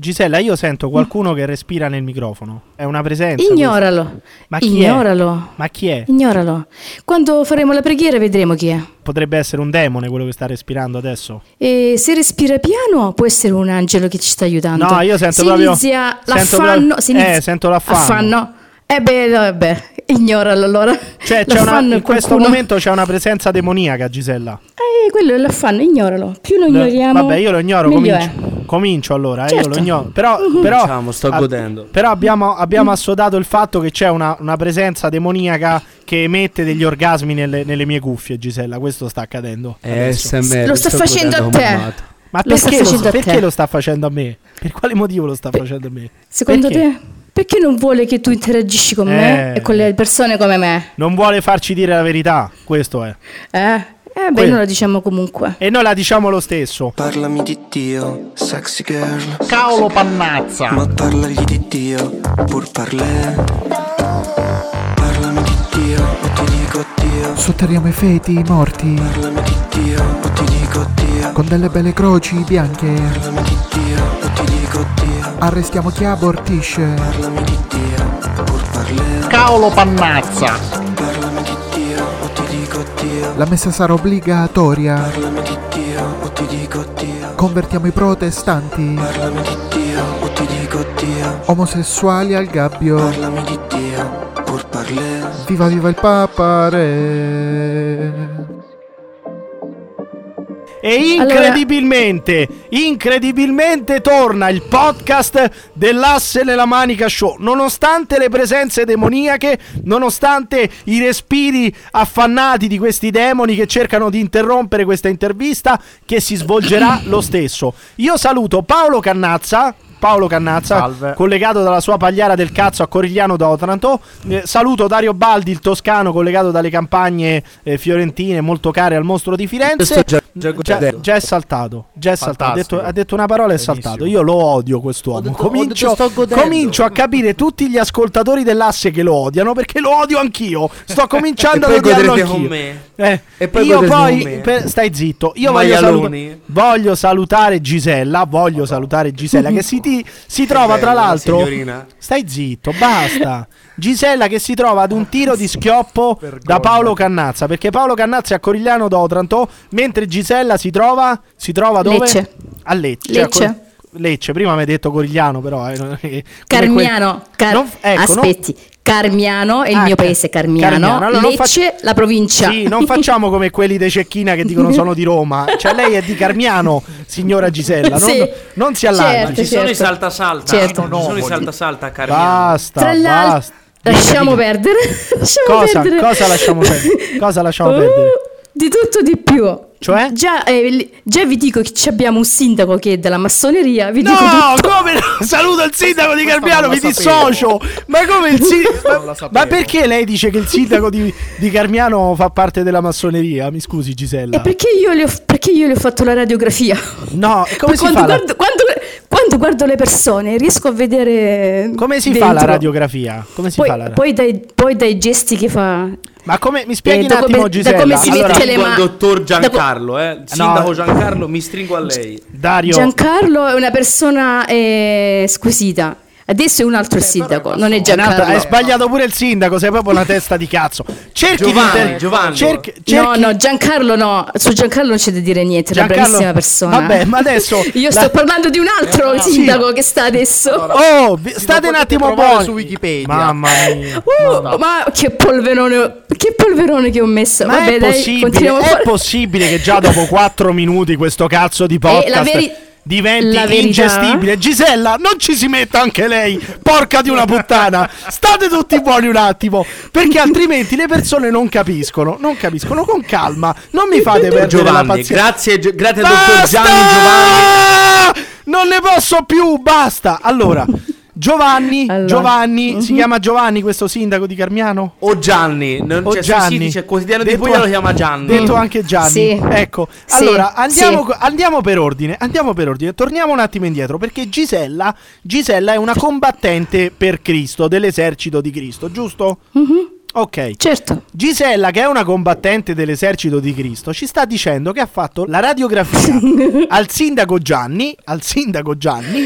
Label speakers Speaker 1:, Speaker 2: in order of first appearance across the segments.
Speaker 1: Gisella, io sento qualcuno
Speaker 2: Mm.
Speaker 1: che respira nel microfono. È una presenza.
Speaker 2: Ignoralo.
Speaker 1: Ma chi è?
Speaker 2: Ignoralo.
Speaker 1: Ma chi è?
Speaker 2: Ignoralo. Quando faremo la preghiera vedremo chi è.
Speaker 1: Potrebbe essere un demone quello che sta respirando adesso.
Speaker 2: E se respira piano può essere un angelo che ci sta aiutando.
Speaker 1: No, io sento
Speaker 2: si
Speaker 1: proprio-
Speaker 2: Inizia
Speaker 1: sento
Speaker 2: l'affanno.
Speaker 1: proprio-
Speaker 2: si inizia-
Speaker 1: eh, sento l'affanno.
Speaker 2: Affanno. Eh beh, vabbè, ignoralo allora.
Speaker 1: Cioè, c'è una-
Speaker 2: L'affanno è
Speaker 1: in questo
Speaker 2: qualcuno-
Speaker 1: momento c'è una presenza demoniaca, Gisella.
Speaker 2: Eh, quello è l'affanno, ignoralo. Più lo ignoriamo.
Speaker 1: Vabbè, io lo ignoro.
Speaker 2: meglio è.
Speaker 1: Comincio, comincio allora. eh,
Speaker 2: Certo.
Speaker 1: Io lo ignoro. Però, però,
Speaker 3: Diciamo, sto
Speaker 1: a-
Speaker 3: godendo.
Speaker 1: Però abbiamo, abbiamo assodato il fatto che c'è una, una presenza demoniaca che emette degli orgasmi nelle, nelle mie cuffie, Gisella. Questo sta accadendo.
Speaker 3: Eh,
Speaker 1: Eh, adesso.
Speaker 4: Eh,
Speaker 3: ASMR,
Speaker 2: Lo sta facendo
Speaker 3: godendo,
Speaker 2: a te.
Speaker 3: mammato.
Speaker 1: Ma
Speaker 2: Lo sta
Speaker 1: perché, lo,
Speaker 2: facendo a te.
Speaker 1: perché lo sta facendo a me? Per quale motivo lo sta facendo a me?
Speaker 2: Secondo
Speaker 1: Perché?
Speaker 2: te? Perché non vuole che tu interagisci con me
Speaker 1: Eh.
Speaker 2: e con le persone come me?
Speaker 1: Non vuole farci dire la verità, questo è.
Speaker 2: Eh? Eh, beh,
Speaker 1: Quello.
Speaker 2: noi lo diciamo comunque.
Speaker 1: E noi la diciamo lo stesso.
Speaker 5: Parlami di Dio, sexy girl,
Speaker 6: Cavolo pannazza!
Speaker 5: ma parlagli di Dio, pur parlè. Parlami di Dio, o ti dico Dio.
Speaker 7: Sotterriamo i feti, i morti,
Speaker 5: Parlami di Dio, o ti dico Dio.
Speaker 7: con delle belle croci bianche.
Speaker 5: Parlami di Dio, o ti dico Dio.
Speaker 7: Arrestiamo chi abortisce.
Speaker 5: Parlami di Dio, pur parlè.
Speaker 6: Cavolo pannazza!
Speaker 5: Parlami di Dio, o ti dico Dio.
Speaker 7: La messa sarà obbligatoria.
Speaker 5: Parlami di Dio, o ti dico Dio.
Speaker 7: Convertiamo i protestanti,
Speaker 5: Parlami di Dio, o ti dico Dio.
Speaker 7: omosessuali al gabbio.
Speaker 5: Parlami di Dio, pur parlè.
Speaker 7: Viva viva il Papa Re.
Speaker 1: E incredibilmente, incredibilmente torna il podcast dell'asse nella manica show. Nonostante le presenze demoniache, nonostante i respiri affannati di questi demoni che cercano di interrompere questa intervista, che si svolgerà lo stesso. Io saluto Paolo Cannazza. Paolo Cannazza,
Speaker 6: Salve.
Speaker 1: collegato dalla sua pagliara del cazzo a Corigliano da Otranto. Eh, saluto Dario Baldi, il toscano, collegato dalle campagne eh, fiorentine molto care al mostro di Firenze.
Speaker 3: Questo già- già
Speaker 1: Già-
Speaker 3: godendo.
Speaker 1: già è saltato, già è saltato. Ha detto,
Speaker 6: Fantastico.
Speaker 1: ha detto una parola e è
Speaker 6: Benissimo.
Speaker 1: saltato. Io lo odio quest'uomo.
Speaker 3: Ho detto- ho
Speaker 1: comincio,
Speaker 3: detto sto godendo.
Speaker 1: comincio a capire tutti gli ascoltatori dell'asse che lo odiano perché lo odio anch'io. Sto cominciando
Speaker 3: E
Speaker 1: ad
Speaker 3: poi
Speaker 1: odiarlo
Speaker 3: godrete
Speaker 1: anch'io.
Speaker 3: con me.
Speaker 1: Eh,
Speaker 3: E poi
Speaker 1: io
Speaker 3: godrete
Speaker 1: poi
Speaker 3: con me.
Speaker 1: per- stai zitto. Io voglio, saluta-
Speaker 3: Maialoni.
Speaker 1: voglio salutare Gisella. Voglio salutare Gisella che si, ti- si trova tra
Speaker 3: bella,
Speaker 1: l'altro.
Speaker 3: signorina.
Speaker 1: Stai zitto, basta. Gisella che si trova ad un tiro di schioppo da Paolo Cannazza. Perché Paolo Cannazza è a Corigliano da Otranto, mentre Gisella si trova. Si trova dove?
Speaker 2: Lecce.
Speaker 1: A Lecce. cioè,
Speaker 2: Lecce.
Speaker 1: a Cor- Lecce, prima mi hai detto Corigliano, però. eh, non è che- come quel-
Speaker 2: Carmiano, Car-
Speaker 1: Non- ecco, non-
Speaker 2: aspetti, Carmiano è il
Speaker 1: Ah,
Speaker 2: mio
Speaker 1: Car-
Speaker 2: paese, Carmiano,
Speaker 1: Allora, non
Speaker 2: Lecce,
Speaker 1: fac-
Speaker 2: la provincia.
Speaker 1: Sì, non facciamo come quelli dei Cecchina che dicono sono di Roma. Cioè, lei è di Carmiano, signora Gisella. Non,
Speaker 2: Sì.
Speaker 1: non si allarmi.
Speaker 2: Certo,
Speaker 3: Ci sono
Speaker 2: certo.
Speaker 3: i salta salta.
Speaker 2: Certo.
Speaker 3: Ci sono i salta salta, Carmiano.
Speaker 1: Basta,
Speaker 2: Tra l'altro,
Speaker 1: basta.
Speaker 2: lasciamo
Speaker 1: Dica, dica.
Speaker 2: perdere. lasciamo
Speaker 1: Cosa,
Speaker 2: perdere.
Speaker 1: cosa lasciamo perdere? Cosa lasciamo
Speaker 2: Uh,
Speaker 1: perdere?
Speaker 2: Di tutto di più.
Speaker 1: Cioè?
Speaker 2: Già, eh, li- già vi dico che ci abbiamo un sindaco che è della massoneria, vi dico tutto.
Speaker 1: No, come no? saluto il sindaco di Carmiano,
Speaker 6: non
Speaker 1: mi
Speaker 6: la
Speaker 1: dissocio. Ma come il sindaco?
Speaker 6: Non
Speaker 1: Ma,
Speaker 6: la sapevo.
Speaker 1: ma perché lei dice che il sindaco di, di Carmiano fa parte della massoneria? Mi scusi
Speaker 2: E
Speaker 1: Gisella.
Speaker 2: perché io, le ho, perché io le ho fatto la radiografia?
Speaker 1: No, e come si
Speaker 2: quando,
Speaker 1: fa? la-
Speaker 2: guardo, quando, quando guardo le persone riesco a vedere...
Speaker 1: Come si fa
Speaker 2: dentro.
Speaker 1: la radiografia? Come si
Speaker 2: Poi,
Speaker 1: fa la
Speaker 2: poi dai, poi dai gesti che fa
Speaker 1: Ma come mi spieghi
Speaker 2: Eh,
Speaker 1: un
Speaker 2: da come-
Speaker 1: attimo
Speaker 2: da
Speaker 1: Gisella?
Speaker 2: come si
Speaker 1: Allora,
Speaker 2: mette le
Speaker 3: Stringo al
Speaker 2: ma-
Speaker 3: dottor
Speaker 2: da-
Speaker 3: Giancarlo, eh. Il Sindaco Giancarlo, mi stringo a lei.
Speaker 1: Dario,
Speaker 2: Giancarlo è una persona eh, squisita. Adesso è un
Speaker 1: Eh,
Speaker 2: altro sindaco, non è
Speaker 1: Giancarlo, hai
Speaker 2: Giancarlo.
Speaker 1: sbagliato pure il sindaco, sei proprio una testa di cazzo. Cerchi di
Speaker 3: Giovanni,
Speaker 1: inter-
Speaker 3: Giovanni.
Speaker 1: cerchi-
Speaker 2: No,
Speaker 1: cerchi-
Speaker 2: no, Giancarlo no, su Giancarlo non c'è da dire niente, è una
Speaker 1: Giancarlo-
Speaker 2: bravissima persona.
Speaker 1: Vabbè, ma adesso-
Speaker 2: Io
Speaker 1: la- Eh,
Speaker 2: sto parlando di un altro
Speaker 1: Sì.
Speaker 2: sindaco che sta adesso.
Speaker 1: Oh, vi- state un
Speaker 6: potete
Speaker 1: attimo
Speaker 6: trovare
Speaker 1: buoni.
Speaker 6: su Wikipedia.
Speaker 1: Mamma mia.
Speaker 2: Uh, ma che polverone, ho- che polverone che ho messo.
Speaker 1: Ma
Speaker 2: Vabbè,
Speaker 1: è,
Speaker 2: dai,
Speaker 1: possibile,
Speaker 2: continuiamo a
Speaker 1: è
Speaker 2: fare-
Speaker 1: possibile che già dopo 4 minuti questo cazzo di
Speaker 2: Eh, la
Speaker 1: podcast
Speaker 2: veri- la
Speaker 1: diventi
Speaker 2: verità?
Speaker 1: ingestibile? Gisella, non ci si metta anche lei, porca di una puttana. State tutti buoni un attimo, perché altrimenti le persone non capiscono, non capiscono con calma. Non mi fate perdere la
Speaker 3: Giovanni,
Speaker 1: pazienza.
Speaker 3: grazie, Gio- grazie al dottor
Speaker 1: Basta!
Speaker 3: Gianni Giovanni.
Speaker 1: Non ne posso più, basta. Allora, Giovanni,
Speaker 2: Allora. Mm-hmm.
Speaker 1: Giovanni, si chiama Giovanni questo sindaco di Carmiano?
Speaker 3: O Gianni, non
Speaker 1: O
Speaker 3: c'è
Speaker 1: Oh, Gianni.
Speaker 3: Gianni. Sui siti, c'è il quotidiano di
Speaker 1: Detto
Speaker 3: Puglia lo
Speaker 1: an-
Speaker 3: chiama Gianni.
Speaker 1: Detto anche Gianni.
Speaker 2: Mm. Sì.
Speaker 1: Ecco,
Speaker 2: Sì,
Speaker 1: allora andiamo,
Speaker 2: sì.
Speaker 1: co- andiamo per ordine, andiamo per ordine. Torniamo un attimo indietro perché Gisella,
Speaker 2: Mm-hmm.
Speaker 1: Gisella è una combattente per Cristo, dell'esercito di Cristo, giusto? Ok.
Speaker 2: Certo.
Speaker 1: Gisella, che è una combattente dell'esercito di Cristo, ci sta dicendo che ha fatto la radiografia al sindaco Gianni, al sindaco Gianni,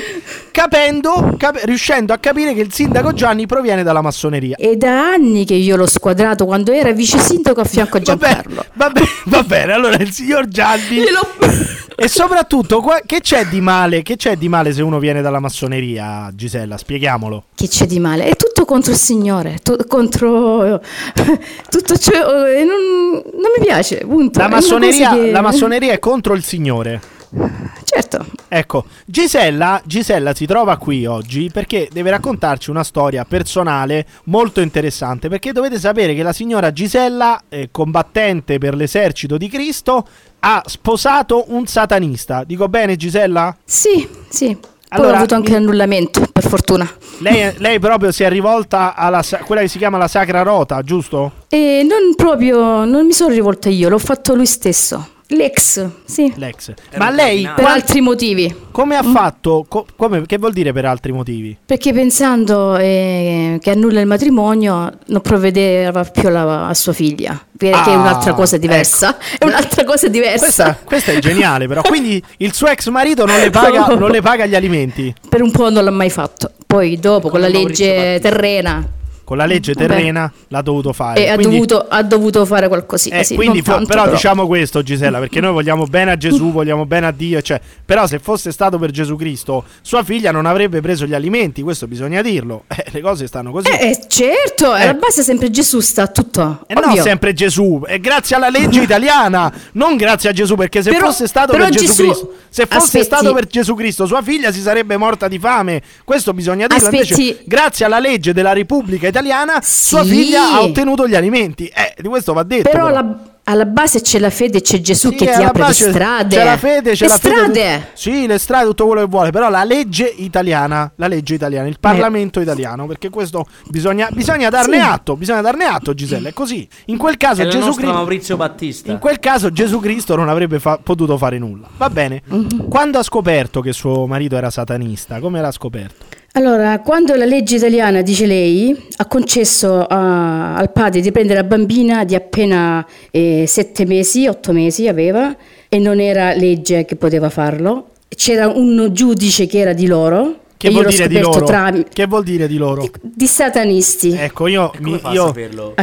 Speaker 1: capendo, cap- riuscendo a capire che il sindaco Gianni proviene dalla massoneria.
Speaker 2: È da anni che io l'ho squadrato quando era vice sindaco a fianco a
Speaker 1: Vabbè,
Speaker 2: Giancarlo.
Speaker 1: vabbè, va bene, allora il signor Gianni...
Speaker 2: Gliel'ho-
Speaker 1: E soprattutto, qua- che c'è di male? Che c'è di male se uno viene dalla massoneria, Gisella? Spieghiamolo.
Speaker 2: Che c'è di male? È tutto contro il Signore, tu- contro tutto ciò. e non, non mi piace, punto. È
Speaker 1: La
Speaker 2: una
Speaker 1: massoneria,
Speaker 2: cosa che-
Speaker 1: la massoneria è contro il Signore.
Speaker 2: Certo,
Speaker 1: Ecco, Gisella, Gisella si trova qui oggi perché deve raccontarci una storia personale molto interessante. Perché dovete sapere che la signora Gisella, eh, combattente per l'esercito di Cristo, ha sposato un satanista. Dico bene, Gisella?
Speaker 2: sì, sì. Poi
Speaker 1: Allora,
Speaker 2: ho avuto anche
Speaker 1: mi-
Speaker 2: l'annullamento, per fortuna.
Speaker 1: Lei, lei proprio si è rivolta alla sa- quella che si chiama la Sacra Rota, giusto?
Speaker 2: E non proprio, non mi sono rivolta io, l'ho fatto lui stesso. L'ex, sì.
Speaker 1: L'ex.
Speaker 3: Era
Speaker 1: Ma
Speaker 3: un
Speaker 1: lei
Speaker 2: Per Mm.
Speaker 1: qual-
Speaker 2: altri motivi.
Speaker 1: come ha fatto? co- come- che vuol dire per altri motivi?
Speaker 2: Perché pensando eh, che annulla il matrimonio non provvedeva più alla- a sua figlia, che che è
Speaker 1: Ah,
Speaker 2: un'altra cosa diversa. È un'altra cosa diversa.
Speaker 1: Questa, questa è geniale, però. Quindi il suo ex marito non le paga, non le paga gli alimenti.
Speaker 2: Per un po' non l'ha mai fatto. Poi dopo con la
Speaker 3: Come Maurizio
Speaker 2: legge
Speaker 3: Battisti.
Speaker 2: terrena
Speaker 1: Con la legge
Speaker 2: Vabbè.
Speaker 1: terrena l'ha dovuto fare.
Speaker 2: e ha,
Speaker 1: Ah, Quindi-
Speaker 2: dovuto, ha dovuto fare qualcosina.
Speaker 1: eh,
Speaker 2: sì,
Speaker 1: quindi
Speaker 2: non
Speaker 1: fu-
Speaker 2: tanto,
Speaker 1: però,
Speaker 2: però.
Speaker 1: diciamo questo, Gisella, perché noi vogliamo bene a Gesù, vogliamo bene a Dio. Cioè, però, se fosse stato per Gesù Cristo, sua figlia non avrebbe preso gli alimenti. Questo bisogna dirlo. Eh, le cose stanno così.
Speaker 2: Eh, eh, certo,
Speaker 1: Eh.
Speaker 2: alla base sempre Gesù sta a tutto.
Speaker 1: E non
Speaker 2: ovvio.
Speaker 1: Eh sempre Gesù, è grazie alla legge italiana, non grazie a Gesù, perché se
Speaker 2: Però-
Speaker 1: fosse stato
Speaker 2: però
Speaker 1: per Gesù,
Speaker 2: Gesù-
Speaker 1: Cristo, se fosse
Speaker 2: aspetti.
Speaker 1: stato per Gesù Cristo, sua figlia si sarebbe morta di fame. Questo bisogna dirlo. Invece,
Speaker 2: Aspetti.
Speaker 1: grazie alla legge della Repubblica Italiana, sua
Speaker 2: Sì.
Speaker 1: figlia ha ottenuto gli alimenti. Eh, di questo va detto.
Speaker 2: Però
Speaker 1: però.
Speaker 2: la- alla base c'è la fede, c'è Gesù
Speaker 1: Sì,
Speaker 2: che ti
Speaker 1: alla
Speaker 2: apre le
Speaker 1: base
Speaker 2: strade.
Speaker 1: C'è la fede, c'è
Speaker 2: le
Speaker 1: la fede.
Speaker 2: strade.
Speaker 1: Sì, le strade, tutto quello che vuole. Però la legge italiana, la legge italiana,
Speaker 2: Eh.
Speaker 1: il Parlamento italiano, perché questo bisogna, bisogna darne
Speaker 2: Sì.
Speaker 1: atto, bisogna darne atto, Gisella, è così. In quel caso
Speaker 3: È il
Speaker 1: Gesù
Speaker 3: nostro
Speaker 1: Cristo...
Speaker 3: Maurizio Battista.
Speaker 1: In quel caso Gesù Cristo non avrebbe fa- potuto fare nulla. Va bene.
Speaker 2: Mhm.
Speaker 1: Quando ha scoperto che suo marito era satanista, come l'ha scoperto?
Speaker 2: Allora, quando la legge italiana, dice lei, ha concesso a- al padre di prendere la bambina di appena eh, sette mesi, otto mesi aveva, e non era legge che poteva farlo, c'era un giudice che era di loro,
Speaker 1: Che
Speaker 2: e io
Speaker 1: vuol
Speaker 2: l'ho
Speaker 1: dire di
Speaker 2: scoperto
Speaker 1: loro?
Speaker 2: tram-
Speaker 1: Che vuol dire di loro?
Speaker 2: di satanisti.
Speaker 1: Ecco, io
Speaker 3: Come
Speaker 1: mi
Speaker 3: fa a
Speaker 1: io
Speaker 3: saperlo?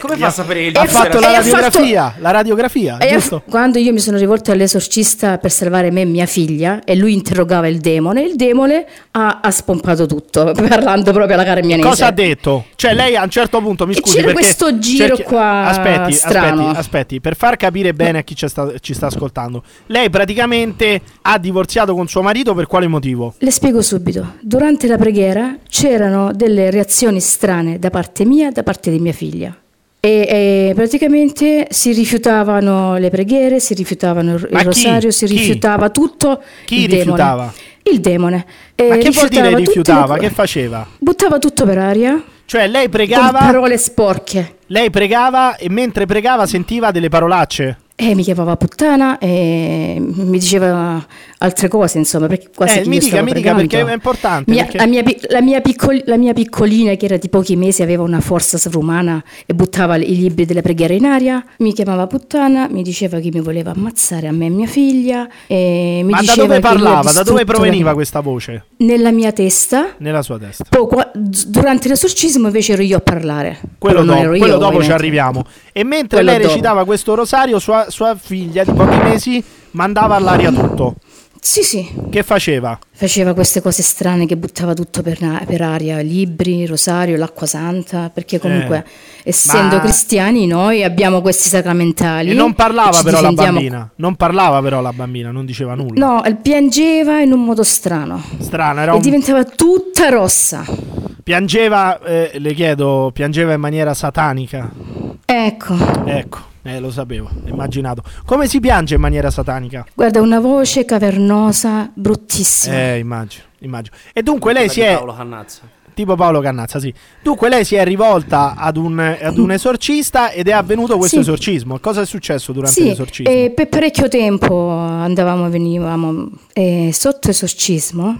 Speaker 3: Come fa a sapere il
Speaker 1: ha
Speaker 2: E fa-
Speaker 1: fatto la
Speaker 2: e ha
Speaker 1: radiografia, la radiografia,
Speaker 2: E
Speaker 1: giusto?
Speaker 2: quando io mi sono rivolta all'esorcista per salvare me e mia figlia e lui interrogava il demone, il demone ha, ha spompato tutto, parlando proprio alla carmianese.
Speaker 1: Cosa ha detto? Cioè, lei a un certo punto mi
Speaker 2: certo. E
Speaker 1: scusi
Speaker 2: c'era
Speaker 1: perché
Speaker 2: questo giro qua
Speaker 1: Aspetti,
Speaker 2: strano.
Speaker 1: aspetti, aspetti, per far capire bene a chi ci sta, ci sta ascoltando. Lei praticamente ha divorziato con suo marito per quale motivo?
Speaker 2: Le spiego subito. Durante la preghiera c'erano delle reazioni strane da parte mia e da parte di mia figlia. E, e praticamente si rifiutavano le preghiere, si rifiutavano il
Speaker 1: Ma chi?
Speaker 2: rosario, si
Speaker 1: Chi?
Speaker 2: rifiutava tutto.
Speaker 1: Chi
Speaker 2: il demone.
Speaker 1: rifiutava?
Speaker 2: Il demone. E
Speaker 1: Ma che vuol dire
Speaker 2: tutte le
Speaker 1: rifiutava?
Speaker 2: co-
Speaker 1: Che faceva?
Speaker 2: Buttava tutto per aria
Speaker 1: Cioè, lei
Speaker 2: con
Speaker 1: pregava
Speaker 2: parole sporche.
Speaker 1: Lei pregava e mentre pregava sentiva delle parolacce.
Speaker 2: E Eh, mi chiamava puttana e mi diceva altre cose, insomma, perché quasi
Speaker 1: Eh,
Speaker 2: che
Speaker 1: mi
Speaker 2: io
Speaker 1: dica,
Speaker 2: stavo
Speaker 1: mi dica,
Speaker 2: pregando.
Speaker 1: perché è importante,
Speaker 2: Mia-
Speaker 1: perché-
Speaker 2: La, mia, pi- la mia piccol- la mia piccolina, che era di pochi mesi, aveva una forza sovrumana e buttava i libri della preghiera in aria. Mi chiamava puttana, mi diceva che mi voleva ammazzare a me e mia figlia. E mi
Speaker 1: Ma da
Speaker 2: diceva
Speaker 1: dove
Speaker 2: che io ho
Speaker 1: parlava? Da dove
Speaker 2: distrutto la-
Speaker 1: proveniva questa voce?
Speaker 2: Nella mia testa.
Speaker 1: Nella sua testa.
Speaker 2: Poi, qua- d- durante l'esorcismo invece ero io a parlare.
Speaker 1: Quello,
Speaker 2: Però non
Speaker 1: dopo-
Speaker 2: ero io,
Speaker 1: quello dopo ci
Speaker 2: ovviamente.
Speaker 1: arriviamo. E mentre
Speaker 2: Quello
Speaker 1: lei
Speaker 2: dopo.
Speaker 1: recitava questo rosario, sua, sua figlia di pochi mesi mandava all'aria tutto.
Speaker 2: Sì, sì,
Speaker 1: Che faceva?
Speaker 2: Faceva queste cose strane che buttava tutto per, na- per aria, libri, rosario, l'acqua santa, perché comunque essendo
Speaker 1: Eh. ma-
Speaker 2: cristiani noi abbiamo questi sacramentali.
Speaker 1: E non parlava
Speaker 2: ci
Speaker 1: però la
Speaker 2: difendiamo-
Speaker 1: bambina. Non parlava però la bambina, non diceva nulla.
Speaker 2: No, e piangeva in un modo strano
Speaker 1: Strana, era
Speaker 2: e
Speaker 1: un-
Speaker 2: diventava tutta rossa.
Speaker 1: piangeva, eh, le chiedo, piangeva in maniera satanica.
Speaker 2: Ecco,
Speaker 1: Ecco, eh, lo sapevo, immaginato. Come si piange in maniera satanica?
Speaker 2: guarda una voce cavernosa, bruttissima.
Speaker 1: Eh, immagino, immagino. E dunque lei si è
Speaker 3: Paolo Cannazza.
Speaker 1: tipo Paolo Cannazza, sì. Dunque lei si è rivolta ad un, ad un esorcista ed è avvenuto questo
Speaker 2: Sì.
Speaker 1: esorcismo. Cosa è successo durante
Speaker 2: Sì, eh,
Speaker 1: l'esorcismo?
Speaker 2: e per parecchio tempo andavamo e venivamo. eh, E sotto esorcismo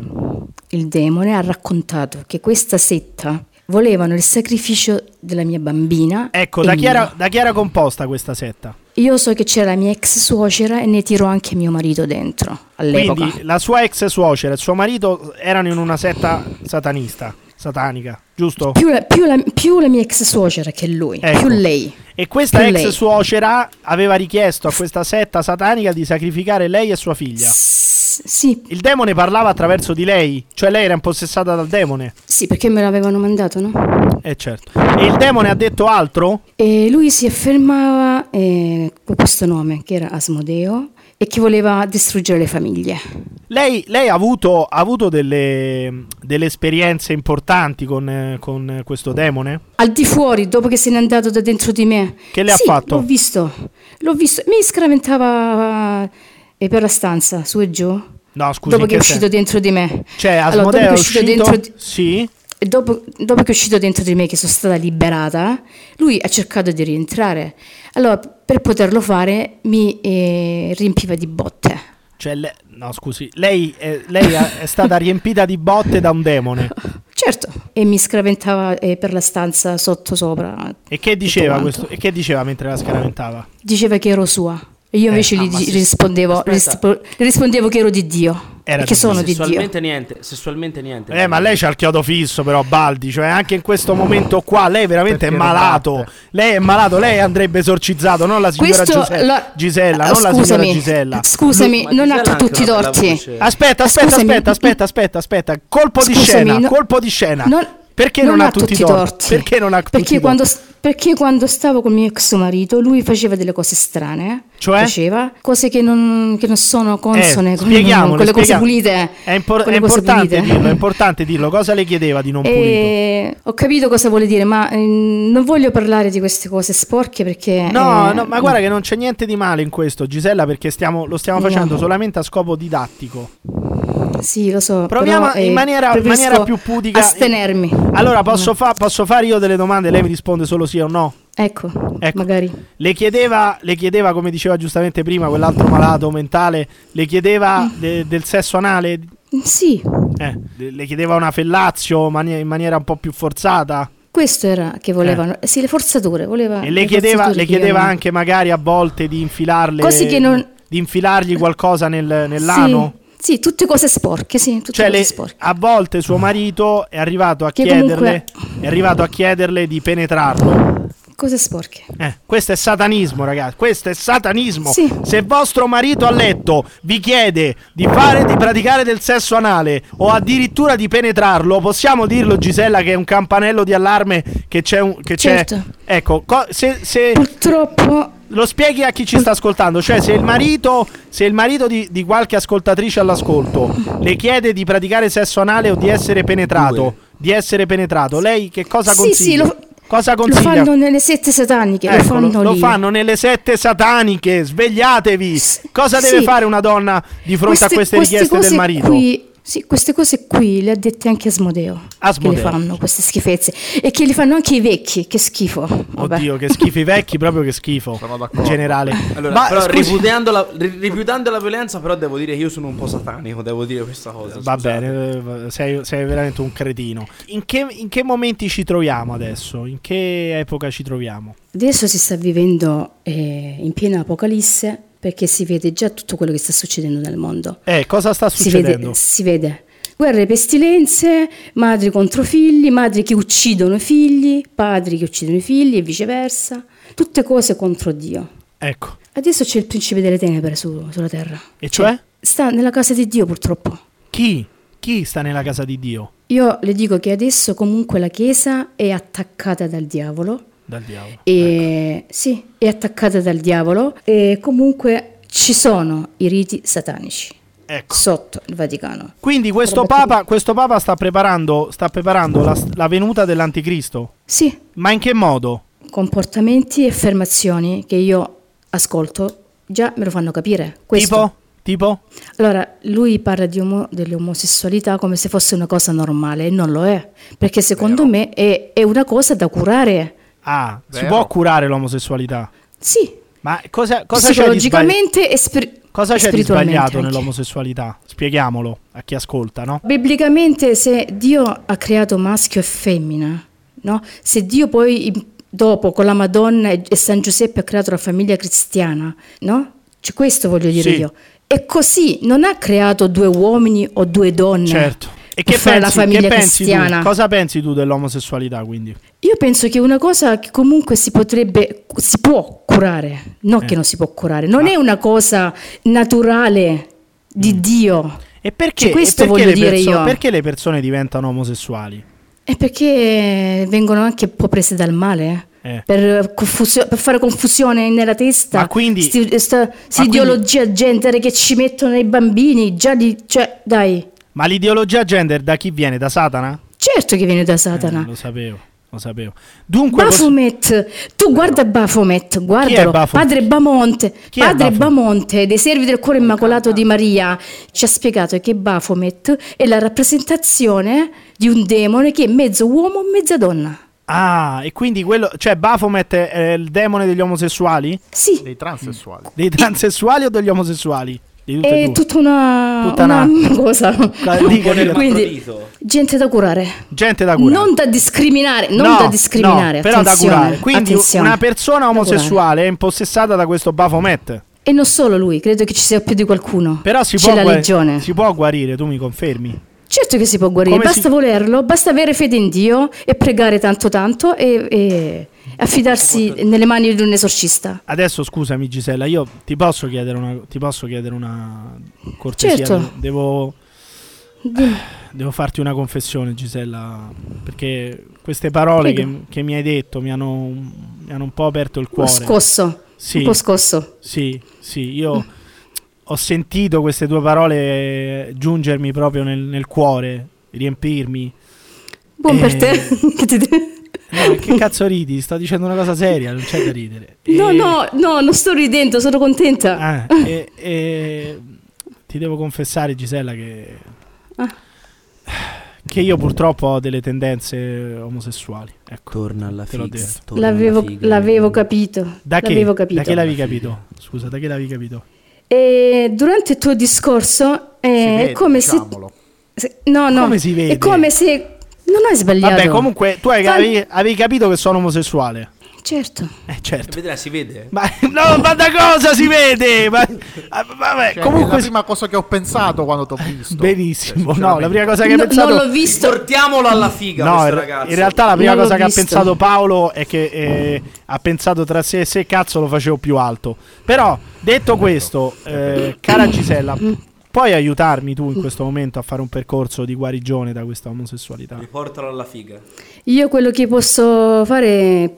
Speaker 2: il demone ha raccontato che questa setta volevano il sacrificio della mia bambina.
Speaker 1: Ecco,
Speaker 2: e
Speaker 1: da chi, era,
Speaker 2: mio.
Speaker 1: da chi era composta questa setta?
Speaker 2: Io so che c'era la mia ex suocera e ne tirò anche mio marito dentro all'epoca.
Speaker 1: Quindi la sua ex suocera e suo marito erano in una setta satanista, satanica, giusto?
Speaker 2: Più, la, più la- più la mia ex suocera che lui,
Speaker 1: Ecco.
Speaker 2: più lei.
Speaker 1: E questa
Speaker 2: più
Speaker 1: ex
Speaker 2: lei.
Speaker 1: suocera aveva richiesto a questa setta satanica di sacrificare lei e sua figlia.
Speaker 2: S- sì,
Speaker 1: Il demone parlava attraverso di lei, cioè lei era impossessata dal demone.
Speaker 2: sì, perché me l'avevano mandato, no?
Speaker 1: Eh certo. E il demone ha detto altro?
Speaker 2: E lui si affermava eh, con questo nome, che era Asmodeo, e che voleva distruggere le famiglie.
Speaker 1: Lei, lei ha avuto, ha avuto delle, delle esperienze importanti con, eh, con questo demone?
Speaker 2: Al di fuori, dopo che se n'è andato da dentro di me.
Speaker 1: Che le ha
Speaker 2: Sì,
Speaker 1: fatto?
Speaker 2: L'ho visto, l'ho visto. Mi scraventava eh, per la stanza, su e giù.
Speaker 1: No, scusi,
Speaker 2: dopo
Speaker 1: in
Speaker 2: che è
Speaker 1: che
Speaker 2: uscito
Speaker 1: senso?
Speaker 2: dentro di me.
Speaker 1: Cioè,
Speaker 2: Allora,
Speaker 1: Asmodeo
Speaker 2: dopo che
Speaker 1: è
Speaker 2: è uscito
Speaker 1: uscito...
Speaker 2: dentro di-
Speaker 1: Sì?
Speaker 2: E Dopo, dopo che è uscito dentro di me, che sono stata liberata, lui ha cercato di rientrare. Allora, per poterlo fare, mi eh, riempiva di botte.
Speaker 1: Cioè, le- no, scusi, lei, è, lei è è stata riempita di botte da un demone.
Speaker 2: Certo, e mi scraventava eh, per la stanza sotto sopra.
Speaker 1: E che diceva
Speaker 2: quanto.
Speaker 1: questo? E che diceva mentre la scaraventava?
Speaker 2: Diceva che ero sua. E
Speaker 1: Eh,
Speaker 2: io invece
Speaker 3: ah,
Speaker 2: gli
Speaker 3: ma
Speaker 2: di-
Speaker 3: se-
Speaker 2: rispondevo,
Speaker 3: aspetta.
Speaker 2: rispo- le rispondevo che ero di Dio.
Speaker 1: Era
Speaker 2: e che
Speaker 1: di
Speaker 2: sono di Dio.
Speaker 3: Sessualmente niente, sessualmente niente.
Speaker 1: Eh, ma lei c'ha il chiodo fisso, però, Baldi. Cioè, anche in questo momento qua, lei veramente è
Speaker 7: Perché
Speaker 1: malato.
Speaker 7: batte.
Speaker 1: Lei è malato, lei andrebbe esorcizzata, non la signora Gisella.
Speaker 2: la-
Speaker 1: Gisella,
Speaker 2: ah,
Speaker 1: non la signora
Speaker 2: scusami,
Speaker 1: Gisella.
Speaker 2: Scusami,
Speaker 3: Ma
Speaker 2: non
Speaker 3: Gisella
Speaker 2: ha
Speaker 3: anche
Speaker 2: tutti i
Speaker 3: una bella
Speaker 2: torti.
Speaker 3: voce.
Speaker 1: Aspetta, aspetta,
Speaker 2: Scusami.
Speaker 1: aspetta, aspetta, aspetta, aspetta. Colpo di
Speaker 2: Scusami,
Speaker 1: scena,
Speaker 2: no-
Speaker 1: colpo di scena.
Speaker 2: Non-
Speaker 1: perché non, ha tutti i torti? Perché non ha tutti i
Speaker 2: quando,
Speaker 1: torti?
Speaker 2: perché quando stavo con mio ex marito lui faceva delle cose strane.
Speaker 1: Cioè?
Speaker 2: Faceva cose che non, che non sono consone
Speaker 1: Eh,
Speaker 2: con,
Speaker 1: spieghiamole,
Speaker 2: con le cose
Speaker 1: spieghiamo-
Speaker 2: pulite.
Speaker 1: È, impor-
Speaker 2: con
Speaker 1: è
Speaker 2: le cose
Speaker 1: importante
Speaker 2: pulite. Eh,
Speaker 1: dirlo, è importante dirlo. Cosa le chiedeva di non pulito?
Speaker 2: E ho capito cosa vuole dire, ma eh, non voglio parlare di queste cose sporche perché...
Speaker 1: No,
Speaker 2: eh,
Speaker 1: no, ma guarda che non c'è niente di male in questo, Gisella, perché stiamo- lo stiamo
Speaker 2: Eh,
Speaker 1: facendo
Speaker 2: No.
Speaker 1: solamente a scopo didattico.
Speaker 2: Sì, lo so.
Speaker 1: Proviamo
Speaker 2: però, eh,
Speaker 1: in, maniera, in
Speaker 2: preferisco
Speaker 1: maniera più pudica.
Speaker 2: Astenermi.
Speaker 1: Allora, posso, fa- posso fare io delle domande? Lei mi risponde solo sì o no?
Speaker 2: Ecco,
Speaker 1: Ecco.
Speaker 2: magari.
Speaker 1: Le chiedeva, le chiedeva, come diceva giustamente prima quell'altro malato mentale, le chiedeva de- del sesso anale?
Speaker 2: Sì,
Speaker 1: Eh, de- le chiedeva una fellazio mani- in maniera un po' più forzata?
Speaker 2: questo era che volevano. Sì, le forzature. Voleva
Speaker 1: Eh. E le chiedeva,
Speaker 2: forzature
Speaker 1: le
Speaker 2: che io
Speaker 1: chiedeva
Speaker 2: non-
Speaker 1: anche magari a volte di infilarle...
Speaker 2: Cose che non-
Speaker 1: Di infilargli qualcosa nel- nell'ano?
Speaker 2: Sì, sì, tutte cose sporche, sì, tutte
Speaker 1: Cioè,
Speaker 2: cose
Speaker 1: le-
Speaker 2: sporche.
Speaker 1: a volte suo marito è arrivato a
Speaker 2: Che
Speaker 1: chiederle,
Speaker 2: comunque-
Speaker 1: è arrivato a chiederle di penetrarlo.
Speaker 2: Cose sporche.
Speaker 1: Eh, questo è satanismo, ragazzi. Questo è satanismo.
Speaker 2: Sì.
Speaker 1: Se vostro marito a letto vi chiede di fare di praticare del sesso anale o addirittura di penetrarlo, possiamo dirlo, Gisella, che è un campanello di allarme che c'è un. Che c'è-
Speaker 2: Certo.
Speaker 1: Ecco, co- se- se,
Speaker 2: Purtroppo.
Speaker 1: lo spieghi a chi ci sta ascoltando, cioè se il marito, se il marito di, di qualche ascoltatrice all'ascolto le chiede di praticare sesso anale o di essere penetrato, di essere penetrato, lei che cosa
Speaker 2: Sì,
Speaker 1: consiglia?
Speaker 2: sì, lo,
Speaker 1: cosa
Speaker 2: lo
Speaker 1: consiglia?
Speaker 2: fanno nelle sette sataniche. lo
Speaker 1: Ecco,
Speaker 2: fanno
Speaker 1: lo
Speaker 2: lì.
Speaker 1: fanno nelle sette sataniche, svegliatevi!
Speaker 2: S-
Speaker 1: Cosa deve
Speaker 2: sì.
Speaker 1: fare una donna di fronte a queste richieste
Speaker 2: cose
Speaker 1: del marito?
Speaker 2: Qui, sì, queste cose qui le ha dette anche Asmodeo.
Speaker 1: Asmodeo.
Speaker 2: Che le fanno queste schifezze. E che le fanno anche i vecchi, che schifo. Vabbè.
Speaker 1: Oddio, che schifi vecchi, proprio che schifo.
Speaker 7: Sono d'accordo.
Speaker 1: In generale.
Speaker 3: Allora,
Speaker 1: Ma,
Speaker 3: però
Speaker 1: scusi-
Speaker 3: ripudiando la, ri- rifiutando la violenza, però devo dire che io sono un po' satanico, devo dire questa cosa.
Speaker 1: Va
Speaker 3: scusate.
Speaker 1: bene, eh, sei, sei veramente un cretino. In che, in che momenti ci troviamo adesso? In che epoca ci troviamo?
Speaker 2: Adesso si sta vivendo eh, in piena apocalisse perché si vede già tutto quello che sta succedendo nel mondo.
Speaker 1: Eh, cosa sta
Speaker 2: Si vede,
Speaker 1: succedendo?
Speaker 2: si vede. Guerre e pestilenze, madri contro figli, madri che uccidono i figli, padri che uccidono i figli e viceversa. Tutte cose contro Dio.
Speaker 1: Ecco.
Speaker 2: Adesso c'è il principe delle tenebre su- sulla terra.
Speaker 1: E cioè?
Speaker 2: Sta nella casa di Dio purtroppo.
Speaker 1: Chi? Chi sta nella casa di Dio?
Speaker 2: Io le dico che adesso comunque la Chiesa è attaccata dal diavolo.
Speaker 1: Dal diavolo. Ecco.
Speaker 2: E, Sì, è attaccata dal diavolo e comunque ci sono i riti satanici
Speaker 1: Ecco.
Speaker 2: sotto il Vaticano.
Speaker 1: Quindi questo papa, questo papa sta preparando, sta preparando la, la venuta dell'anticristo.
Speaker 2: Sì,
Speaker 1: Ma in che modo?
Speaker 2: comportamenti e affermazioni che io ascolto già me lo fanno capire. Questo.
Speaker 1: Tipo? Tipo?
Speaker 2: Allora, lui parla di omo- dell'omosessualità come se fosse una cosa normale e non lo è, perché secondo me è, è una cosa da curare.
Speaker 1: Ah, si
Speaker 7: Vero.
Speaker 1: può curare l'omosessualità.
Speaker 2: Sì,
Speaker 1: Ma cosa, cosa c'è di sbagli-
Speaker 2: psicologicamente e spir-
Speaker 1: Cosa c'è di
Speaker 2: spiritualmente
Speaker 1: sbagliato
Speaker 2: anche.
Speaker 1: nell'omosessualità? Spieghiamolo a chi ascolta, no?
Speaker 2: Biblicamente, se Dio ha creato maschio e femmina, no? Se Dio poi in- dopo con la Madonna e e San Giuseppe ha creato la famiglia cristiana, no? Cioè, questo voglio dire
Speaker 1: Sì.
Speaker 2: io. E così non ha creato due uomini o due donne.
Speaker 1: Certo. E
Speaker 2: per
Speaker 1: che
Speaker 2: fare
Speaker 1: pensi,
Speaker 2: la famiglia
Speaker 1: che pensi tu?
Speaker 2: cristiana.
Speaker 1: Cosa pensi tu dell'omosessualità quindi?
Speaker 2: Io penso che una cosa che comunque si potrebbe, si può curare,
Speaker 1: Eh.
Speaker 2: non che non si può curare, non è una cosa naturale di
Speaker 1: Mm.
Speaker 2: Dio.
Speaker 1: E perché,
Speaker 2: Cioè, questo
Speaker 1: e perché
Speaker 2: voglio
Speaker 1: le
Speaker 2: dire
Speaker 1: perso-
Speaker 2: io.
Speaker 1: perché le persone diventano omosessuali?
Speaker 2: È perché vengono anche un po' prese dal male.
Speaker 1: Eh.
Speaker 2: Per, confusio- per fare confusione nella testa,
Speaker 1: Ma quindi-
Speaker 2: sti, sta- sti
Speaker 1: quindi-
Speaker 2: ideologia gender che ci mettono nei bambini, già di, cioè, dai,
Speaker 1: Ma l'ideologia gender da chi viene? Da Satana?
Speaker 2: certo che viene da
Speaker 1: Eh,
Speaker 2: Satana.
Speaker 1: lo sapevo, lo sapevo. Dunque, poss-
Speaker 2: Baphomet, tu guarda Baphomet, guardalo,
Speaker 1: Baphomet?
Speaker 2: padre Bamonte,
Speaker 1: Chi è
Speaker 2: padre
Speaker 1: Baphomet?
Speaker 2: Bamonte dei servi del cuore immacolato di Maria ci ha spiegato che Baphomet è la rappresentazione di un demone che è mezzo uomo e mezza donna.
Speaker 1: ah, e quindi quello, cioè Baphomet è il demone degli omosessuali?
Speaker 2: Sì,
Speaker 7: Dei transessuali.
Speaker 1: Dei transessuali o degli omosessuali? Di tutte e
Speaker 2: è
Speaker 1: due.
Speaker 2: tutta una,
Speaker 1: Tutta
Speaker 2: una
Speaker 1: una-
Speaker 2: cosa.
Speaker 1: dica, dica.
Speaker 2: Quindi, gente da curare.
Speaker 1: Gente da curare.
Speaker 2: Non da discriminare, non
Speaker 1: No,
Speaker 2: da discriminare,
Speaker 1: no, però da
Speaker 2: attenzione,
Speaker 1: curare. Quindi
Speaker 2: attenzione.
Speaker 1: una persona
Speaker 2: Da curare.
Speaker 1: omosessuale è impossessata da questo Baphomet.
Speaker 2: E non solo lui, credo che ci sia più di qualcuno.
Speaker 1: Però si
Speaker 2: C'è
Speaker 1: può,
Speaker 2: la
Speaker 1: guar-
Speaker 2: legione.
Speaker 1: si può guarire, tu mi confermi?
Speaker 2: Certo che si può guarire,
Speaker 1: Come
Speaker 2: basta
Speaker 1: si-
Speaker 2: volerlo, basta avere fede in Dio e pregare tanto tanto e, e affidarsi nelle mani di un esorcista.
Speaker 1: Adesso scusami Gisella, io ti posso chiedere una, ti posso chiedere una cortesia?
Speaker 2: Certo.
Speaker 1: Devo- Devo,
Speaker 2: Dimmi.
Speaker 1: devo farti una confessione Gisella, perché queste parole che,
Speaker 2: Prego.
Speaker 1: che mi hai detto mi hanno, mi hanno un po' aperto il
Speaker 2: Un po'
Speaker 1: cuore.
Speaker 2: scosso,
Speaker 1: Sì.
Speaker 2: un po' scosso.
Speaker 1: Sì, sì, io ho sentito queste tue parole giungermi proprio nel, nel cuore, riempirmi.
Speaker 2: Buon
Speaker 1: Eh.
Speaker 2: per te. Che ti-
Speaker 1: No, ma che cazzo ridi? Sto dicendo una cosa seria, non c'è da ridere.
Speaker 2: no,
Speaker 1: E-
Speaker 2: no, no, non sto ridendo, sono contenta.
Speaker 1: Ah, e, e ti devo confessare, Gisella, che,
Speaker 2: Ah.
Speaker 1: che io purtroppo ho delle tendenze omosessuali. Ecco.
Speaker 3: Torna alla
Speaker 1: Te l'ho
Speaker 3: figa.
Speaker 1: detto.
Speaker 3: torna alla
Speaker 2: L'avevo,
Speaker 3: figa.
Speaker 2: l'avevo capito.
Speaker 1: Da che,
Speaker 2: l'avevo
Speaker 1: da
Speaker 2: capito.
Speaker 1: che l'avevi capito? Scusa, da che l'avevi capito?
Speaker 2: E durante il tuo discorso eh,
Speaker 7: Si
Speaker 2: è
Speaker 7: vede,
Speaker 2: come
Speaker 7: diciamolo.
Speaker 2: se... se- No, no,
Speaker 1: Come si vede?
Speaker 2: è come se... Non hai sbagliato.
Speaker 1: Vabbè, comunque tu hai-
Speaker 2: Tan-
Speaker 1: avevi, avevi capito che sono omosessuale.
Speaker 2: Certo.
Speaker 1: Eh,
Speaker 3: E
Speaker 1: certo.
Speaker 3: Vedrai, si vede.
Speaker 1: Ma, no, ma da cosa si vede? Ma- ah, vabbè,
Speaker 7: Cioè, è la
Speaker 1: comunque...
Speaker 7: prima cosa che ho pensato quando t'ho visto.
Speaker 1: Benissimo,
Speaker 7: Cioè,
Speaker 1: no, la prima cosa che
Speaker 2: No,
Speaker 1: hai pensato...
Speaker 2: Non l'ho visto.
Speaker 3: Portiamolo alla figa,
Speaker 1: No,
Speaker 3: questo
Speaker 1: in-
Speaker 3: ragazzo.
Speaker 1: in realtà la prima
Speaker 2: Non l'ho
Speaker 1: cosa che ha
Speaker 2: visto.
Speaker 1: pensato Paolo è che eh, ha pensato tra sé e sé cazzo lo facevo più alto. Però detto questo, eh, cara Gisella, puoi aiutarmi tu in questo momento a fare un percorso di guarigione da questa omosessualità?
Speaker 3: Riportalo alla figa.
Speaker 2: Io quello che posso fare è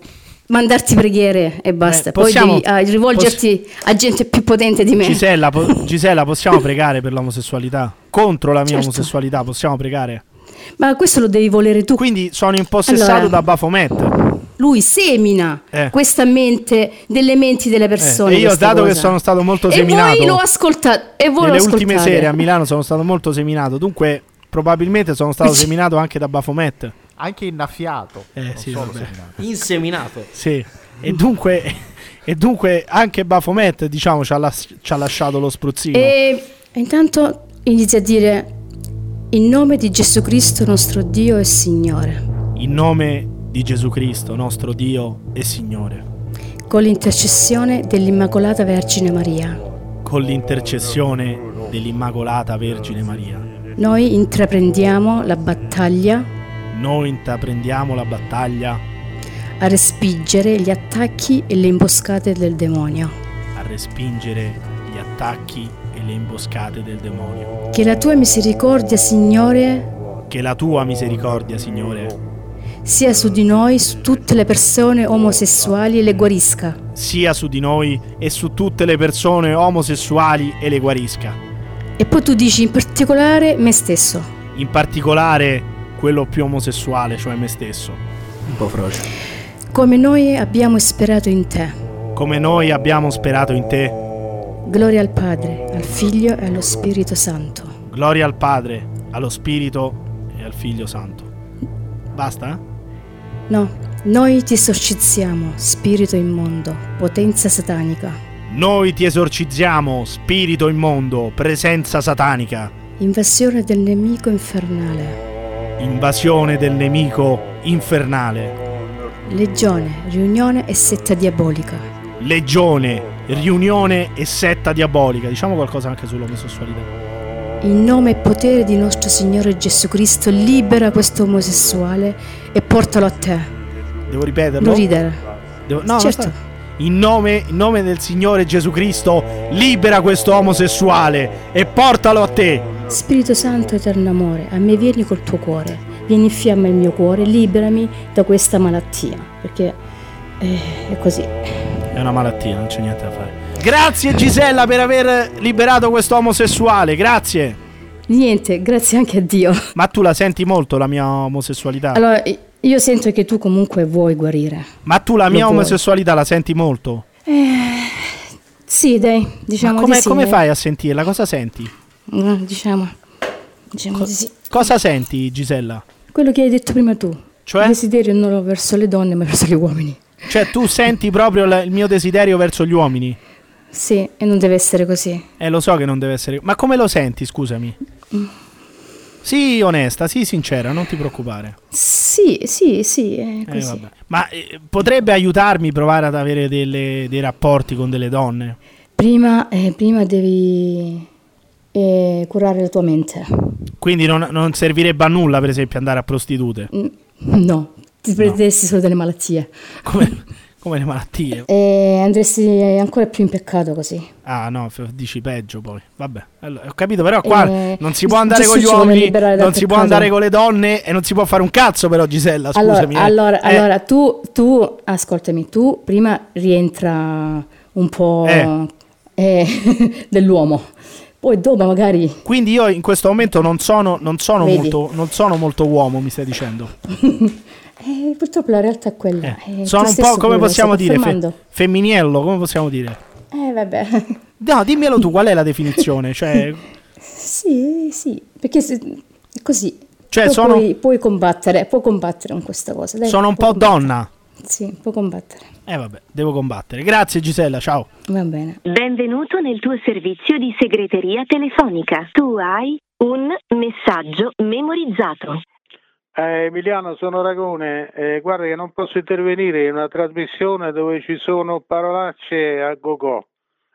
Speaker 2: mandarti preghiere e basta.
Speaker 1: Eh, possiamo-
Speaker 2: Poi devi ah, rivolgerti a gente più potente di me.
Speaker 1: Gisella, po- Gisella, possiamo pregare per l'omosessualità? Contro la mia
Speaker 2: Certo.
Speaker 1: omosessualità, possiamo pregare?
Speaker 2: Ma questo lo devi volere tu.
Speaker 1: Quindi sono impossessato
Speaker 2: Allora.
Speaker 1: da Baphomet.
Speaker 2: Lui semina
Speaker 1: Eh.
Speaker 2: questa mente delle menti delle persone.
Speaker 1: Eh, e io,
Speaker 2: questa
Speaker 1: dato
Speaker 2: cosa.
Speaker 1: che sono stato molto
Speaker 2: e
Speaker 1: seminato-
Speaker 2: Voi lo ascoltate. E voi lo
Speaker 1: Nelle
Speaker 2: ascoltate.
Speaker 1: ultime sere a Milano sono stato molto seminato, dunque probabilmente sono stato seminato anche da Baphomet.
Speaker 7: Anche innaffiato.
Speaker 1: Eh,
Speaker 7: non
Speaker 1: sì,
Speaker 7: solo
Speaker 1: vabbè.
Speaker 7: seminato.
Speaker 3: Inseminato.
Speaker 1: Sì, e dunque, e dunque anche Baphomet, diciamo, ci ha, las- ci ha lasciato lo spruzzino.
Speaker 2: E intanto inizia a dire in nome di Gesù Cristo nostro Dio e Signore,
Speaker 1: In nome di Gesù Cristo, nostro Dio e Signore,
Speaker 2: con l'intercessione dell'Immacolata Vergine Maria,
Speaker 1: con l'intercessione dell'Immacolata Vergine Maria,
Speaker 2: noi intraprendiamo la battaglia
Speaker 1: noi intraprendiamo la battaglia
Speaker 2: a respingere gli attacchi e le imboscate del demonio.
Speaker 1: a respingere gli attacchi e le imboscate del demonio.
Speaker 2: Che la tua misericordia, Signore,
Speaker 1: Che la tua misericordia, Signore,
Speaker 2: sia su di noi, su tutte le persone omosessuali e le guarisca.
Speaker 1: sia su di noi e su tutte le persone omosessuali e le guarisca.
Speaker 2: E poi tu dici in particolare me stesso.
Speaker 1: in particolare quello più omosessuale, cioè me stesso.
Speaker 3: Un po' froce.
Speaker 2: Come noi abbiamo sperato in te.
Speaker 1: Come noi abbiamo sperato in te,
Speaker 2: Gloria al Padre, al Figlio e allo Spirito Santo.
Speaker 1: gloria al Padre, allo Spirito e al Figlio Santo. Basta?
Speaker 2: No, noi ti esorcizziamo, spirito immondo, potenza satanica,
Speaker 1: Noi ti esorcizziamo, spirito immondo, presenza satanica,
Speaker 2: invasione del nemico infernale,
Speaker 1: invasione del nemico infernale,
Speaker 2: Legione, riunione e setta diabolica.
Speaker 1: legione, riunione e setta diabolica. Diciamo qualcosa anche sull'omosessualità.
Speaker 2: In nome e potere di nostro Signore Gesù Cristo, libera questo omosessuale e portalo a te.
Speaker 1: Devo ripeterlo?
Speaker 2: Non ridere.
Speaker 1: Devo- no,
Speaker 2: Certo.
Speaker 1: basta. In nome, in nome del Signore Gesù Cristo, libera questo omosessuale e portalo a te.
Speaker 2: Spirito Santo, eterno amore, a me vieni col tuo cuore, vieni in fiamma il mio cuore, liberami da questa malattia, perché eh, è così.
Speaker 1: È una malattia, non c'è niente da fare. Grazie Gisella per aver liberato questo omosessuale, grazie.
Speaker 2: Niente, grazie anche a Dio.
Speaker 1: Ma tu la senti molto la mia omosessualità?
Speaker 2: Allora, i- io sento che tu comunque vuoi guarire.
Speaker 1: Ma tu la mia
Speaker 2: Lo vuoi.
Speaker 1: omosessualità la senti molto?
Speaker 2: Sì, dai, diciamo
Speaker 1: Ma come,
Speaker 2: di sì.
Speaker 1: come fai a sentirla? Cosa senti?
Speaker 2: Mm, Diciamo, diciamo di sì.
Speaker 1: Cosa senti Gisella?
Speaker 2: Quello che hai detto prima tu,
Speaker 1: Cioè?
Speaker 2: il desiderio non lo verso le donne ma verso gli uomini.
Speaker 1: Cioè tu senti proprio la- il mio desiderio verso gli uomini?
Speaker 2: Sì, e non deve essere così.
Speaker 1: Eh, lo so che non deve essere. Ma come lo senti, scusami? Sì, onesta, sì, sincera, non ti preoccupare.
Speaker 2: Sì, sì, sì, è
Speaker 1: Eh,
Speaker 2: così.
Speaker 1: vabbè. Ma eh, potrebbe aiutarmi provare ad avere delle- dei rapporti con delle donne?
Speaker 2: Prima, eh, prima devi eh, curare la tua mente.
Speaker 1: Quindi non, non servirebbe a nulla, per esempio, andare a prostitute.
Speaker 2: Mm, No, ti prenderesti solo delle malattie.
Speaker 1: Come, come le malattie.
Speaker 2: E andresti ancora più in peccato così.
Speaker 1: Ah, no, f- dici peggio poi. Vabbè, allora, ho capito, però qua
Speaker 2: Eh,
Speaker 1: non si può andare
Speaker 2: Gesù
Speaker 1: con gli
Speaker 2: ci vuole
Speaker 1: uomini,
Speaker 2: liberare dal
Speaker 1: non si può
Speaker 2: peccato.
Speaker 1: andare con le donne e non si può fare un cazzo, però, Gisella,
Speaker 2: Allora,
Speaker 1: scusami. eh.
Speaker 2: allora,
Speaker 1: Eh,
Speaker 2: allora tu, tu, ascoltami, tu prima rientra un po'
Speaker 1: Eh.
Speaker 2: eh, dell'uomo, poi dopo magari
Speaker 1: Quindi io in questo momento non sono, non sono
Speaker 2: Vedi?
Speaker 1: molto, non sono molto uomo, mi stai dicendo.
Speaker 2: Eh, purtroppo la realtà è quella.
Speaker 1: Eh,
Speaker 2: Eh,
Speaker 1: sono
Speaker 2: tu
Speaker 1: un
Speaker 2: stesso
Speaker 1: po' come
Speaker 2: lo stai
Speaker 1: possiamo dire, fe-
Speaker 2: confermando.
Speaker 1: femminiello, come possiamo dire.
Speaker 2: Eh, vabbè.
Speaker 1: No, dimmelo tu, qual è la definizione? Cioè,
Speaker 2: sì, sì, perché se- è così.
Speaker 1: Cioè,
Speaker 2: Tu
Speaker 1: sono-
Speaker 2: puoi, puoi combattere, puoi combattere con questa cosa. dai,
Speaker 1: sono un
Speaker 2: puoi
Speaker 1: po' donna.
Speaker 2: combattere. Sì, puoi combattere.
Speaker 1: Eh vabbè, devo combattere. Grazie Gisella, ciao.
Speaker 2: Va bene.
Speaker 8: Benvenuto nel tuo servizio di segreteria telefonica. Tu hai un messaggio memorizzato.
Speaker 9: Eh, Emiliano, sono Ragone. Eh, guarda che non posso intervenire in una trasmissione dove ci sono parolacce a go-go.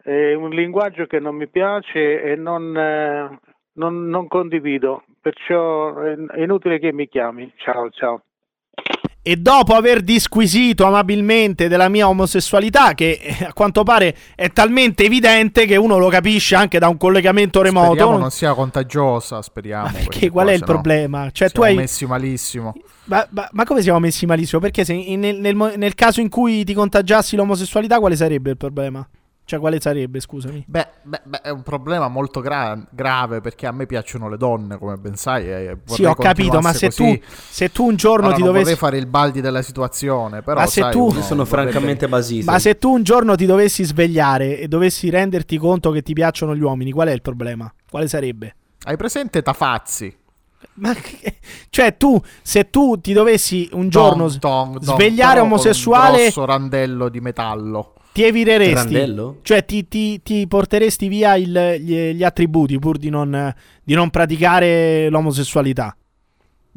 Speaker 9: È un linguaggio che non mi piace e non, eh, non- non condivido, perciò è è inutile che mi chiami. Ciao, ciao.
Speaker 1: E dopo aver disquisito amabilmente della mia omosessualità, che eh, a quanto pare è talmente evidente che uno lo capisce anche da un collegamento remoto.
Speaker 7: Speriamo non sia contagiosa, speriamo.
Speaker 1: Ma perché
Speaker 7: queste
Speaker 1: qual è il
Speaker 7: cose, no?
Speaker 1: problema? Cioè, tu
Speaker 7: Siamo
Speaker 1: hai.
Speaker 7: messi malissimo.
Speaker 1: Ma, ma- ma come siamo messi malissimo? Perché se in- nel, nel mo- nel caso in cui ti contagiassi l'omosessualità, quale sarebbe il problema? Cioè, quale sarebbe, scusami?
Speaker 7: Beh, beh, beh, è un problema molto gra- grave perché a me piacciono le donne, come ben sai. e vorrei
Speaker 1: Sì, ho capito, ma se
Speaker 7: continuasse
Speaker 1: tu,
Speaker 7: così.
Speaker 1: se tu un giorno
Speaker 7: Allora,
Speaker 1: ti
Speaker 7: non
Speaker 1: dovessi.
Speaker 7: vorrei fare il baldi della situazione, però
Speaker 1: Ma se
Speaker 7: sai,
Speaker 1: tu-
Speaker 7: uno
Speaker 1: Io
Speaker 3: sono
Speaker 7: vorrebbe-
Speaker 3: francamente basito.
Speaker 1: Ma se tu un giorno ti dovessi svegliare e dovessi renderti conto che ti piacciono gli uomini, qual è il problema? Quale sarebbe?
Speaker 7: Hai presente Tafazzi?
Speaker 1: Ma che- cioè, tu, se tu ti dovessi un giorno s-
Speaker 7: Tom, Tom, Tom,
Speaker 1: svegliare
Speaker 7: Tom con un
Speaker 1: omosessuale,
Speaker 7: grosso randello di metallo.
Speaker 1: ti eviteresti.
Speaker 3: Randello?
Speaker 1: Cioè, ti, ti- ti porteresti via il- gli, gli attributi pur di non, di non praticare l'omosessualità.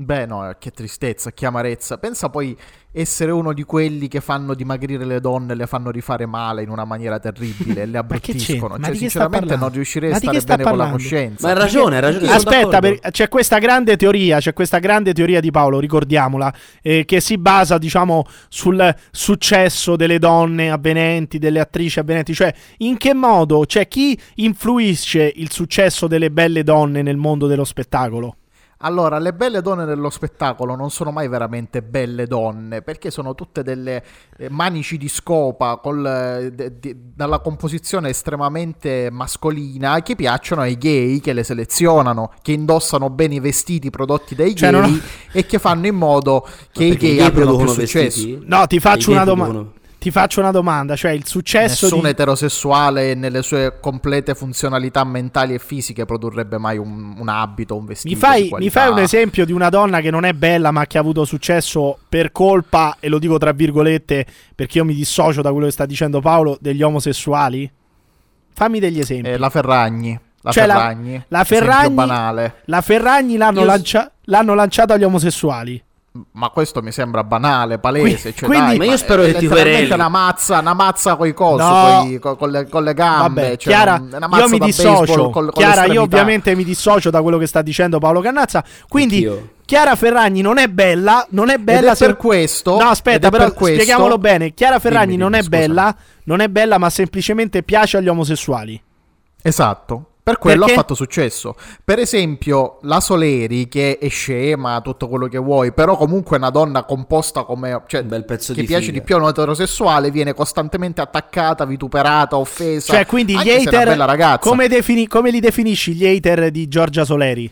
Speaker 7: Beh, no, eh, che tristezza, che amarezza. Pensa poi essere uno di quelli che fanno dimagrire le donne, le fanno rifare male in una maniera terribile, e le
Speaker 1: Ma che c'entra?
Speaker 7: abbruttiscono.
Speaker 1: Ma
Speaker 7: Cioè,
Speaker 1: di che sta
Speaker 7: sinceramente
Speaker 1: parlando?
Speaker 7: non riuscirei
Speaker 1: Ma
Speaker 7: a
Speaker 1: di che
Speaker 7: stare
Speaker 1: sta
Speaker 7: bene con la
Speaker 1: parlando?
Speaker 7: coscienza.
Speaker 3: Ma hai ragione, hai ragione. sono
Speaker 1: Aspetta,
Speaker 3: d'accordo.
Speaker 1: per- c'è questa grande teoria, c'è questa grande teoria di Paolo, ricordiamola, eh, che si basa, diciamo, sul successo delle donne avvenenti, delle attrici avvenenti, cioè in che modo, cioè chi influisce il successo delle belle donne nel mondo dello spettacolo?
Speaker 7: Allora, le belle donne dello spettacolo non sono mai veramente belle donne, perché sono tutte delle eh, manici di scopa, col, eh, de- de- dalla composizione estremamente mascolina, che piacciono ai gay, che le selezionano, che indossano bene i vestiti prodotti dai
Speaker 1: Cioè,
Speaker 7: gay
Speaker 1: non ho-
Speaker 7: e che fanno in modo che
Speaker 3: Perché
Speaker 7: i gay
Speaker 3: gay
Speaker 7: abbiano più
Speaker 3: producono
Speaker 7: successo.
Speaker 3: vestiti?
Speaker 1: No, ti faccio
Speaker 3: I gay
Speaker 1: una domanda.
Speaker 3: producono-
Speaker 1: Ti faccio una domanda, cioè il successo
Speaker 7: Nessun
Speaker 1: di...
Speaker 7: eterosessuale nelle sue complete funzionalità mentali e fisiche produrrebbe mai un, un abito, un vestito.
Speaker 1: Mi fai,
Speaker 7: di
Speaker 1: mi fai un
Speaker 7: qualità.
Speaker 1: esempio di una donna che non è bella ma che ha avuto successo per colpa, e lo dico tra virgolette perché io mi dissocio da quello che sta dicendo Paolo, degli omosessuali? Fammi degli esempi.
Speaker 7: Eh, la Ferragni. La
Speaker 1: Cioè, la-
Speaker 7: Ferragni.
Speaker 1: la
Speaker 7: esempio
Speaker 1: Ferragni-
Speaker 7: banale.
Speaker 1: La Ferragni l'hanno,
Speaker 3: Io-
Speaker 1: lancia- l'hanno lanciata agli omosessuali.
Speaker 7: Ma questo mi sembra banale, palese.
Speaker 1: Qui-
Speaker 7: cioè,
Speaker 1: quindi-
Speaker 7: dai,
Speaker 1: Ma
Speaker 3: io
Speaker 7: è
Speaker 3: spero che ti
Speaker 7: letteralmente
Speaker 3: querelli.
Speaker 7: una mazza, una mazza coi cosi,
Speaker 1: No.
Speaker 7: coi- co- con, le, con le gambe.
Speaker 1: Vabbè,
Speaker 7: cioè,
Speaker 1: Chiara,
Speaker 7: un- una mazza
Speaker 1: io mi
Speaker 7: da
Speaker 1: dissocio.
Speaker 7: baseball col- con
Speaker 1: Chiara, io
Speaker 7: l'estremità.
Speaker 1: ovviamente mi dissocio da quello che sta dicendo Paolo Cannazza. Quindi,
Speaker 3: Anch'io.
Speaker 1: Chiara Ferragni non è bella, non è bella
Speaker 7: è per questo-
Speaker 1: No,
Speaker 7: ed
Speaker 1: aspetta,
Speaker 7: è
Speaker 1: però
Speaker 7: per questo-
Speaker 1: spieghiamolo bene. Chiara Ferragni
Speaker 7: Dimmi,
Speaker 1: non
Speaker 7: dimmi,
Speaker 1: è
Speaker 7: scusa.
Speaker 1: bella, non è bella, ma semplicemente piace agli omosessuali.
Speaker 7: Esatto. Per quello
Speaker 1: Perché?
Speaker 7: ha fatto successo. Per esempio, la Soleri, che è scema, tutto quello che vuoi, però comunque è una donna composta come... Cioè,
Speaker 3: Un bel pezzo
Speaker 7: che
Speaker 3: di
Speaker 7: piace
Speaker 3: figa.
Speaker 7: di più a un eterosessuale, viene costantemente attaccata, vituperata, offesa.
Speaker 1: Cioè, quindi
Speaker 7: anche
Speaker 1: gli
Speaker 7: se è una
Speaker 1: hater
Speaker 7: bella ragazza.
Speaker 1: come, defini- come li definisci gli hater di Giorgia Soleri?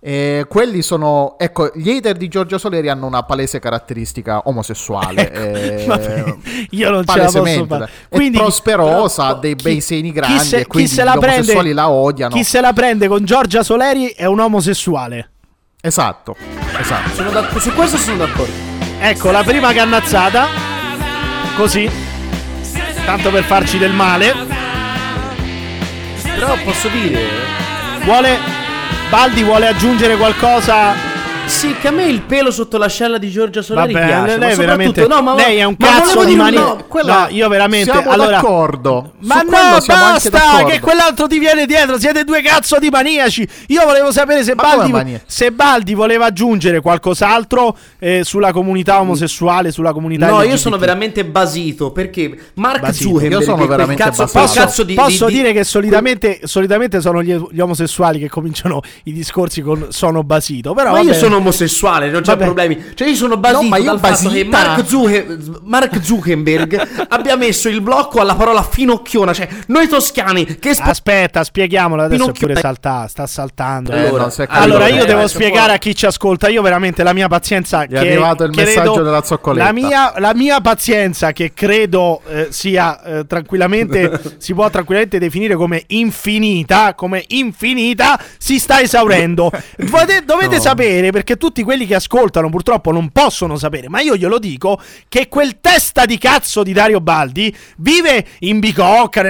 Speaker 7: Eh, quelli sono. Ecco, gli hater di Giorgio Soleri hanno una palese caratteristica omosessuale. eh,
Speaker 1: Ecco, Vabbè, io non ce la posso
Speaker 7: palesemente.
Speaker 1: fare.
Speaker 7: È
Speaker 1: Quindi-
Speaker 7: prosperosa, ha
Speaker 1: però-
Speaker 7: dei
Speaker 1: chi-
Speaker 7: bei seni
Speaker 1: chi
Speaker 7: grandi.
Speaker 1: se-
Speaker 7: e quindi
Speaker 1: chi se
Speaker 7: gli
Speaker 1: la
Speaker 7: omosessuali
Speaker 1: prende-
Speaker 7: la odiano.
Speaker 1: Chi se la prende con Giorgia Soleri è un omosessuale.
Speaker 7: Esatto, esatto.
Speaker 3: Sono d'ac- su questo sono d'accordo.
Speaker 1: Ecco, la prima cannazzata. Così. Tanto per farci del male.
Speaker 3: Però posso dire.
Speaker 1: Vuole. Baldi vuole aggiungere qualcosa.
Speaker 3: Sì, che a me il pelo sotto l'ascella di Giorgia Solari
Speaker 1: Vabbè,
Speaker 3: piace.
Speaker 1: lei
Speaker 3: ma
Speaker 1: veramente.
Speaker 3: soprattutto- No, ma,
Speaker 1: lei è un
Speaker 3: ma
Speaker 1: cazzo
Speaker 3: volevo
Speaker 1: di
Speaker 3: dire un
Speaker 1: mani.
Speaker 3: no, quella-
Speaker 1: no, io veramente.
Speaker 7: siamo
Speaker 1: allora-
Speaker 7: d'accordo.
Speaker 1: Ma
Speaker 7: Su
Speaker 1: no,
Speaker 7: quello siamo anche
Speaker 1: basta!
Speaker 7: d'accordo.
Speaker 1: Che quell'altro ti viene dietro. Siete due cazzo di maniaci. Io volevo sapere se,
Speaker 7: Ma come
Speaker 1: Baldi,
Speaker 7: maniaci?
Speaker 1: se Baldi voleva aggiungere qualcos'altro eh, sulla
Speaker 7: Mm.
Speaker 1: comunità omosessuale, sulla comunità
Speaker 3: No, io
Speaker 1: LGBT.
Speaker 3: sono veramente basito perché Mark
Speaker 1: Basito.
Speaker 3: Zuckerberg,
Speaker 7: Io sono
Speaker 3: quel
Speaker 7: veramente
Speaker 3: cazzo,
Speaker 7: basito.
Speaker 3: quel
Speaker 1: Posso,
Speaker 3: cazzo di,
Speaker 1: posso
Speaker 3: di- di-
Speaker 1: dire che solitamente, solitamente sono gli, gli omosessuali che cominciano i discorsi con sono basito. Però
Speaker 3: ma io
Speaker 1: vabbè.
Speaker 3: sono omosessuale, non c'è
Speaker 1: Vabbè.
Speaker 3: problemi. Cioè, io sono basito
Speaker 7: No, ma io
Speaker 3: dal fatto che
Speaker 7: basita.
Speaker 3: Mark, Zucke- Mark Zuckerberg abbia messo il blocco alla parola finocchiona. Cioè, noi toscani che sp-
Speaker 1: Aspetta, spieghiamolo adesso è
Speaker 3: Pinocchio-
Speaker 1: pure salta, sta saltando.
Speaker 7: Eh,
Speaker 1: eh.
Speaker 7: non si è capito.
Speaker 1: Allora, io
Speaker 7: Eh,
Speaker 1: devo
Speaker 3: adesso
Speaker 1: spiegare
Speaker 3: qua-
Speaker 1: a chi ci ascolta. Io veramente la mia pazienza.
Speaker 7: Gli è arrivato il messaggio della zoccoletta.
Speaker 1: La mia, la mia pazienza, che credo eh, sia eh, tranquillamente, si può tranquillamente definire come infinita, come infinita, si sta esaurendo. Dovete, dovete sapere, perché tutti quelli che ascoltano purtroppo non possono sapere, ma io glielo dico, che quel testa di cazzo di Dario Baldi vive in bicocca,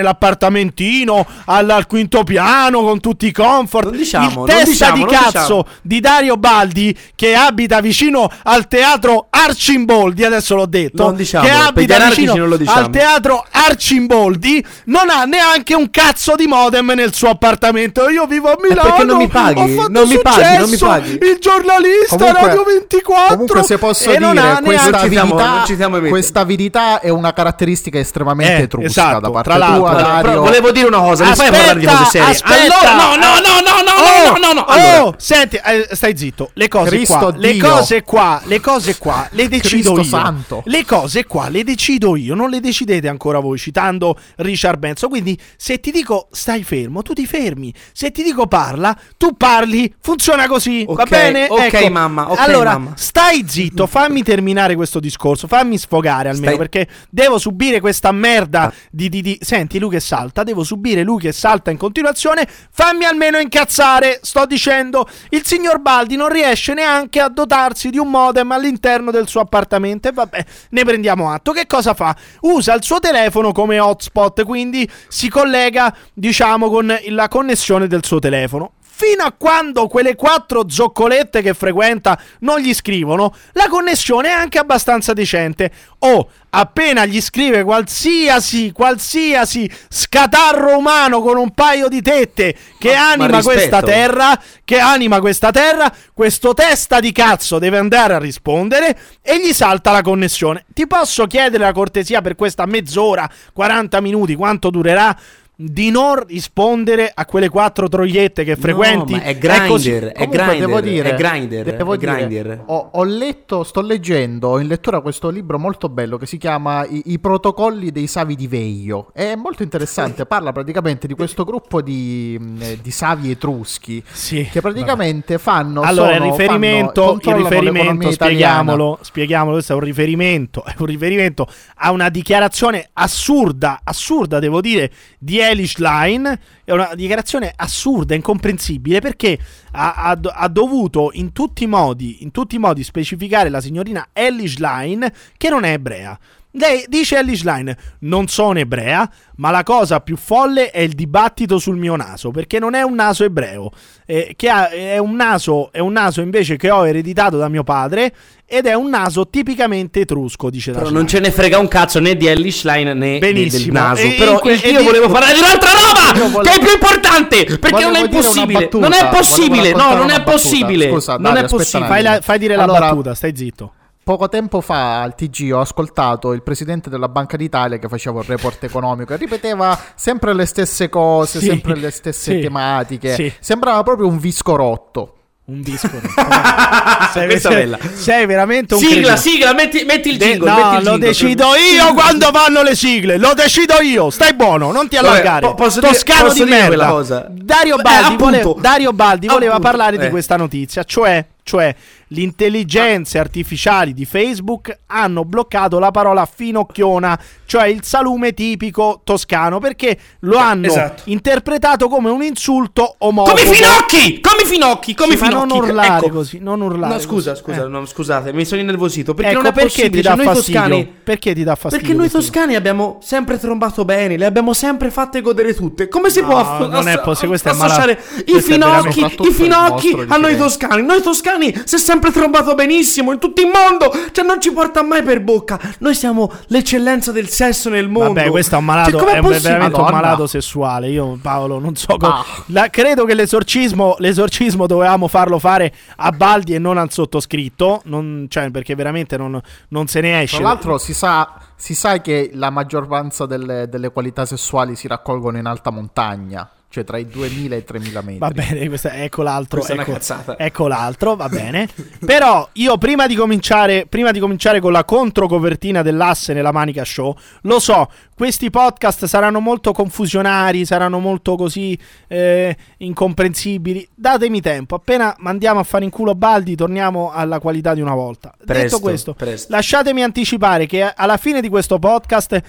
Speaker 1: nell'appartamentino, al, al quinto piano, con tutti i comfort.
Speaker 3: Non diciamo,
Speaker 1: il
Speaker 3: non
Speaker 1: testa
Speaker 3: diciamo,
Speaker 1: di
Speaker 3: non
Speaker 1: cazzo
Speaker 3: diciamo.
Speaker 1: di Dario Baldi che abita vicino al teatro Arcimboldi, adesso l'ho detto,
Speaker 3: Non diciamo,
Speaker 1: che
Speaker 3: per gli
Speaker 1: abita
Speaker 3: anarchici
Speaker 1: vicino
Speaker 3: non lo diciamo.
Speaker 1: al teatro Arcimboldi, non ha neanche un cazzo di modem nel suo appartamento. Io vivo a Milano,
Speaker 3: perché non mi paghi,
Speaker 1: ho fatto
Speaker 3: non mi paghi, non mi
Speaker 1: successo,
Speaker 3: paghi.
Speaker 1: il giornalista Radio 24
Speaker 7: comunque se posso
Speaker 1: e
Speaker 7: dire
Speaker 1: non ha
Speaker 7: questa,
Speaker 1: neanche
Speaker 3: ci siamo- non
Speaker 7: avidità,
Speaker 3: ci siamo mette.
Speaker 7: questa avidità è una caratteristica estremamente
Speaker 1: Eh,
Speaker 7: etrusca
Speaker 1: esatto,
Speaker 7: da parte
Speaker 1: tra l'altro,
Speaker 7: tua
Speaker 1: tra
Speaker 3: Allora, però
Speaker 7: Dario
Speaker 3: volevo dire una cosa, mi fai parlare di cose serie.
Speaker 1: Aspetta.
Speaker 3: Allora, no, no, no, no, no,
Speaker 1: Oh,
Speaker 3: no, no, no.
Speaker 1: oh,
Speaker 3: Allora,
Speaker 1: senti, eh, stai zitto. Le cose
Speaker 7: Cristo
Speaker 1: qua, le
Speaker 7: Dio.
Speaker 1: cose qua, le cose qua le decido
Speaker 7: Cristo
Speaker 1: io.
Speaker 7: santo.
Speaker 1: Le cose qua le decido io, non le decidete ancora voi citando Richard Benson. Quindi se ti dico stai fermo, tu ti fermi. Se ti dico parla, tu parli. Funziona così, va
Speaker 3: Ok,
Speaker 1: bene?
Speaker 3: ok,
Speaker 1: Ecco.
Speaker 3: mamma, ok,
Speaker 1: allora,
Speaker 3: mamma.
Speaker 1: stai zitto, fammi terminare questo discorso, fammi sfogare almeno
Speaker 3: Stai-
Speaker 1: perché devo subire questa merda di, di, di- Senti, lui che salta, devo subire lui che salta in continuazione, fammi almeno incazzare, sto dicendo, il signor Baldi non riesce neanche a dotarsi di un modem all'interno del suo appartamento e vabbè, ne prendiamo atto. Che cosa fa? Usa il suo telefono come hotspot, quindi si collega, diciamo, con la connessione del suo telefono fino a quando quelle quattro zoccolette che frequenta non gli scrivono, la connessione è anche abbastanza decente. O appena gli scrive qualsiasi, qualsiasi scatarro umano con un paio di tette che
Speaker 3: Ma- ma
Speaker 1: anima questa
Speaker 3: rispetto.
Speaker 1: terra, che anima questa terra, questo testa di cazzo deve andare a rispondere e gli salta la connessione. Ti posso chiedere la cortesia per questa mezz'ora, 40 minuti, quanto durerà? Di non rispondere a quelle quattro troiette che frequenti.
Speaker 3: ma è
Speaker 1: così.
Speaker 3: grinder, è
Speaker 7: Comunque,
Speaker 3: grinder,
Speaker 7: devo dire,
Speaker 3: è grinder,
Speaker 7: devo
Speaker 3: è
Speaker 7: dire,
Speaker 3: grinder.
Speaker 7: Ho, ho letto, sto leggendo in lettura questo libro molto bello che si chiama I, I protocolli dei savi di Veio. È molto interessante, parla praticamente di questo gruppo di, mh, eh, di savi etruschi
Speaker 1: Sì,
Speaker 7: che praticamente fanno...
Speaker 1: Allora, il
Speaker 7: sono- fanno-
Speaker 1: riferimento, il
Speaker 7: controllano l'economia
Speaker 1: riferimento
Speaker 7: italiana.
Speaker 1: spieghiamolo, spieghiamolo, questo è un riferimento, è un riferimento a una dichiarazione assurda, assurda devo dire, di Elish Line, è una dichiarazione assurda, incomprensibile, perché ha, ha- ha dovuto in tutti i modi, in tutti i modi specificare la signorina Elish Line che non è ebrea. Lei dice Alice Line: Non sono ebrea, ma la cosa più folle è il dibattito sul mio naso, perché non è un naso ebreo, eh, che ha- è, un naso, è un naso invece che ho ereditato da mio padre ed è un naso tipicamente etrusco, dice la
Speaker 3: Però
Speaker 1: Schlein.
Speaker 3: non ce ne frega un cazzo né di Ellie Schlein né
Speaker 1: Benissimo.
Speaker 3: del naso.
Speaker 1: E-
Speaker 3: Però
Speaker 1: e que- e
Speaker 3: io
Speaker 1: di-
Speaker 3: volevo parlare di un'altra roba
Speaker 7: Io volevo-
Speaker 3: che è più importante. Perché
Speaker 7: Volevo
Speaker 3: non è
Speaker 7: dire una
Speaker 3: possibile.
Speaker 7: battuta,
Speaker 3: Non è
Speaker 7: volevo
Speaker 3: possibile. No,
Speaker 7: raccontare
Speaker 3: non
Speaker 7: una
Speaker 3: è
Speaker 7: battuta.
Speaker 3: possibile.
Speaker 7: Scusa,
Speaker 3: Non
Speaker 7: Dario,
Speaker 3: è
Speaker 7: aspetta un
Speaker 3: possibile.
Speaker 7: attimo.
Speaker 1: Fai, la- fai dire la
Speaker 7: Allora-
Speaker 1: battuta, stai zitto.
Speaker 7: Poco tempo fa al TG ho ascoltato il presidente della Banca d'Italia che faceva il report economico e ripeteva sempre le stesse cose,
Speaker 1: Sì,
Speaker 7: sempre le stesse
Speaker 1: sì,
Speaker 7: tematiche.
Speaker 1: sì.
Speaker 7: Sembrava proprio un visco rotto.
Speaker 1: Un disco. sei,
Speaker 3: Questa è bella.
Speaker 1: sei veramente un
Speaker 3: Sigla,
Speaker 1: cretino.
Speaker 3: sigla, metti, metti il
Speaker 1: De-
Speaker 3: jingle.
Speaker 1: no,
Speaker 3: metti il
Speaker 1: lo
Speaker 3: jingle.
Speaker 1: decido io quando fanno le sigle. Lo decido io. Stai buono, non ti
Speaker 3: Vabbè,
Speaker 1: allargare.
Speaker 3: po- posso dire-
Speaker 1: Toscano
Speaker 3: posso
Speaker 1: di
Speaker 3: dire
Speaker 1: merda.
Speaker 3: quella cosa?
Speaker 1: Dario
Speaker 3: Eh,
Speaker 1: Baldi,
Speaker 3: appunto.
Speaker 1: vole- Dario Baldi voleva
Speaker 3: Appunto,
Speaker 1: parlare di
Speaker 3: eh.
Speaker 1: questa notizia, cioè, cioè le intelligenze artificiali di Facebook hanno bloccato la parola finocchiona, cioè il salume tipico toscano, perché lo hanno
Speaker 3: esatto.
Speaker 1: interpretato come un insulto omofobo.
Speaker 3: Come i finocchi! Come i finocchi! Come i
Speaker 1: Sì, ma non
Speaker 3: finocchi!
Speaker 1: urlare
Speaker 3: Ecco.
Speaker 1: così, non urlare
Speaker 3: No, scusa,
Speaker 1: così.
Speaker 3: scusa,
Speaker 1: Eh.
Speaker 3: no, scusate, mi sono innervosito. Perché
Speaker 1: Ecco,
Speaker 3: non è
Speaker 1: perché ti
Speaker 3: possibile,
Speaker 1: dà
Speaker 3: cioè, noi
Speaker 1: fastidio?
Speaker 3: toscani.
Speaker 1: Perché ti dà fastidio?
Speaker 3: Perché noi
Speaker 1: questo?
Speaker 3: toscani abbiamo sempre trombato bene, le abbiamo sempre fatte godere tutte. Come si
Speaker 1: No,
Speaker 3: può aff-
Speaker 1: non è
Speaker 3: ass-
Speaker 1: possibile, questo è
Speaker 3: associare
Speaker 1: malato.
Speaker 3: i
Speaker 1: Questo è veramente-
Speaker 3: finocchi,
Speaker 7: Soprattutto
Speaker 3: i
Speaker 7: il
Speaker 3: finocchi
Speaker 7: nostro
Speaker 3: a noi
Speaker 7: differenza.
Speaker 3: toscani? Noi toscani si è sempre trombato benissimo in tutto il mondo, cioè non ci porta mai per bocca. Noi siamo l'eccellenza del sesso nel mondo.
Speaker 1: Vabbè, questo è un malato,
Speaker 3: Cioè, com'è
Speaker 1: è un- è
Speaker 3: possibile?
Speaker 1: veramente un
Speaker 7: Madonna.
Speaker 1: malato sessuale. Io, Paolo, non so. come-
Speaker 7: Ah.
Speaker 1: La- credo che l'esorcismo, l'esorcismo dovevamo farlo fare a Baldi e non al sottoscritto. Non, cioè, perché veramente non, non se ne esce.
Speaker 7: Tra l'altro si sa, si sa che la maggioranza delle, delle qualità sessuali si raccolgono in alta montagna, cioè tra i 2000 e i 3000 metri.
Speaker 1: Va bene, questa- ecco l'altro.
Speaker 3: Questa è una
Speaker 1: ecco,
Speaker 3: cazzata.
Speaker 1: ecco l'altro, va bene. Però io prima di cominciare, prima di cominciare con la controcopertina dell'asse nella Manica Show, lo so, questi podcast saranno molto confusionari, saranno molto così eh, incomprensibili. Datemi tempo, appena mandiamo a fare in culo Baldi, torniamo alla qualità di una volta.
Speaker 3: Presto,
Speaker 1: Detto questo,
Speaker 3: presto.
Speaker 1: lasciatemi anticipare che alla fine di questo podcast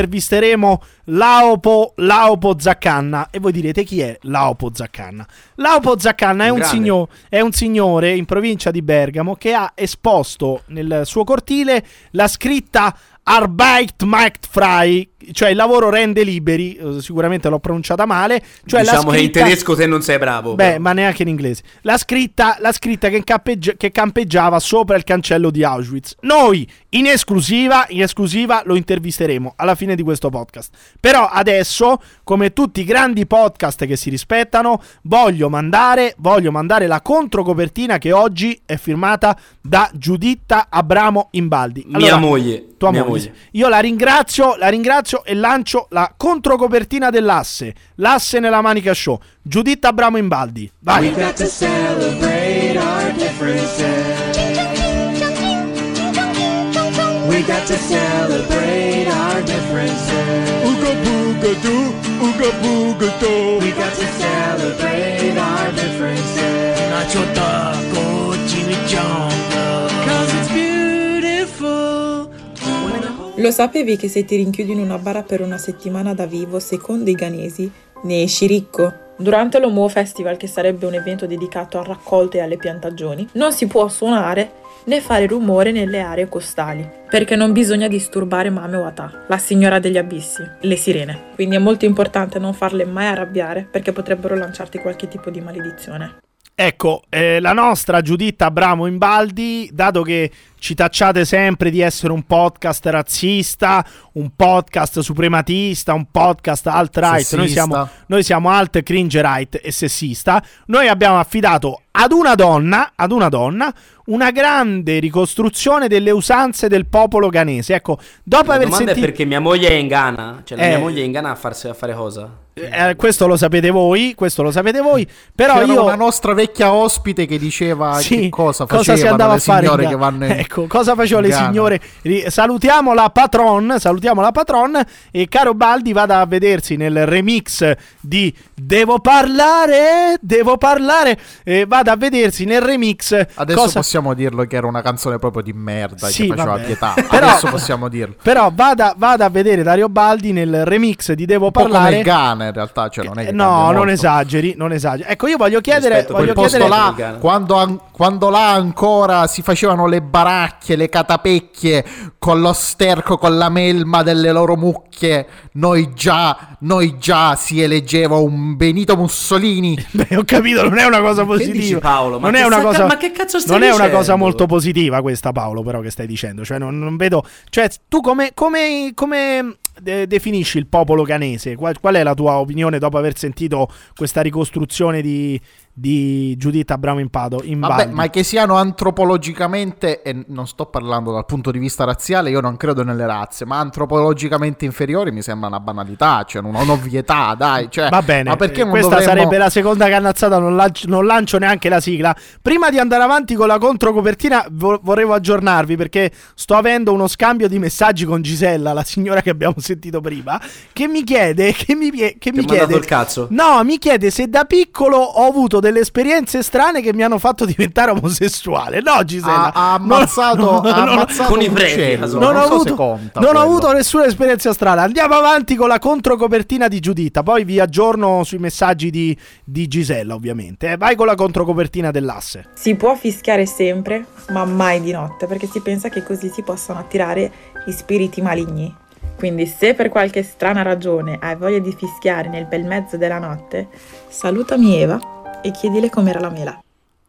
Speaker 1: intervisteremo Laopo, Laopo Zaccanna. E voi direte chi è Laopo Zaccanna? Laopo Zaccanna è un,
Speaker 3: Grande.
Speaker 1: signo- è un signore in provincia di Bergamo che ha esposto nel suo cortile la scritta Arbeit macht frei, cioè il lavoro rende liberi, eh, sicuramente l'ho pronunciata male, cioè la
Speaker 3: diciamo che in
Speaker 1: scritta-
Speaker 3: tedesco te non sei bravo.
Speaker 1: Beh,
Speaker 3: però.
Speaker 1: ma neanche in inglese. La scritta, la scritta che, campeggia- che campeggiava sopra il cancello di Auschwitz. Noi, in esclusiva, in esclusiva, lo intervisteremo alla fine di questo podcast. Però adesso, come tutti i grandi podcast che si rispettano, voglio mandare, voglio mandare la controcopertina che oggi è firmata da Giuditta Abramo Imbaldi.
Speaker 3: Mia moglie,
Speaker 1: Tua
Speaker 3: mia
Speaker 1: moglie.
Speaker 3: moglie.
Speaker 1: Io la ringrazio, la ringrazio e lancio la controcopertina dell'asse. L'asse nella manica show. Giuditta Abramo Imbaldi. Vai.
Speaker 10: Lo sapevi che se ti rinchiudi in una bara per una settimana da vivo, secondo i ghanesi, ne esci ricco? Durante l'Omo Festival, che sarebbe un evento dedicato al raccolto e alle piantagioni, non si può suonare né fare rumore nelle aree costali, perché non bisogna disturbare Mame Wata, la signora degli abissi, le sirene. Quindi è molto importante non farle mai arrabbiare, perché potrebbero lanciarti qualche tipo di maledizione.
Speaker 1: Ecco, eh, la nostra Giuditta Abramo Imbaldi, dato che ci tacciate sempre di essere un podcast razzista, un podcast suprematista, un podcast alt-right, noi
Speaker 7: Sessista.
Speaker 1: siamo, noi siamo alt, cringe right e sessista, noi abbiamo affidato ad una donna, ad una donna, una grande ricostruzione delle usanze del popolo ghanese. Ecco, dopo
Speaker 3: La
Speaker 1: aver
Speaker 3: domanda è
Speaker 1: sentito...
Speaker 3: perché mia moglie è in Ghana. Cioè, la
Speaker 1: Eh.
Speaker 3: mia moglie è in Ghana a, farsi, a fare cosa?
Speaker 1: eh, questo lo sapete voi, questo lo sapete voi, però
Speaker 7: C'era
Speaker 1: io...
Speaker 7: una nostra vecchia ospite che diceva
Speaker 1: Sì,
Speaker 7: che cosa
Speaker 1: cosa
Speaker 7: facevano
Speaker 1: si andava
Speaker 7: le
Speaker 1: a fare in
Speaker 7: signore
Speaker 1: Ga-
Speaker 7: che vanno in
Speaker 1: ecco cosa facevano le
Speaker 7: in Ghana.
Speaker 1: signore Ri- salutiamo la patron salutiamo la patron e caro Baldi vada a vedersi nel remix di devo parlare devo parlare e vada a vedersi nel remix
Speaker 7: Adesso
Speaker 1: cosa-
Speaker 7: possiamo dirlo che era una canzone proprio di merda
Speaker 1: Sì,
Speaker 7: che faceva
Speaker 1: vabbè.
Speaker 7: pietà.
Speaker 1: Però-
Speaker 7: Adesso possiamo dirlo.
Speaker 1: però vada, vada a vedere Dario Baldi nel remix di devo
Speaker 7: Un po' come il
Speaker 1: parlare
Speaker 7: Ghana in realtà, cioè non è che
Speaker 1: Eh, no
Speaker 7: cambia
Speaker 1: non
Speaker 7: molto.
Speaker 1: esageri non esageri ecco io voglio chiedere
Speaker 3: Rispetto a
Speaker 1: voglio
Speaker 7: Certo, Quel
Speaker 3: Voglio
Speaker 7: posto
Speaker 1: chiedere
Speaker 3: chiedere-
Speaker 7: là, quando, an- quando là ancora si facevano le pannacchie, le catapecchie, con lo sterco, con la melma delle loro mucche. Noi già, noi già si eleggeva un Benito Mussolini.
Speaker 1: Beh, ho capito, non è una cosa positiva.
Speaker 3: dici, Paolo? Ma
Speaker 1: non è
Speaker 3: che
Speaker 1: una
Speaker 3: sta-
Speaker 1: cosa,
Speaker 3: ma che cazzo stai
Speaker 1: Non è una
Speaker 3: dicendo?
Speaker 1: cosa molto positiva questa, Paolo, però, che stai dicendo. Cioè, non, non vedo. Cioè, tu come, come- come, eh, definisci il popolo canese? Qual, qual è la tua opinione dopo aver sentito questa ricostruzione di, di Giuditta Abramo in Pado? In
Speaker 7: Vabbè,
Speaker 1: Valli?
Speaker 7: ma che siano antropologicamente, e non sto parlando dal punto di vista razziale, io non credo nelle razze, ma antropologicamente inferiori mi sembra una banalità, cioè una- un'ovvietà, dai. Cioè,
Speaker 1: Va bene,
Speaker 7: ma perché
Speaker 1: eh,
Speaker 7: non
Speaker 1: questa
Speaker 7: dovremmo-
Speaker 1: sarebbe la seconda cannazzata, non lancio, non lancio neanche la sigla. Prima di andare avanti con la controcopertina vo- vorrevo aggiornarvi perché sto avendo uno scambio di messaggi con Gisella, la signora che abbiamo sentito prima, che mi chiede, che mi, pie- che mi
Speaker 3: mi ha dato
Speaker 1: chiede,
Speaker 3: il cazzo.
Speaker 1: no, mi chiede se da piccolo ho avuto delle esperienze strane che mi hanno fatto diventare omosessuale. No Gisella,
Speaker 7: ha, ha
Speaker 1: non-
Speaker 7: ammazzato,
Speaker 1: non-
Speaker 7: ha
Speaker 1: non-
Speaker 7: ammazzato
Speaker 3: Con i
Speaker 7: un
Speaker 3: preti,
Speaker 7: uccello,
Speaker 3: casomai.
Speaker 7: non,
Speaker 1: non, ho,
Speaker 7: so se
Speaker 1: avuto,
Speaker 7: conta
Speaker 1: non ho
Speaker 7: quello.
Speaker 1: avuto nessuna esperienza strana. Andiamo avanti con la controcopertina di Giuditta. Poi vi aggiorno sui messaggi di, di Gisella, ovviamente. Eh, vai con la controcopertina dell'asse.
Speaker 10: Si può fischiare sempre, ma mai di notte, perché si pensa che così si possano attirare gli spiriti maligni. Quindi se per qualche strana ragione hai voglia di fischiare nel bel mezzo della notte, salutami Eva e chiedile com'era la mela.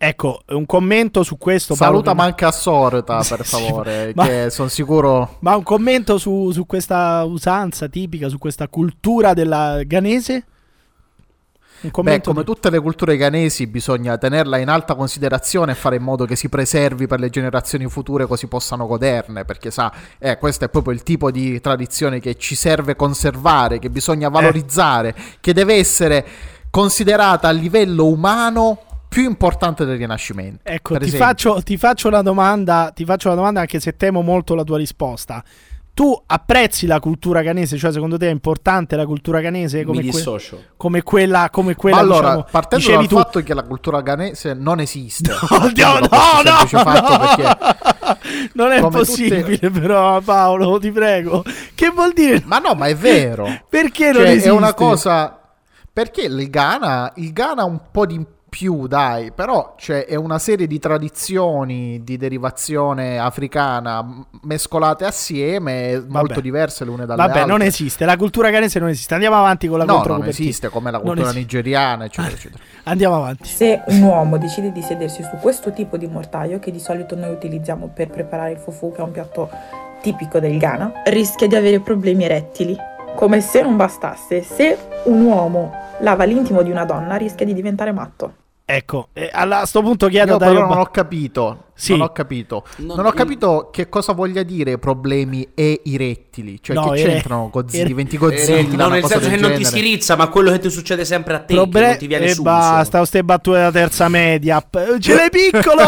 Speaker 1: Ecco, un commento su questo. Paolo,
Speaker 7: Saluta
Speaker 1: prima-
Speaker 7: manca a Sorta, per
Speaker 1: Sì,
Speaker 7: favore,
Speaker 1: ma-
Speaker 7: che sono sicuro...
Speaker 1: Ma un commento su, su questa usanza tipica, su questa cultura della ganese? Un
Speaker 7: Beh,
Speaker 1: commento
Speaker 7: come
Speaker 1: di-
Speaker 7: tutte le culture ganesi bisogna tenerla in alta considerazione e fare in modo che si preservi per le generazioni future così possano goderne, perché sa, eh, questo è proprio il tipo di tradizione che ci serve conservare, che
Speaker 1: Eh.
Speaker 7: bisogna valorizzare, che deve essere considerata a livello umano più importante del Rinascimento.
Speaker 1: Ecco,
Speaker 7: per
Speaker 1: ti
Speaker 7: esempio.
Speaker 1: faccio, ti faccio una domanda, ti faccio una domanda anche se temo molto la tua risposta. Tu apprezzi la cultura canese? Cioè, secondo te è importante la cultura canese come,
Speaker 3: Mi
Speaker 1: que-
Speaker 3: dissocio.
Speaker 1: come quella, come quella
Speaker 7: Ma allora,
Speaker 1: diciamo,
Speaker 7: partendo
Speaker 1: dicevi
Speaker 7: dal
Speaker 1: tu?
Speaker 7: fatto che la cultura ganese non esiste,
Speaker 1: Oddio,
Speaker 7: Partendo da
Speaker 1: no,
Speaker 7: questo
Speaker 1: no,
Speaker 7: semplice fatto,
Speaker 1: no.
Speaker 7: perché
Speaker 1: non è
Speaker 7: come
Speaker 1: possibile,
Speaker 7: tutte-
Speaker 1: però, Paolo, ti prego. Che vuol dire?
Speaker 7: Ma no, ma è vero.
Speaker 1: Perché non
Speaker 7: Cioè,
Speaker 1: esiste?
Speaker 7: È una cosa. Perché il Ghana, il Ghana ha un po' di più, dai, però cioè, è una serie di tradizioni di derivazione africana m- mescolate assieme, molto diverse le une dalle
Speaker 1: Vabbè,
Speaker 7: altre.
Speaker 1: non esiste. La cultura canese non esiste. Andiamo avanti con la
Speaker 7: No, non
Speaker 1: controcopertina.
Speaker 7: esiste come la
Speaker 1: Non
Speaker 7: cultura
Speaker 1: esiste.
Speaker 7: nigeriana, eccetera, eccetera.
Speaker 1: Andiamo avanti.
Speaker 10: Se un uomo decide di sedersi su questo tipo di mortaio, che di solito noi utilizziamo per preparare il fufu, che è un piatto tipico del Ghana, rischia di avere problemi erettili. Come se non bastasse, se un uomo lava l'intimo di una donna, rischia di diventare matto.
Speaker 1: Ecco, eh, alla- a sto punto chiedo
Speaker 7: Io
Speaker 1: a
Speaker 7: però
Speaker 1: Dario
Speaker 7: non
Speaker 1: Ba-
Speaker 7: ho capito.
Speaker 1: Sì.
Speaker 7: Non ho capito.
Speaker 3: Non-
Speaker 7: Non ho capito che cosa voglia dire problemi e i rettili. Cioè,
Speaker 1: No,
Speaker 7: che
Speaker 1: ere-
Speaker 7: c'entrano? Gozzi,
Speaker 1: ere-
Speaker 7: diventi
Speaker 3: Eh,
Speaker 7: Godzilla.
Speaker 3: no,
Speaker 7: una
Speaker 3: nel
Speaker 7: cosa
Speaker 3: senso che
Speaker 7: del
Speaker 3: non ti si
Speaker 7: genere.
Speaker 3: rizza, ma quello che ti succede sempre a te, che
Speaker 1: Proble-
Speaker 3: non ti viene
Speaker 1: e
Speaker 3: su.
Speaker 1: eh, basta, queste battute da terza media. P- Ce l'hai piccolo!